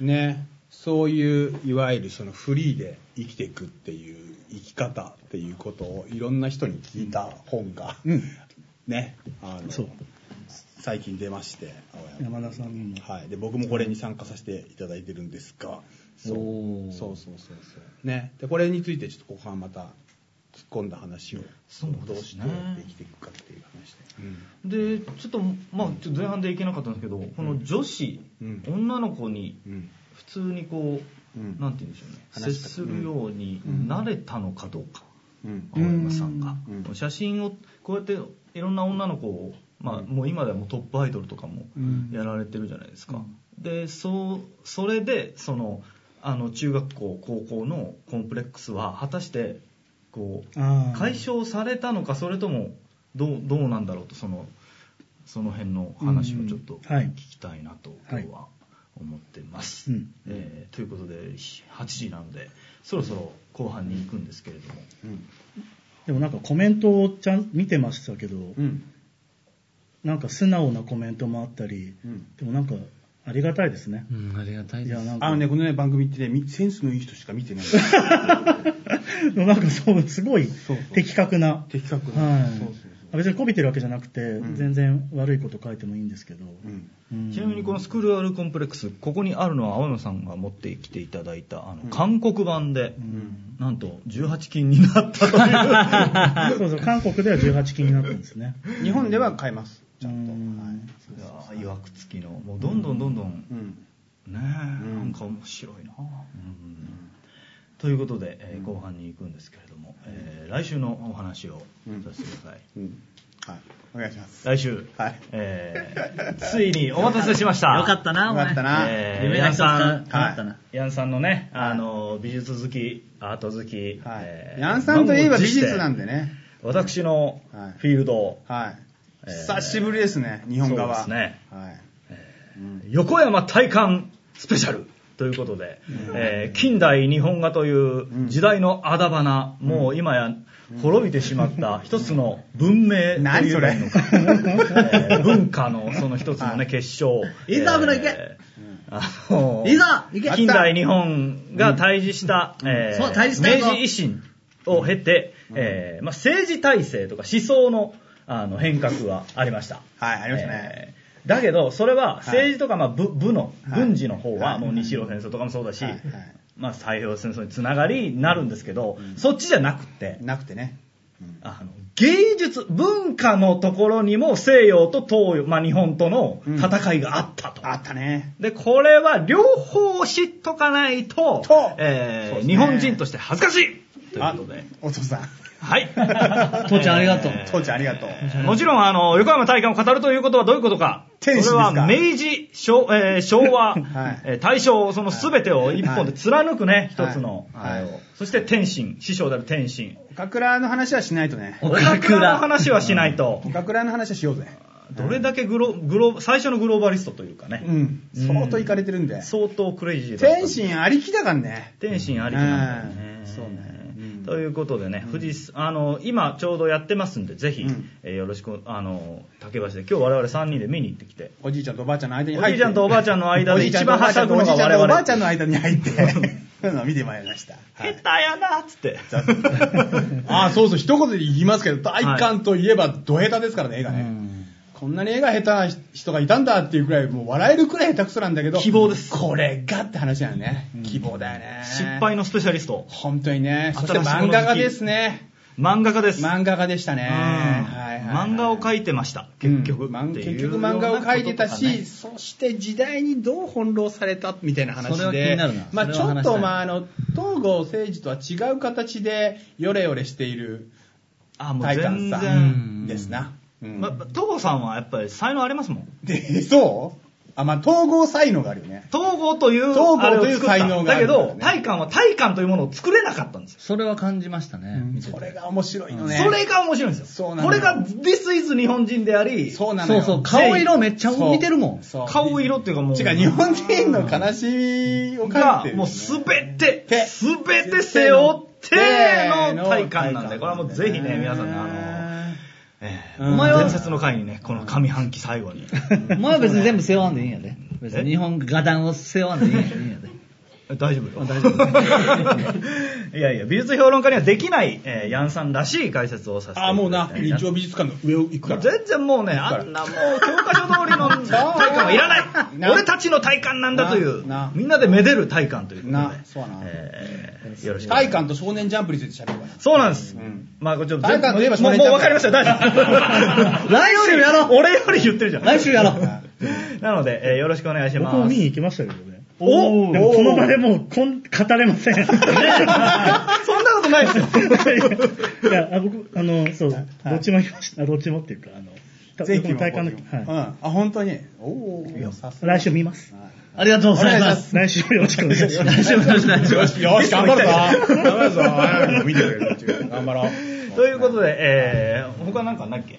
[SPEAKER 6] う。ね。そういう、いわゆるそのフリーで生きていくっていう生き方っていうことをいろんな人に聞いた本が、ね。あの
[SPEAKER 4] そう
[SPEAKER 6] 最近出まして、青山
[SPEAKER 4] 山田さんにも。
[SPEAKER 6] はい、で僕もこれに参加させていただいてるんですがそう
[SPEAKER 1] おー
[SPEAKER 6] そうそうそうそうねでこれについてちょっと後半また突っ込んだ話を
[SPEAKER 2] そうですね
[SPEAKER 6] どうしてやって生きていくかっていう話で、
[SPEAKER 2] でちょっとまあちょっと前半でいけなかったんですけどこの女子
[SPEAKER 6] うん
[SPEAKER 2] 女の子に
[SPEAKER 6] うんうん
[SPEAKER 2] 普通にこう、
[SPEAKER 6] うん
[SPEAKER 2] なんて言うんでしょうね接
[SPEAKER 6] 話した
[SPEAKER 2] するようになれたのかどうか、
[SPEAKER 6] うん
[SPEAKER 2] 青山さんが、
[SPEAKER 6] うん
[SPEAKER 2] 写真をこうやっていろんな女の子を、まあ、もう今ではもうトップアイドルとかもやられてるじゃないですか、でそうそれでそのあの中学校高校のコンプレックスは果たしてこう
[SPEAKER 4] あー
[SPEAKER 2] 解消されたのかそれともどうどうなんだろうとそのその辺の話をちょっと
[SPEAKER 4] うんはい
[SPEAKER 2] 聞きたいなと今日は思ってます。
[SPEAKER 4] うん
[SPEAKER 2] えーということで8時なのでそろそろ後半に行くんですけれども
[SPEAKER 6] うん
[SPEAKER 4] でもなんかコメントをちゃん見てましたけど、
[SPEAKER 6] うん
[SPEAKER 4] なんか素直なコメントもあったり、
[SPEAKER 6] うん
[SPEAKER 4] でもなんかありがたいですね。
[SPEAKER 1] うん、ありがたい
[SPEAKER 4] い
[SPEAKER 1] で
[SPEAKER 4] や
[SPEAKER 1] す。
[SPEAKER 4] なん
[SPEAKER 6] あ
[SPEAKER 4] か
[SPEAKER 6] のねこのね番組ってねみセンスのいい人しか見てない
[SPEAKER 4] で *laughs* もなんかそうすごい
[SPEAKER 6] そうそう
[SPEAKER 4] 的確な。
[SPEAKER 6] 的確な、
[SPEAKER 4] は
[SPEAKER 6] そうそう
[SPEAKER 4] い、別に媚びてるわけじゃなくて、全然悪いこと書いてもいいんですけど、
[SPEAKER 6] そう、うん
[SPEAKER 4] うん
[SPEAKER 2] ちなみにこのスクールアルコンプレックスここにあるのは青山さんが持ってきていただいたあの韓国版でなんと18禁
[SPEAKER 6] *laughs*
[SPEAKER 2] になったと *laughs* いう
[SPEAKER 4] *laughs* そうそう韓国では18禁になったんですね。
[SPEAKER 6] 日本では買えます *laughs* ちゃんと、
[SPEAKER 4] うん
[SPEAKER 6] はい
[SPEAKER 2] いやーいわくつきのもうどんどんどんどん
[SPEAKER 6] うん
[SPEAKER 2] ねえ、なんか面白いな、ということで、えー後半に行くんですけれども、えー来週のお話をさせてください、
[SPEAKER 6] うんはいお願いします
[SPEAKER 2] 来週、
[SPEAKER 6] はい
[SPEAKER 2] えーついにお待たせしました
[SPEAKER 1] よかったな、お前。
[SPEAKER 6] *laughs* よかったな
[SPEAKER 2] えー
[SPEAKER 1] 夢が一つか
[SPEAKER 2] 皆さん
[SPEAKER 1] 叶ったな。
[SPEAKER 2] ヤンさんのね、あの美術好きアート好き、
[SPEAKER 6] はい、
[SPEAKER 2] えー
[SPEAKER 6] ヤンさんといえば美術なん
[SPEAKER 2] で
[SPEAKER 6] でね、
[SPEAKER 2] 私の
[SPEAKER 6] はい
[SPEAKER 2] フィールドを、
[SPEAKER 6] はい
[SPEAKER 2] えー
[SPEAKER 6] 久しぶりですね日本側
[SPEAKER 2] そうですね
[SPEAKER 6] はい
[SPEAKER 2] 横山大観スペシャルということで、えー近代日本画という時代のあだ花、もう今や滅びてしまった一つの文明と
[SPEAKER 6] 何
[SPEAKER 2] い
[SPEAKER 6] そうれ
[SPEAKER 2] らいいのか、えー文化のその一つのね、結晶。
[SPEAKER 1] いざ危ない行け
[SPEAKER 2] あのー
[SPEAKER 1] いざ行け
[SPEAKER 2] 近代日本が対峙した、えー
[SPEAKER 1] そう対峙したぞ
[SPEAKER 2] 明治維新を経て、えーまあ、政治体制とか思想の、あの変革はありました。
[SPEAKER 7] はいありましたね
[SPEAKER 2] えーだけど、それは政治とか、まあ、部部の、
[SPEAKER 7] はい
[SPEAKER 2] 軍事の方
[SPEAKER 7] は
[SPEAKER 2] は、
[SPEAKER 7] い
[SPEAKER 2] もう日露戦争とかもそうだし、
[SPEAKER 7] はいはい
[SPEAKER 2] まあ、太平洋戦争につながりになるんですけど、そっちじゃなくて、
[SPEAKER 7] なくてね、うん
[SPEAKER 2] あの芸術、文化のところにも西洋と東洋、まあ、日本との戦いがあったと。
[SPEAKER 7] あったね
[SPEAKER 2] で、これは両方知っとかないと、
[SPEAKER 7] と
[SPEAKER 2] えー
[SPEAKER 7] そうですね
[SPEAKER 2] 日本人として恥ずかしいということで。
[SPEAKER 7] お父さん
[SPEAKER 2] はい。
[SPEAKER 1] *laughs* 父ちゃんありがとう
[SPEAKER 7] 父ちゃんありがとう
[SPEAKER 2] もちろん、あの、横山大観を語るということはどういうことか。
[SPEAKER 7] 天使です
[SPEAKER 2] それ
[SPEAKER 7] か
[SPEAKER 2] は明治、昭,、えー昭
[SPEAKER 7] *laughs*
[SPEAKER 2] 和、
[SPEAKER 7] はい
[SPEAKER 2] えー大正、その全てを一本で貫くね、
[SPEAKER 7] はい
[SPEAKER 2] 一つの、
[SPEAKER 7] はい
[SPEAKER 2] あれをそして天心、師匠である天心。
[SPEAKER 7] 岡倉の話はしないとね
[SPEAKER 1] お
[SPEAKER 2] お
[SPEAKER 1] か
[SPEAKER 2] か
[SPEAKER 1] く
[SPEAKER 2] くら
[SPEAKER 1] ら
[SPEAKER 2] の話はしないと、
[SPEAKER 7] 岡倉の話はしようぜ
[SPEAKER 2] どれだけグロ、グロ、最初のグローバリストというかね、
[SPEAKER 7] うん
[SPEAKER 2] うん
[SPEAKER 7] 相当いかれてるんで
[SPEAKER 2] 相当クレイジーだった
[SPEAKER 7] 天心ありきだからね
[SPEAKER 2] 天心ありきなんだよね
[SPEAKER 7] う。んそうねうん
[SPEAKER 2] ということでね、富士あの今ちょうどやってますんで、ぜひ、
[SPEAKER 7] うん
[SPEAKER 2] えーよろしく、あの竹橋で、今日我々3人で見に行ってきて、
[SPEAKER 7] おじいちゃんとおばあちゃんの間に入って
[SPEAKER 2] おじいちゃんとおばあちゃんの間
[SPEAKER 7] お
[SPEAKER 2] で
[SPEAKER 7] じいちゃ
[SPEAKER 2] 一
[SPEAKER 7] んとお
[SPEAKER 2] 番
[SPEAKER 7] ばあ
[SPEAKER 2] は
[SPEAKER 7] ち
[SPEAKER 2] し
[SPEAKER 7] ゃ
[SPEAKER 2] ゃ
[SPEAKER 7] ん
[SPEAKER 2] ぐ
[SPEAKER 7] とお
[SPEAKER 2] のが我々、
[SPEAKER 7] ばあちゃんの間に入
[SPEAKER 2] *laughs*
[SPEAKER 7] って *laughs* そういうのを見てまいりましたは
[SPEAKER 2] 下
[SPEAKER 7] い
[SPEAKER 2] 手やなっつって、
[SPEAKER 3] *laughs* ああ、そうそう、一言で言いますけど、大観といえばド下手ですからね、絵が
[SPEAKER 1] う
[SPEAKER 3] ね。
[SPEAKER 1] ん
[SPEAKER 3] こんなに絵が下手な人がいたんだっていうくらい、もう笑えるくらい下手くそなんだけど、
[SPEAKER 2] 希望です
[SPEAKER 3] これがって話なのね。希望だよね。
[SPEAKER 2] 失敗のスペシャリスト、
[SPEAKER 3] 本当にね。
[SPEAKER 2] 新
[SPEAKER 3] そし
[SPEAKER 2] していもの好き
[SPEAKER 3] 漫画家ですね。
[SPEAKER 2] 漫画家です。
[SPEAKER 3] 漫画家でしたね。はい
[SPEAKER 2] うん
[SPEAKER 3] はいはい
[SPEAKER 2] 漫画を描いてました、結局。
[SPEAKER 3] うんまん
[SPEAKER 2] っていう
[SPEAKER 3] 結局漫画を描いてたし、
[SPEAKER 2] ようなこととかね
[SPEAKER 3] そして時代にどう翻弄されたみたいな話で
[SPEAKER 1] それは気になるな
[SPEAKER 3] まあ、
[SPEAKER 1] それ
[SPEAKER 3] ち
[SPEAKER 1] は
[SPEAKER 3] ょ
[SPEAKER 1] 話
[SPEAKER 3] っ
[SPEAKER 1] した
[SPEAKER 3] と、
[SPEAKER 1] い
[SPEAKER 3] まあ、あの東郷政治とは違う形でヨレヨレしている
[SPEAKER 2] あもう
[SPEAKER 3] 大観
[SPEAKER 2] 全
[SPEAKER 3] さ
[SPEAKER 2] 然、
[SPEAKER 3] んですな。うん
[SPEAKER 2] まあ、東さんはやっぱり才能ありますもん。
[SPEAKER 3] でそうあ、まあ、統合才能があるよね。
[SPEAKER 2] 統合という、
[SPEAKER 3] 統合
[SPEAKER 2] あれを
[SPEAKER 3] という
[SPEAKER 2] 作った
[SPEAKER 3] 才能があ
[SPEAKER 2] だけ
[SPEAKER 3] るんだよね
[SPEAKER 2] ど、体感は体感というものを作れなかったんですよ。
[SPEAKER 1] それは感じましたね、見てて
[SPEAKER 3] それが面白いのね。
[SPEAKER 2] それが面白いんですよ。
[SPEAKER 3] そうなの
[SPEAKER 2] これ
[SPEAKER 3] よ
[SPEAKER 2] が、This is 日本人であり、
[SPEAKER 3] そうなの
[SPEAKER 1] そ
[SPEAKER 3] よ
[SPEAKER 1] うそう顔色めっちゃ見てるもん
[SPEAKER 3] そう
[SPEAKER 2] 顔色っていうかもう、
[SPEAKER 3] 違う、日本人の悲しみを描い
[SPEAKER 2] が
[SPEAKER 3] てる、ね。
[SPEAKER 2] もうすべて
[SPEAKER 3] て、
[SPEAKER 2] すべて背負っての体感なんで、これはもうぜひね、皆さんね、あの、えー
[SPEAKER 1] お前は
[SPEAKER 2] 伝説の回にね、この上半期最後
[SPEAKER 3] *laughs*
[SPEAKER 2] に。
[SPEAKER 1] *laughs* お前は別に全部背負わんでいいんやで別
[SPEAKER 2] え
[SPEAKER 1] に日本画壇を背負わんでいいんやでいいんやで
[SPEAKER 2] え大丈夫よ。
[SPEAKER 1] 大丈
[SPEAKER 2] *laughs* いやいや、美術評論家にはできない、えーヤンさんらしい解説をさせていただ
[SPEAKER 3] あ、
[SPEAKER 2] いて
[SPEAKER 3] もうな、日曜美術館の上を行くから。
[SPEAKER 2] 全然もうね、あんなもう教科書通りの体感はいらない。
[SPEAKER 3] な
[SPEAKER 2] 俺たちの体感なんだという
[SPEAKER 3] なな、
[SPEAKER 2] みんなでめでる体感ということで
[SPEAKER 3] なそうな
[SPEAKER 2] えーよろしくお願い
[SPEAKER 3] 大
[SPEAKER 2] します。
[SPEAKER 3] 観と少年ジャンプについて喋るから。
[SPEAKER 2] そうなんです。まあ、これちょっと全部
[SPEAKER 3] 体感といえば
[SPEAKER 2] もう
[SPEAKER 3] 少年
[SPEAKER 2] もう
[SPEAKER 3] ジャンプ
[SPEAKER 2] 分かりましたよ、大丈 *laughs* 夫。
[SPEAKER 1] 来週やろう
[SPEAKER 2] 俺より言ってるじゃん。
[SPEAKER 1] 来週やろう
[SPEAKER 2] なので、えーよろしくお願いします。
[SPEAKER 4] 僕も見に行きましたけどね。
[SPEAKER 2] お
[SPEAKER 4] でもその場でもうこん語れません。い
[SPEAKER 6] *laughs*
[SPEAKER 2] そんなことないですよ。
[SPEAKER 4] や、あ僕、あの、そう、どっちも行きました。あどっちもっていうか、あの、た
[SPEAKER 3] 全
[SPEAKER 4] 僕も体感の、
[SPEAKER 3] うん。
[SPEAKER 4] は
[SPEAKER 3] あ、本当に。おお、さす
[SPEAKER 4] い。来週見ます。
[SPEAKER 1] ありがとうございます
[SPEAKER 4] 来週よろしくお願いしま
[SPEAKER 1] 来
[SPEAKER 4] す。
[SPEAKER 1] 週よろしくお願いします
[SPEAKER 3] よし、頑張るぞ。 *laughs* 頑張るぞ。はい見てくれる。頑張ろ *laughs* う。
[SPEAKER 2] ということで、えー、他なんかないっけ、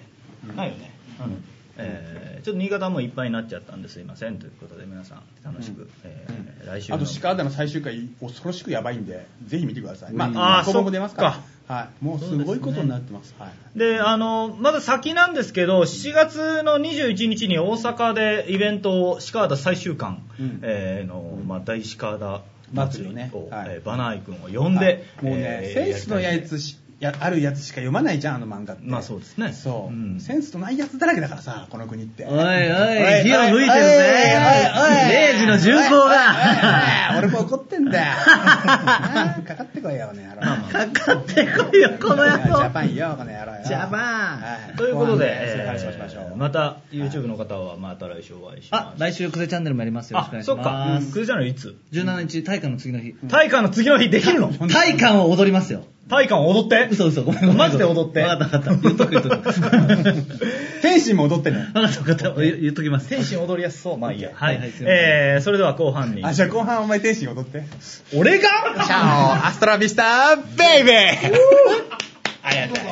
[SPEAKER 2] ないよね、うんえー、ちょっと新潟もいっぱいになっちゃったんですいませんということで皆さん楽しく、えー来週の
[SPEAKER 3] あと、鹿田の最終回、恐ろしくやばいんで、ぜひ見てください。
[SPEAKER 2] うん
[SPEAKER 3] まあ、
[SPEAKER 2] あー
[SPEAKER 3] ここも出ます
[SPEAKER 2] そ
[SPEAKER 3] か
[SPEAKER 2] っ
[SPEAKER 3] ら。はい。もうすごいことになってます。はい。
[SPEAKER 2] であのまず先なんですけど7月の21日に大阪でイベントを鹿田最終巻、
[SPEAKER 3] うん
[SPEAKER 2] えーの、まあ、大鹿田祭りを、
[SPEAKER 3] 祭りをねはい
[SPEAKER 2] えーバナーイ君を呼んで、
[SPEAKER 3] はいもうね、
[SPEAKER 2] えー
[SPEAKER 3] センスの
[SPEAKER 2] や
[SPEAKER 3] や
[SPEAKER 2] りたい
[SPEAKER 3] つしやあるやつしか読まないじゃんあの漫画って
[SPEAKER 2] まあそうですね
[SPEAKER 3] そう、
[SPEAKER 2] うん
[SPEAKER 3] センスのないやつだらけだからさこの国って
[SPEAKER 1] おいおい火を吹いてるぜ0時の重
[SPEAKER 3] が
[SPEAKER 1] 工が
[SPEAKER 3] 俺も怒ってんだよあーかかってこいよね野郎
[SPEAKER 1] かかってこいよこの野
[SPEAKER 3] ジャ
[SPEAKER 1] 郎
[SPEAKER 3] パンよこの野郎よ
[SPEAKER 1] ジャパン
[SPEAKER 3] は
[SPEAKER 2] ということで、
[SPEAKER 3] 後半ねそういう話をしましょう、
[SPEAKER 2] えーまた YouTube の方はまた来週お会いしま
[SPEAKER 1] あ
[SPEAKER 2] す
[SPEAKER 1] 来週クゼチャンネルもやりますよろしくお願
[SPEAKER 2] あそっか
[SPEAKER 1] いしま
[SPEAKER 2] ク
[SPEAKER 1] す
[SPEAKER 2] ズじゃないいつ
[SPEAKER 1] 17日大会の次の日
[SPEAKER 2] 体感の次の日でき
[SPEAKER 3] *laughs*
[SPEAKER 2] るの
[SPEAKER 1] 体感を踊りますよ
[SPEAKER 2] 体感を踊って
[SPEAKER 1] 嘘嘘ごめんごめん
[SPEAKER 2] マジで踊
[SPEAKER 3] *laughs*
[SPEAKER 2] って
[SPEAKER 1] わかったわかった言っとく言っ
[SPEAKER 2] *laughs*
[SPEAKER 1] とく
[SPEAKER 3] 天心も踊ってね
[SPEAKER 1] わかったわかった言言っときます
[SPEAKER 2] 天心踊りやすそうまあいいやは、
[SPEAKER 1] はいいはいすいません
[SPEAKER 2] えー、それでは後半に
[SPEAKER 3] あじゃあ後半お前天心踊って
[SPEAKER 2] 俺が
[SPEAKER 3] チャオアストラビスタベイベーありがとうございました